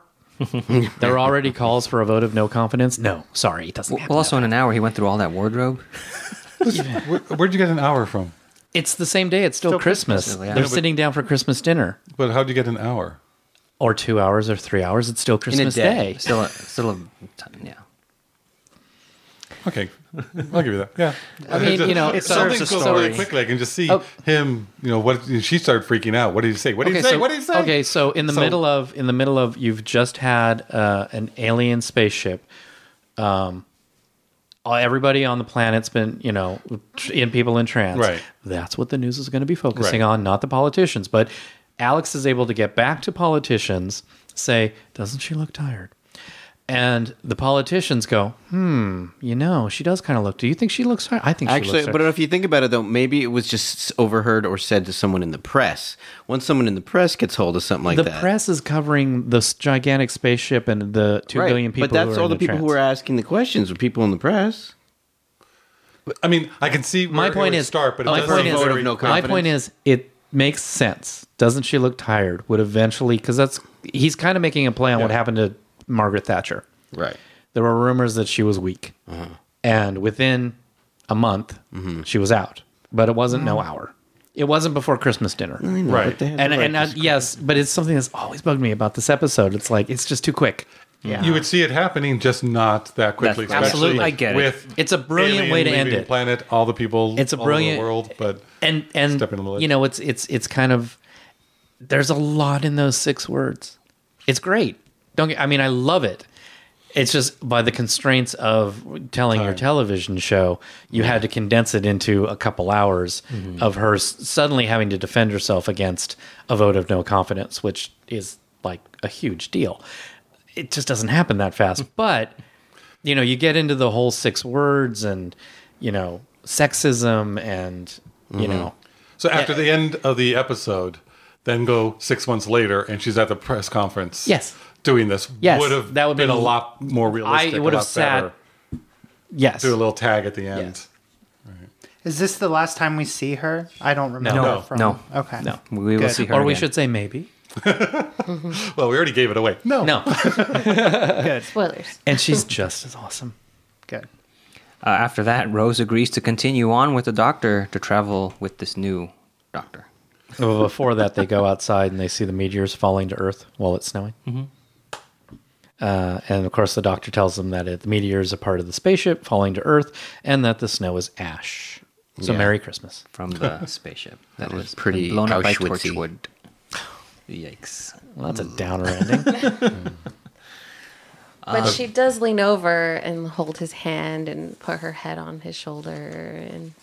[SPEAKER 2] there are already calls for a vote of no confidence. No, sorry, it doesn't.
[SPEAKER 1] Well,
[SPEAKER 2] happen.
[SPEAKER 1] also, in an hour, he went through all that wardrobe.
[SPEAKER 3] Where, where'd you get an hour from?
[SPEAKER 2] it's the same day. It's still, Christmas.
[SPEAKER 1] Christmas, yeah.
[SPEAKER 2] They're
[SPEAKER 1] Yeah,
[SPEAKER 3] but-
[SPEAKER 2] sitting down for Christmas dinner,
[SPEAKER 3] But how'd you get an hour?
[SPEAKER 2] or two hours, or three hours. It's still Christmas
[SPEAKER 1] day.
[SPEAKER 2] Day.
[SPEAKER 1] Still, a, still a time, yeah.
[SPEAKER 3] Okay, I'll give you that. Yeah,
[SPEAKER 2] I mean, you know,
[SPEAKER 3] it
[SPEAKER 2] so-
[SPEAKER 3] something
[SPEAKER 1] serves a
[SPEAKER 3] goes
[SPEAKER 1] story.
[SPEAKER 3] really quickly. I can just see
[SPEAKER 2] Oh.
[SPEAKER 3] him. You know what? She started freaking out. What did he say? What did he say?
[SPEAKER 2] so,
[SPEAKER 3] what did he say?
[SPEAKER 2] Okay, so in the
[SPEAKER 3] So-
[SPEAKER 2] middle of in the middle of you've just had uh, an alien spaceship. Um, all- everybody on the planet's been you know tr- in people in trance.
[SPEAKER 3] Right.
[SPEAKER 2] That's what the news is going to be focusing
[SPEAKER 3] Right.
[SPEAKER 2] on, not the politicians. But Alex is able to get back to politicians. Say, doesn't she look tired? And the politicians go, hmm, you know, she does kind of look. Do you think she looks tired? I think she looks
[SPEAKER 4] Actually,
[SPEAKER 2] tired.
[SPEAKER 4] but if you think about it, though, maybe it was just overheard or said to someone in the press. Once someone in the press gets hold of something like
[SPEAKER 2] the
[SPEAKER 4] that,
[SPEAKER 2] press is covering this gigantic spaceship and the two billion people.
[SPEAKER 4] But that's
[SPEAKER 2] who are
[SPEAKER 4] all
[SPEAKER 2] in
[SPEAKER 4] the people
[SPEAKER 2] trance.
[SPEAKER 4] who are asking the questions were people in the press.
[SPEAKER 3] I mean, I can see
[SPEAKER 2] my
[SPEAKER 3] where it
[SPEAKER 2] point
[SPEAKER 3] would
[SPEAKER 2] is
[SPEAKER 3] start, but it
[SPEAKER 2] my
[SPEAKER 3] does
[SPEAKER 2] point
[SPEAKER 3] seem
[SPEAKER 2] is
[SPEAKER 4] vote
[SPEAKER 3] very-
[SPEAKER 4] of no
[SPEAKER 2] my
[SPEAKER 4] confidence.
[SPEAKER 2] point is it makes sense. Doesn't she look tired? Would eventually because that's he's kind of making a play on what
[SPEAKER 3] Yeah.
[SPEAKER 2] happened to Margaret Thatcher.
[SPEAKER 4] Right.
[SPEAKER 2] There were rumors that she was weak,
[SPEAKER 3] Uh-huh.
[SPEAKER 2] and within a month
[SPEAKER 3] Mm-hmm.
[SPEAKER 2] she was out. But it wasn't
[SPEAKER 3] Mm.
[SPEAKER 2] no hour. It wasn't before Christmas dinner.
[SPEAKER 3] right.
[SPEAKER 2] And and uh, yes, but it's something that's always bugged me about this episode. It's like it's just too quick.
[SPEAKER 5] yeah.
[SPEAKER 3] You would see it happening, just not that quickly.
[SPEAKER 1] That's-
[SPEAKER 3] especially
[SPEAKER 1] absolutely. I get it.
[SPEAKER 3] With
[SPEAKER 2] It's a brilliant
[SPEAKER 3] alien
[SPEAKER 2] way to end
[SPEAKER 3] leaving
[SPEAKER 2] it.
[SPEAKER 3] Planet, all the people.
[SPEAKER 2] It's a
[SPEAKER 3] all over the
[SPEAKER 2] brilliant-
[SPEAKER 3] world, but
[SPEAKER 2] and and
[SPEAKER 3] Step into the
[SPEAKER 2] you
[SPEAKER 3] lake.
[SPEAKER 2] know it's it's it's kind of there's a lot in those six words it's great don't get, i mean i love it it's just by the constraints of telling your
[SPEAKER 3] Time.
[SPEAKER 2] television show you had to condense it into a couple hours
[SPEAKER 3] Mm-hmm.
[SPEAKER 2] of her s- suddenly having to defend herself against a vote of no confidence which is like a huge deal it just doesn't happen that
[SPEAKER 3] Mm.
[SPEAKER 2] fast but you know, you get into the whole six words and, you know, sexism and,
[SPEAKER 3] Mm-hmm.
[SPEAKER 2] you know,
[SPEAKER 3] so after the end of the episode, then go six months later, and she's at the press conference.
[SPEAKER 2] Yes.
[SPEAKER 3] doing this.
[SPEAKER 2] Yes,
[SPEAKER 3] would have
[SPEAKER 2] that would
[SPEAKER 3] been
[SPEAKER 2] be-
[SPEAKER 3] a lot more realistic.
[SPEAKER 2] I would
[SPEAKER 3] a
[SPEAKER 2] have
[SPEAKER 3] lot
[SPEAKER 2] sat-
[SPEAKER 3] better.
[SPEAKER 2] yes.
[SPEAKER 3] do a little tag at the end.
[SPEAKER 2] Yes.
[SPEAKER 5] is this the last time we see her? I don't remember.
[SPEAKER 2] No.
[SPEAKER 3] No.
[SPEAKER 5] From,
[SPEAKER 1] No.
[SPEAKER 5] Okay.
[SPEAKER 2] No.
[SPEAKER 1] We will
[SPEAKER 5] Good.
[SPEAKER 1] see her.
[SPEAKER 2] or we
[SPEAKER 1] again.
[SPEAKER 2] should say maybe.
[SPEAKER 3] Well, we already gave it away. No.
[SPEAKER 2] No.
[SPEAKER 5] Good.
[SPEAKER 6] Spoilers.
[SPEAKER 2] [laughs] and she's just as awesome.
[SPEAKER 5] Good.
[SPEAKER 1] Uh, after that, Rose agrees to continue on with the doctor to travel with this new doctor.
[SPEAKER 2] Well, before that, they go outside and they see the meteors falling to Earth while it's snowing.
[SPEAKER 1] Mm-hmm.
[SPEAKER 2] Uh, and of course, the doctor tells them that it, the meteor is a part of the spaceship falling to Earth and that the snow is ash. So,
[SPEAKER 4] Yeah.
[SPEAKER 2] Merry Christmas.
[SPEAKER 1] from the spaceship. That
[SPEAKER 4] was
[SPEAKER 1] has been
[SPEAKER 4] pretty
[SPEAKER 1] blown up by
[SPEAKER 4] Auschwitz-y.
[SPEAKER 1] torchwood. Yikes!
[SPEAKER 2] Well, that's a [laughs] downer ending. Uh,
[SPEAKER 6] But she does lean over and hold his hand and put her head on his shoulder. And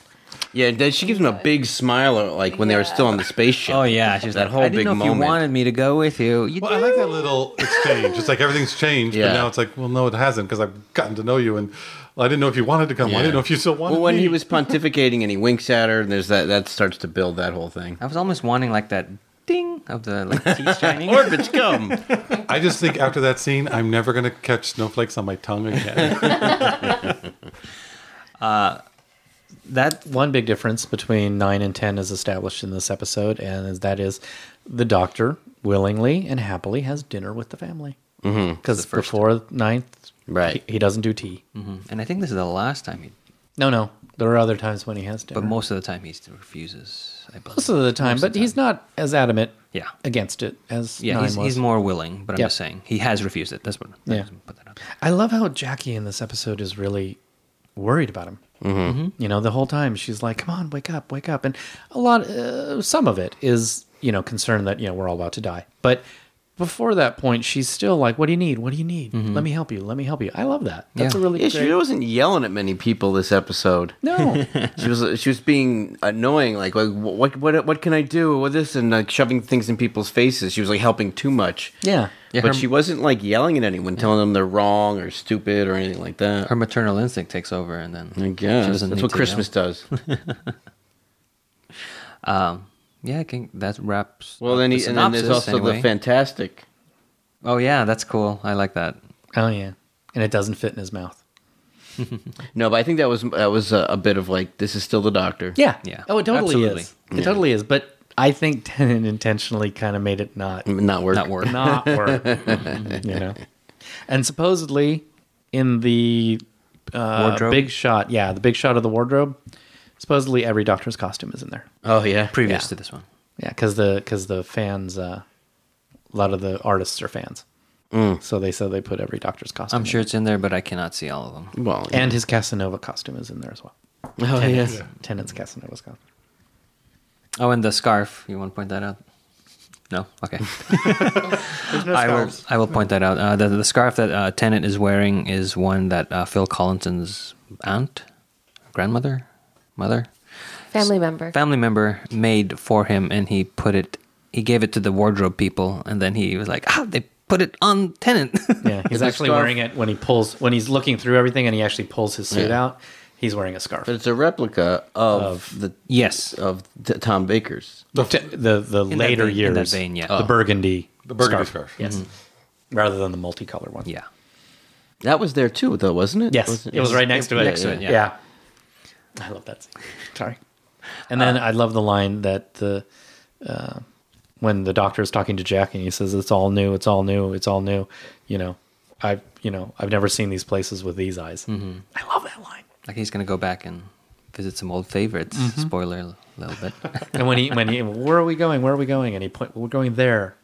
[SPEAKER 4] Yeah, then she gives him a big smile, uh, like when they were still on the spaceship.
[SPEAKER 1] Oh yeah, she's
[SPEAKER 4] That
[SPEAKER 1] like,
[SPEAKER 4] whole
[SPEAKER 1] I didn't
[SPEAKER 4] big
[SPEAKER 1] know if you
[SPEAKER 4] moment."
[SPEAKER 1] wanted me to go with you. You
[SPEAKER 3] Well, I like that little exchange. It's like everything's changed,
[SPEAKER 4] Yeah.
[SPEAKER 3] but now it's like, well, no, it hasn't because I've gotten to know you, and Well, I didn't know if you wanted to come. I didn't know if you still wanted.
[SPEAKER 4] Well, when
[SPEAKER 3] me.
[SPEAKER 4] he was pontificating and he winks at her, and there's that that starts to build that whole
[SPEAKER 1] [laughs]
[SPEAKER 4] thing.
[SPEAKER 1] I was almost wanting like that ding of the like teeth shining.
[SPEAKER 4] Orbits come.
[SPEAKER 3] I just think after that scene, I'm never going to catch snowflakes on my tongue again.
[SPEAKER 4] [laughs]
[SPEAKER 1] that
[SPEAKER 2] One big difference between 9 and 10 is established in this episode, and is- that is the doctor willingly and happily has dinner with the family. Because before ninth,
[SPEAKER 4] Right.
[SPEAKER 2] he, he doesn't do tea.
[SPEAKER 1] and I think this is the last time he
[SPEAKER 2] No, no. There are other times when he has dinner.
[SPEAKER 1] but most of the time he still refuses, I believe.
[SPEAKER 2] most of the time, but he's not as adamant
[SPEAKER 1] Yeah.
[SPEAKER 2] against it as
[SPEAKER 1] yeah,
[SPEAKER 2] Nine
[SPEAKER 1] he's,
[SPEAKER 2] was.
[SPEAKER 1] he's more willing, but I'm
[SPEAKER 2] Yeah.
[SPEAKER 1] just saying he has refused it. That's what.
[SPEAKER 2] Yeah.
[SPEAKER 1] Put that up.
[SPEAKER 2] I love how Jackie in this episode is really worried about him. Mm-hmm. You know, the whole time she's like, "Come on, wake up, wake up!" And a lot, uh, some of it is you know concern that you know we're all about to die. But before that point, she's still like, "What do you need? What do you need? Let me help you. Let me help you." I love that. That's
[SPEAKER 1] Yeah.
[SPEAKER 2] a really
[SPEAKER 4] Yeah,
[SPEAKER 2] great.
[SPEAKER 4] she wasn't yelling at many people this episode.
[SPEAKER 2] no,
[SPEAKER 4] She was she was being annoying, like like what what what can I do with this, and like shoving things in people's faces. She was like helping too much.
[SPEAKER 2] yeah,
[SPEAKER 1] Yeah,
[SPEAKER 4] but
[SPEAKER 1] her-
[SPEAKER 4] she wasn't like yelling at anyone, telling them they're wrong or stupid or anything like that.
[SPEAKER 1] Her maternal instinct takes over, and then
[SPEAKER 4] I guess
[SPEAKER 1] she doesn't
[SPEAKER 4] that's
[SPEAKER 1] need
[SPEAKER 4] what
[SPEAKER 1] to
[SPEAKER 4] Christmas does.
[SPEAKER 1] yell. Yeah, I think that wraps.
[SPEAKER 4] Well,
[SPEAKER 1] up
[SPEAKER 4] then
[SPEAKER 1] the
[SPEAKER 4] he, and then there's
[SPEAKER 1] synopsis,
[SPEAKER 4] also
[SPEAKER 1] anyway.
[SPEAKER 4] the fantastic.
[SPEAKER 1] Oh yeah, that's cool. I like that.
[SPEAKER 2] oh yeah, and it doesn't fit in his mouth.
[SPEAKER 4] No, but I think that was that was a, a bit of like this is still the doctor.
[SPEAKER 2] Yeah,
[SPEAKER 1] Yeah.
[SPEAKER 2] Oh, it totally
[SPEAKER 1] Absolutely.
[SPEAKER 2] is. It totally is. But I think [laughs] Tennant intentionally kind of made it not
[SPEAKER 4] not work.
[SPEAKER 1] Not
[SPEAKER 2] [laughs]
[SPEAKER 1] work.
[SPEAKER 2] not work. you know, and supposedly in the uh,
[SPEAKER 1] Wardrobe?
[SPEAKER 2] big shot, yeah, the big shot of the wardrobe. Supposedly every doctor's costume is in there.
[SPEAKER 4] Oh yeah,
[SPEAKER 1] Previous
[SPEAKER 2] Yeah.
[SPEAKER 1] to this one.
[SPEAKER 2] Yeah, because the because the fans, uh, a lot of the artists are fans, so they said they put every doctor's costume.
[SPEAKER 1] Mm. I'm sure it's in there, but I cannot see all of them.
[SPEAKER 4] Well,
[SPEAKER 2] in. and his Casanova costume is in there as well.
[SPEAKER 4] oh
[SPEAKER 2] Tennant's,
[SPEAKER 4] yeah.
[SPEAKER 2] Tennant's Casanova's costume.
[SPEAKER 1] Oh, and the scarf. You want to point that out? No. Okay.
[SPEAKER 5] There's no
[SPEAKER 1] I will.
[SPEAKER 5] scarves.
[SPEAKER 1] I will point that out. Uh, the, the scarf that uh, Tennant is wearing is one that uh, Phil Collinson's aunt, grandmother, mother,
[SPEAKER 6] Family member.
[SPEAKER 1] family member made for him, and he put it. He gave it to the wardrobe people, and then he was like, "Ah, they put it on [laughs] Tennant."
[SPEAKER 2] Yeah, he's
[SPEAKER 4] a
[SPEAKER 2] actually
[SPEAKER 4] scarf.
[SPEAKER 2] wearing it when he pulls when he's looking through everything and he actually pulls his suit out. He's wearing a scarf.
[SPEAKER 4] But it's a replica of, the
[SPEAKER 1] yes.
[SPEAKER 4] of t- Tom Baker's.
[SPEAKER 3] The,
[SPEAKER 2] T- the the
[SPEAKER 1] In that
[SPEAKER 2] later
[SPEAKER 1] vein-
[SPEAKER 2] years,
[SPEAKER 1] in that vein, yeah.
[SPEAKER 2] the burgundy,
[SPEAKER 3] the burgundy scarf.
[SPEAKER 2] yes, rather than the multicolor one.
[SPEAKER 1] Yeah.
[SPEAKER 4] That was there too, though, wasn't it?
[SPEAKER 2] yes,
[SPEAKER 4] Wasn't-
[SPEAKER 2] it was right next to it.
[SPEAKER 4] Next to
[SPEAKER 1] it, yeah.
[SPEAKER 2] I love that. Scene. [laughs] Sorry. And then I love the line that the uh, when the doctor is talking to Jack and he says, "It's all new. It's all new. It's all new." You know, I've you know I've never seen these places with these eyes.
[SPEAKER 1] Mm-hmm.
[SPEAKER 2] I love that line.
[SPEAKER 1] Like he's gonna go back and visit some old favorites.
[SPEAKER 2] Mm-hmm.
[SPEAKER 1] Spoiler a
[SPEAKER 2] [laughs]
[SPEAKER 1] little bit.
[SPEAKER 2] And when he when he where are we going? Where are we going? And he point we're going there.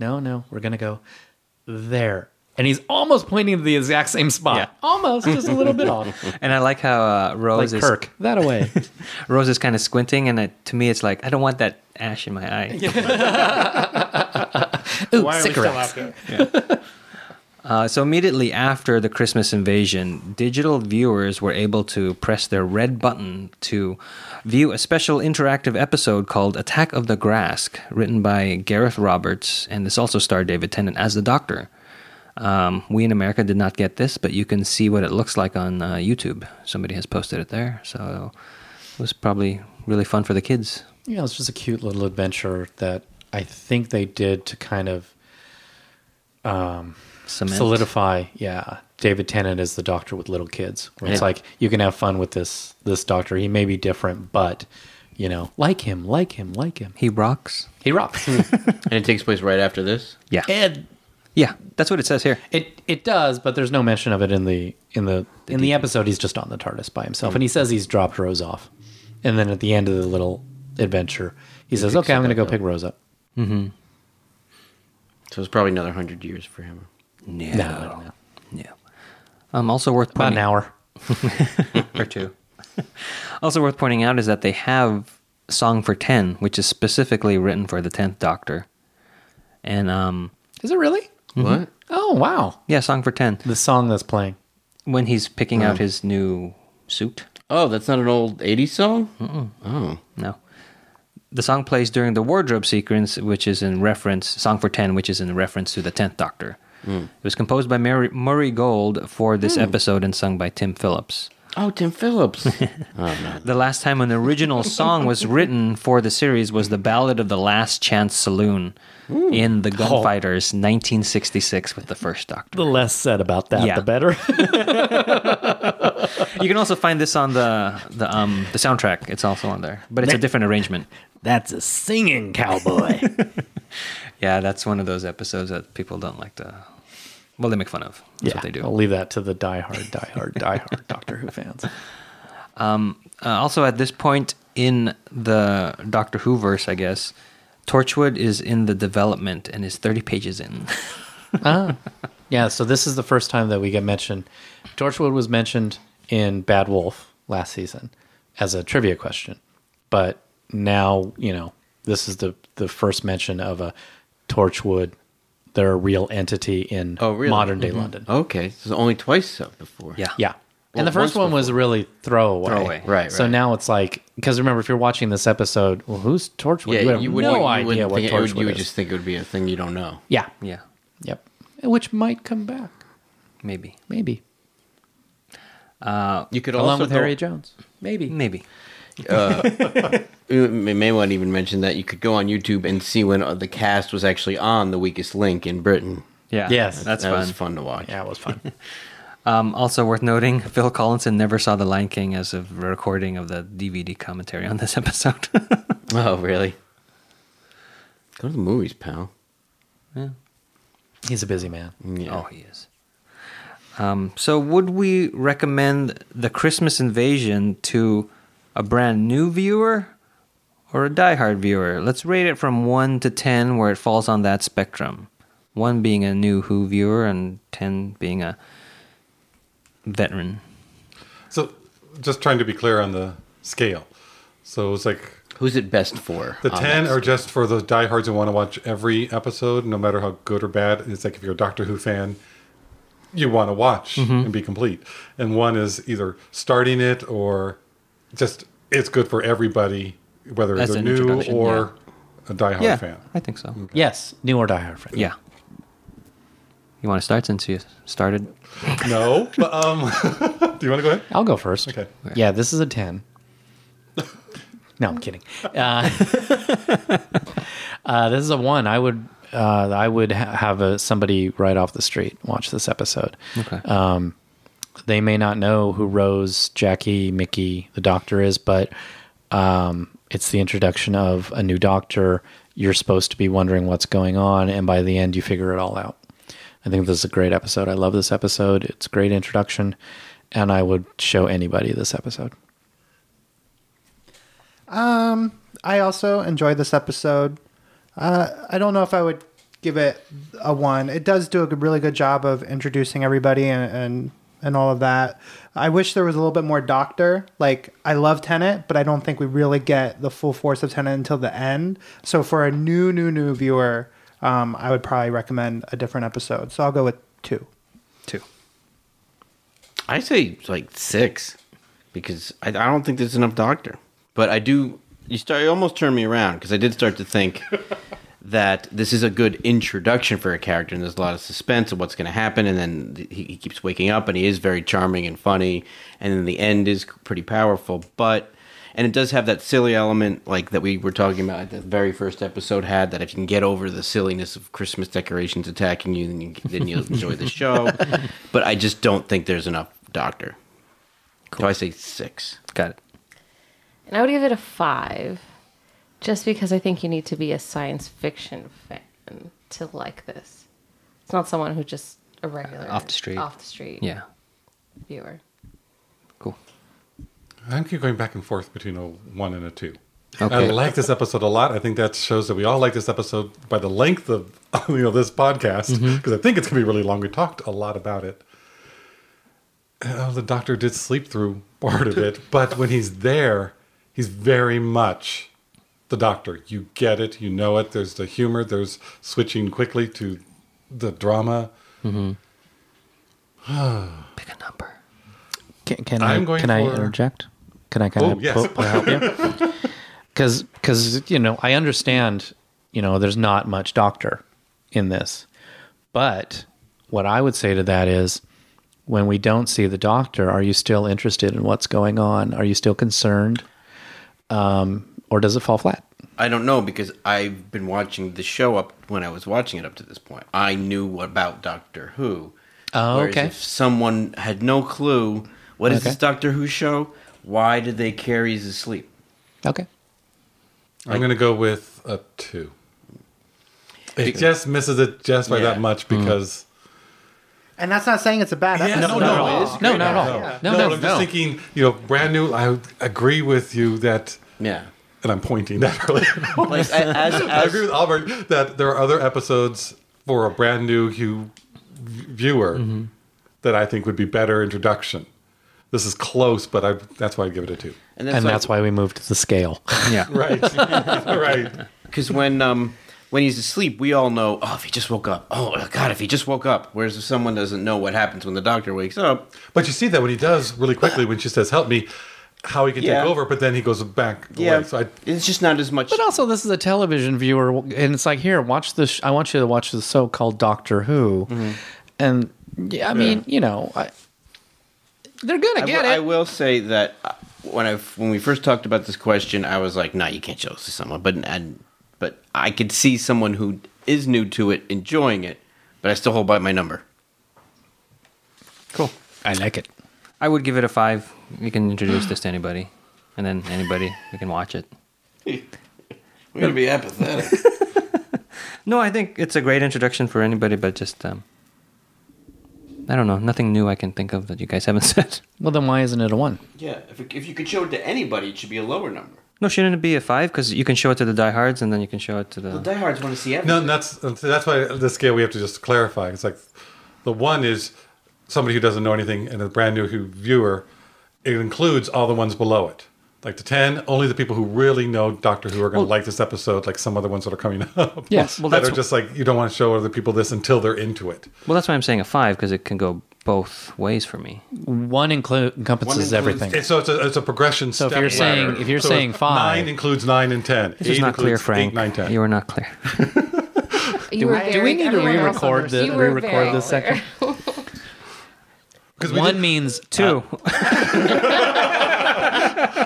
[SPEAKER 2] No, no, we're gonna go there. And he's almost pointing to the exact same spot. Almost, just a little
[SPEAKER 1] [laughs]
[SPEAKER 2] bit off.
[SPEAKER 1] and I like how uh,
[SPEAKER 2] Like
[SPEAKER 1] Rose is
[SPEAKER 2] Kirk. That
[SPEAKER 5] [laughs]
[SPEAKER 2] away.
[SPEAKER 1] Rose is kind of squinting, and it, to me, it's like I don't want that ash in my eye.
[SPEAKER 2] Ooh,
[SPEAKER 5] Why are we still out
[SPEAKER 2] cigarettes.
[SPEAKER 5] here?
[SPEAKER 1] Uh, so immediately after the Christmas invasion, digital viewers were able to press their red button to view a special interactive episode called "Attack of the Grask," written by Gareth Roberts, and this also starred David Tennant as the Doctor. Um, we in America did not get this, but you can see what it looks like on uh, YouTube. Somebody has posted it there, so it was probably really fun for the kids.
[SPEAKER 2] Yeah, it's just a cute little adventure that I think they did to kind of
[SPEAKER 1] Cement.
[SPEAKER 2] solidify, yeah, David Tennant is the doctor with little kids. Where it's
[SPEAKER 4] Yeah.
[SPEAKER 2] like you can have fun with this this doctor. He may be different, but you know, like him, like him, like him.
[SPEAKER 1] He rocks.
[SPEAKER 2] He [laughs] rocks.
[SPEAKER 4] And it takes place right after this.
[SPEAKER 1] Yeah.
[SPEAKER 2] and
[SPEAKER 1] Yeah, that's what it says here.
[SPEAKER 2] It it does, but there's no mention of it in the in the, in the episode. He's just on the TARDIS by himself, and he says he's dropped Rose off, and then at the end of the little adventure, he, says,
[SPEAKER 4] picks
[SPEAKER 2] "Okay,
[SPEAKER 4] her
[SPEAKER 2] I'm going to go
[SPEAKER 4] back up."
[SPEAKER 2] pick Rose up."
[SPEAKER 4] So it's probably another hundred years for him.
[SPEAKER 1] No.
[SPEAKER 2] No, I don't know.
[SPEAKER 1] No. Um, also worth
[SPEAKER 2] about
[SPEAKER 1] pointing
[SPEAKER 2] an hour.
[SPEAKER 1] or two. [laughs] also worth pointing out is that they have "Song for Ten, which is specifically written for the Tenth Doctor, and um,
[SPEAKER 2] Is it really?
[SPEAKER 4] What?
[SPEAKER 2] Oh wow,
[SPEAKER 1] yeah, "Song for Ten
[SPEAKER 2] the song that's playing.
[SPEAKER 1] when he's picking out his new suit.
[SPEAKER 4] Oh, that's not an old '80s song. Oh,
[SPEAKER 1] No. The song plays during the wardrobe sequence, which is in reference, Song for Ten, which is in reference to the Tenth Doctor. It was composed by Mary, Murray Gold for this episode and sung by Tim Phillips.
[SPEAKER 4] Oh, Tim
[SPEAKER 2] [laughs]
[SPEAKER 4] Phillips.
[SPEAKER 1] The last time an original song was written for the series was the Ballad of the Last Chance Saloon in The Gunfighters, 1966, with the first Doctor.
[SPEAKER 8] The less said about that,
[SPEAKER 1] Yeah.
[SPEAKER 8] the
[SPEAKER 2] [laughs]
[SPEAKER 8] better.
[SPEAKER 1] You can also find this on the the um the soundtrack. It's also on there, but it's a different arrangement.
[SPEAKER 8] That's a
[SPEAKER 2] [laughs]
[SPEAKER 8] singing cowboy.
[SPEAKER 1] Yeah, that's one of those episodes that people don't like to. Well, they make fun of. That's what they do.
[SPEAKER 2] I'll leave that to the diehard, diehard, diehard Doctor Who fans.
[SPEAKER 1] Uh, also, at this point in the Doctor Who verse, I guess Torchwood is in the development and is thirty pages in.
[SPEAKER 2] Yeah, so this is the first time that we get mentioned. Torchwood was mentioned in Bad Wolf last season as a trivia question, but now you know this is the the first mention of a Torchwood. They're a real entity in
[SPEAKER 4] Oh, really?
[SPEAKER 2] modern day London.
[SPEAKER 4] okay, this is only twice so before.
[SPEAKER 1] Yeah.
[SPEAKER 2] Yeah.
[SPEAKER 4] Well,
[SPEAKER 2] and the first
[SPEAKER 4] once
[SPEAKER 2] one was really throwaway.
[SPEAKER 1] Throwaway.
[SPEAKER 4] Right,
[SPEAKER 2] So
[SPEAKER 4] right.
[SPEAKER 2] now it's like, because remember, if you're watching this episode, well, who's Torchwood?
[SPEAKER 4] Yeah,
[SPEAKER 2] you have
[SPEAKER 4] you wouldn't,
[SPEAKER 2] no
[SPEAKER 4] you
[SPEAKER 2] idea
[SPEAKER 4] wouldn't
[SPEAKER 2] what
[SPEAKER 4] think it would-
[SPEAKER 2] Torchwood
[SPEAKER 4] you would
[SPEAKER 2] is.
[SPEAKER 4] just think it would be a thing you don't know.
[SPEAKER 2] yeah.
[SPEAKER 1] Yeah,
[SPEAKER 2] Yep. Which might come back,
[SPEAKER 1] maybe,
[SPEAKER 2] maybe,
[SPEAKER 4] You could
[SPEAKER 2] along
[SPEAKER 4] also
[SPEAKER 2] with
[SPEAKER 4] go-
[SPEAKER 2] Harry Jones. Maybe.
[SPEAKER 1] maybe.
[SPEAKER 4] You may may want to even mention that you could go on YouTube and see when uh, the cast was actually on The Weakest Link in Britain.
[SPEAKER 1] Yeah.
[SPEAKER 2] Yes,
[SPEAKER 1] that's
[SPEAKER 4] that
[SPEAKER 1] fun.
[SPEAKER 4] was fun to watch.
[SPEAKER 2] Yeah, it was fun.
[SPEAKER 1] Um, also worth noting, [laughs] Phil Collinson never saw The Lion King as of recording of the DVD commentary on this [laughs] episode.
[SPEAKER 4] Oh, really? Go to the movies, pal.
[SPEAKER 2] [laughs] He's a busy man.
[SPEAKER 4] Yeah.
[SPEAKER 1] Oh, he is. Um, so, would we recommend the Christmas Invasion to a brand new viewer or a diehard viewer? Let's rate it from one to ten, where it falls on that spectrum. One being a new Who viewer, and ten being a veteran.
[SPEAKER 3] So, just trying to be clear on the scale. So it's like
[SPEAKER 4] Who's it best for? Oh,
[SPEAKER 3] the
[SPEAKER 1] Um,
[SPEAKER 4] on
[SPEAKER 3] ten
[SPEAKER 4] that?
[SPEAKER 3] are just for those diehards who want to watch every episode, no matter how good or bad. It's like if you're a Doctor Who fan, you want to watch
[SPEAKER 1] Mm-hmm.
[SPEAKER 3] and be complete. And one is either starting it or just it's good for everybody, whether
[SPEAKER 1] As
[SPEAKER 3] they're
[SPEAKER 1] an
[SPEAKER 3] new
[SPEAKER 1] introduction,
[SPEAKER 3] or a diehard
[SPEAKER 1] yeah,
[SPEAKER 3] fan.
[SPEAKER 1] I think so.
[SPEAKER 2] Yes, new or diehard friend.
[SPEAKER 1] Yeah. You want to start since you started?
[SPEAKER 3] No, but um, [laughs] do you want to go ahead?
[SPEAKER 2] I'll go first.
[SPEAKER 3] Okay.
[SPEAKER 2] Yeah, this is a 10. [laughs] no, I'm kidding. Uh, [laughs] uh, this is a 1. I would uh, I would ha- have a, somebody right off the street watch this episode.
[SPEAKER 1] Okay.
[SPEAKER 2] They may not know who Rose, Jackie, Mickey, the doctor is, but um, it's the introduction of a new doctor. You're supposed to be wondering what's going on, and by the end, you figure it all out. I think this is a great episode. I love this episode. It's a great introduction, and I would show anybody this episode.
[SPEAKER 5] I also enjoyed this episode. Uh, I don't know if I would give it a one. It does do a good- really good job of introducing everybody and, and and all of that. I wish there was a little bit more Doctor. Like I love Tenet, but I don't think we really get the full force of Tenet until the end. So for a new, new, new viewer, um, I would probably recommend a different episode. So I'll go with two.
[SPEAKER 1] Two.
[SPEAKER 4] I say like six because I, I don't think there's enough doctor. But I do. You start. You almost turned me around because I did start to think that this is a good introduction for a character, and there's a lot of suspense of what's going to happen, and then th- he, he keeps waking up, and he is very charming and funny, and then the end is pretty powerful, but. And it does have that silly element, like that we were talking about at the very first episode. Had that if you can get over the silliness of Christmas decorations attacking you, then, you, then you'll enjoy the show. but I just don't think there's enough Doctor. So I say six.
[SPEAKER 1] Got it.
[SPEAKER 6] And I would give it a five, just because I think you need to be a science fiction fan to like this. It's not someone who just a regular
[SPEAKER 1] Off the street.
[SPEAKER 6] off the street
[SPEAKER 1] Yeah.
[SPEAKER 6] viewer.
[SPEAKER 1] Cool.
[SPEAKER 3] I keep going back and forth between a one and a two. I
[SPEAKER 1] Okay.
[SPEAKER 3] like this episode a lot. I think that shows that we all like this episode by the length of [laughs] you know this podcast because I think it's gonna be really long. We talked a lot about it. Uh, the doctor did sleep through part of it, but when he's there, he's very much the doctor. You get it, you know it. There's the humor. There's switching quickly to the drama.
[SPEAKER 1] Pick a number.
[SPEAKER 2] Can, can
[SPEAKER 3] I'm
[SPEAKER 2] I
[SPEAKER 3] going
[SPEAKER 2] can I
[SPEAKER 3] for-
[SPEAKER 2] interject? Can I kind
[SPEAKER 3] Oh,
[SPEAKER 2] of
[SPEAKER 3] yes.
[SPEAKER 2] po- po- help you?
[SPEAKER 3] [laughs]
[SPEAKER 2] Because you know I understand you know there's not much doctor in this, but what I would say to that is when we don't see the doctor, are you still interested in what's going on? Are you still concerned? Um, or does it fall flat?
[SPEAKER 4] I don't know because I've been watching the show up when I was watching it up to this point. I knew about Doctor Who.
[SPEAKER 2] Oh,
[SPEAKER 4] Whereas
[SPEAKER 2] okay.
[SPEAKER 4] If someone had no clue, what is
[SPEAKER 2] Okay.
[SPEAKER 4] this Doctor Who show? Why did they care he's asleep?
[SPEAKER 2] Okay.
[SPEAKER 3] I'm going to go with a two. It just misses it just by
[SPEAKER 4] Yeah.
[SPEAKER 3] that much
[SPEAKER 2] Mm.
[SPEAKER 3] because.
[SPEAKER 5] And that's not saying it's a bad episode.
[SPEAKER 3] no, no,
[SPEAKER 5] at
[SPEAKER 3] it
[SPEAKER 5] all.
[SPEAKER 3] is
[SPEAKER 2] No, not at all. No, no,
[SPEAKER 3] but I'm just
[SPEAKER 2] no.
[SPEAKER 3] thinking, you know, brand new. I agree with you that,
[SPEAKER 4] Yeah.
[SPEAKER 3] and I'm pointing
[SPEAKER 2] [laughs]
[SPEAKER 3] that earlier.
[SPEAKER 4] Like a- as,
[SPEAKER 3] I agree
[SPEAKER 4] as
[SPEAKER 3] with Albert that there are other episodes for a brand new Hugh viewer
[SPEAKER 2] Mm-hmm.
[SPEAKER 3] that I think would be better introduction. This is close, but I, that's why I give it a two.
[SPEAKER 4] and
[SPEAKER 2] and that's why we moved to the scale.
[SPEAKER 1] Yeah.
[SPEAKER 3] Right, [laughs] right.
[SPEAKER 4] because when um when he's asleep, we all know. Oh, if he just woke up. Oh God, if he just woke up. Whereas if someone doesn't know what happens when the doctor wakes up,
[SPEAKER 3] But you see that when he does really quickly when she says "help me," how he can
[SPEAKER 4] Yeah.
[SPEAKER 3] take over, but then he goes back.
[SPEAKER 4] yeah,
[SPEAKER 3] away. so I,
[SPEAKER 4] it's just not as much.
[SPEAKER 2] But also, this is a television viewer, and it's like, here, watch this. I want you to watch the so-called Doctor Who, and yeah, I mean, you know, I, they're gonna
[SPEAKER 4] I
[SPEAKER 2] get
[SPEAKER 4] will- I
[SPEAKER 2] it.
[SPEAKER 4] will say that uh, when I when we first talked about this question, I was like, "No, you can't show this to someone." But and but I could see someone who is new to it enjoying it, but I still hold by my number.
[SPEAKER 2] cool. I like it.
[SPEAKER 1] I would give it a five. You can introduce this to anybody, and then anybody we can watch it.
[SPEAKER 4] We're gonna be apathetic. [laughs]
[SPEAKER 1] No, I think it's a great introduction for anybody, but just um, I don't know, nothing new I can think of that you guys [laughs] haven't said.
[SPEAKER 2] Well, then why isn't it a one?
[SPEAKER 4] yeah, if, if you could show it to anybody, it should be a lower number.
[SPEAKER 1] No, shouldn't it be a five? Because you can show it to the diehards, and then you can show it to the.
[SPEAKER 4] The diehards want to see everything.
[SPEAKER 3] no, and that's that's why the scale we have to just clarify. It's like the one is somebody who doesn't know anything and a brand new who viewer. It includes all the ones below it, like the ten. Only the people who really know Doctor Who are going to like this episode, like some other ones that are coming [laughs] up.
[SPEAKER 2] Yes.
[SPEAKER 1] Well,
[SPEAKER 3] that
[SPEAKER 1] that's-
[SPEAKER 3] are just like you don't want to show other people this until they're into it.
[SPEAKER 1] Well, that's why I'm saying a five because it can go both ways for me.
[SPEAKER 2] One inclu- encompasses
[SPEAKER 4] includes-
[SPEAKER 2] everything.
[SPEAKER 3] And so it's a, it's a progression.
[SPEAKER 2] So if
[SPEAKER 3] step
[SPEAKER 2] you're saying-
[SPEAKER 3] ladder.
[SPEAKER 2] if you're
[SPEAKER 3] So
[SPEAKER 2] saying five-
[SPEAKER 3] nine includes nine and ten.
[SPEAKER 1] This is
[SPEAKER 3] Eight
[SPEAKER 1] not clear,
[SPEAKER 3] includes
[SPEAKER 1] Frank.
[SPEAKER 3] Eight, nine, ten.
[SPEAKER 1] You were not clear.
[SPEAKER 6] You were
[SPEAKER 5] we- do
[SPEAKER 6] very-
[SPEAKER 5] we need to
[SPEAKER 6] everyone else
[SPEAKER 5] re-record
[SPEAKER 6] understood.
[SPEAKER 2] the-
[SPEAKER 6] You were
[SPEAKER 2] re-record
[SPEAKER 6] very
[SPEAKER 2] this
[SPEAKER 6] clear.
[SPEAKER 2] section?
[SPEAKER 3] 'Cause we
[SPEAKER 2] one
[SPEAKER 3] did-
[SPEAKER 2] means
[SPEAKER 1] Two.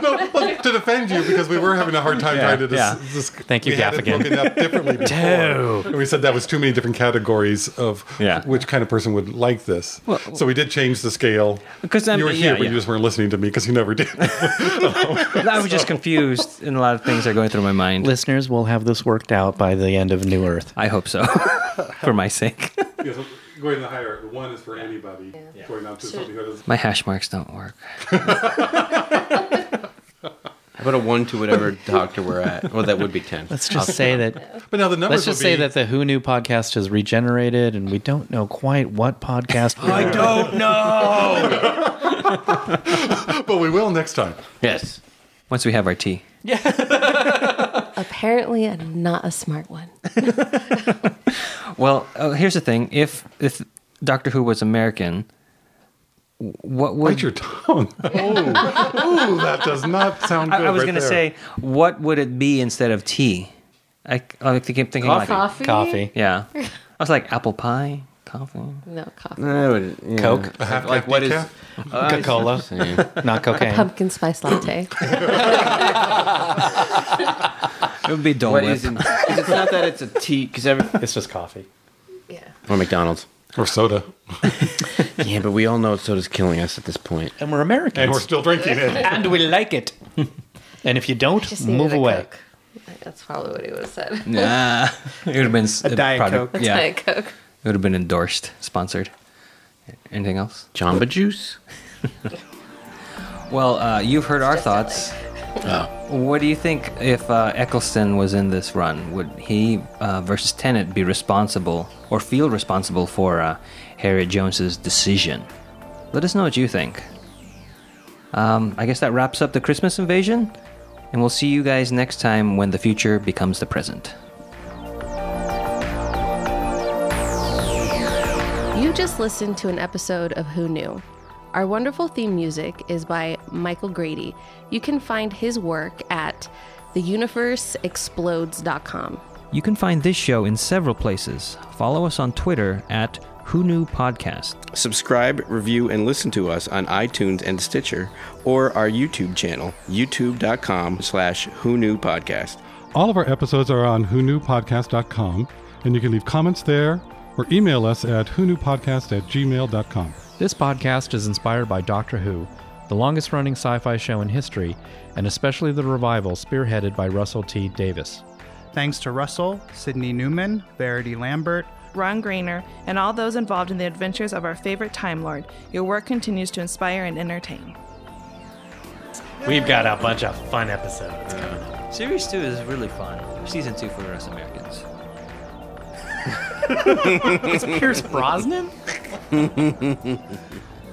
[SPEAKER 3] no, but to defend you because we were having a hard time trying to dis-
[SPEAKER 2] yeah.
[SPEAKER 3] dis-
[SPEAKER 2] Thank you,
[SPEAKER 3] we had it
[SPEAKER 2] Gaffigan.
[SPEAKER 3] broken up differently before. and we said that was too many different categories of
[SPEAKER 1] Yeah.
[SPEAKER 3] which kind of person would like this. so we did change the scale.
[SPEAKER 1] 'Cause I'm-
[SPEAKER 3] you were here,
[SPEAKER 1] yeah,
[SPEAKER 3] but
[SPEAKER 1] yeah.
[SPEAKER 3] you just weren't listening to me because you never did.
[SPEAKER 1] [laughs] I was just confused, and a lot of things are going through my mind.
[SPEAKER 2] listeners will have this worked out by the end of New Earth.
[SPEAKER 1] I hope so, [laughs] for my sake. [laughs]
[SPEAKER 3] going the higher, one is for anybody. Going down to
[SPEAKER 6] something
[SPEAKER 3] that is
[SPEAKER 1] My hash marks don't work.
[SPEAKER 4] I put a one to whatever doctor we're at. Well, that would be ten.
[SPEAKER 2] Let's just say that.
[SPEAKER 3] But now the numbers
[SPEAKER 2] Let's just
[SPEAKER 3] would
[SPEAKER 2] say
[SPEAKER 3] be-
[SPEAKER 2] that the Who Knew podcast has regenerated, and we don't know quite what podcast. we are.
[SPEAKER 4] [laughs] don't know.
[SPEAKER 3] But we will next time.
[SPEAKER 4] yes.
[SPEAKER 1] Once we have our tea.
[SPEAKER 6] Apparently, I'm not a smart one.
[SPEAKER 1] Well, uh, here's the thing: if if Doctor Who was American, w- what would
[SPEAKER 3] Bite your tongue. oh, ooh, that does not sound good.
[SPEAKER 1] I, I was
[SPEAKER 3] right
[SPEAKER 1] going to
[SPEAKER 3] there.
[SPEAKER 1] say, what would it be instead of tea? I, I keep thinking like
[SPEAKER 6] Coffee?
[SPEAKER 2] Coffee.
[SPEAKER 1] yeah. I was like apple pie, coffee.
[SPEAKER 6] No coffee.
[SPEAKER 2] Coke,
[SPEAKER 3] Half
[SPEAKER 4] Like
[SPEAKER 3] cup
[SPEAKER 4] what is?
[SPEAKER 3] decaf?
[SPEAKER 2] Coca Cola, not cocaine.
[SPEAKER 6] Pumpkin spice latte.
[SPEAKER 1] It would be Dole
[SPEAKER 4] What
[SPEAKER 1] Whip. [laughs]
[SPEAKER 4] is? in- 'cause It's not that it's a tea because every
[SPEAKER 2] It's just coffee.
[SPEAKER 6] yeah.
[SPEAKER 4] or McDonald's.
[SPEAKER 3] or soda,
[SPEAKER 4] Yeah, but we all know soda's killing us at this point.
[SPEAKER 2] And we're Americans.
[SPEAKER 3] and we're still drinking it.
[SPEAKER 2] and we like it. and if you don't,
[SPEAKER 6] Just needed
[SPEAKER 2] move
[SPEAKER 6] a
[SPEAKER 2] away.
[SPEAKER 6] Coke. That's probably what he would have said.
[SPEAKER 1] Nah, it would have been s-
[SPEAKER 5] A Diet
[SPEAKER 1] product-
[SPEAKER 5] Coke.
[SPEAKER 6] [laughs]
[SPEAKER 1] Yeah,
[SPEAKER 6] Diet Coke.
[SPEAKER 1] it would have been endorsed, sponsored. Anything else?
[SPEAKER 4] Jamba Juice.
[SPEAKER 1] Well, uh, you've heard our thoughts.
[SPEAKER 4] Oh.
[SPEAKER 1] What do you think if uh, Eccleston was in this run? Would he uh, versus Tennant be responsible or feel responsible for uh, Harriet Jones's decision? Let us know what you think. Um, I guess that wraps up the Christmas invasion, and we'll see you guys next time when the future becomes the present.
[SPEAKER 6] You just listened to an episode of Who Knew. Our wonderful theme music is by Michael Grady. You can find his work at theuniverseexplodes.com.
[SPEAKER 1] You can find this show in several places. Follow us on Twitter at Who Knew podcast.
[SPEAKER 4] Subscribe, review, and listen to us on iTunes and Stitcher or our YouTube channel, youtube.com slash who knew podcast.
[SPEAKER 3] All of our episodes are on whonewpodcast.com, and you can leave comments there or email us at whonewpodcast at gmail.com.
[SPEAKER 2] This podcast is inspired by Doctor Who, the longest running sci fi show in history, and especially the revival spearheaded by Russell T. Davis.
[SPEAKER 5] Thanks to Russell, Sidney Newman, Verity Lambert,
[SPEAKER 9] Ron Grainer, and all those involved in the adventures of our favorite Time Lord. Your work continues to inspire and entertain.
[SPEAKER 8] We've got a bunch of fun episodes.
[SPEAKER 1] Series 2 is really fun. Season 2 for us Americans.
[SPEAKER 2] It's Pierce Brosnan?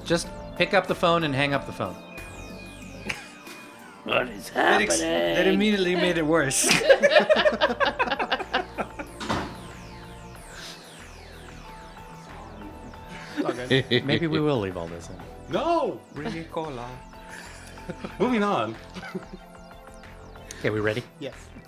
[SPEAKER 2] Just pick up the phone and hang up the phone.
[SPEAKER 7] What is happening?
[SPEAKER 10] That immediately made it worse.
[SPEAKER 2] Maybe we will leave all this in.
[SPEAKER 3] No! Moving on.
[SPEAKER 2] Okay, we ready?
[SPEAKER 5] yes.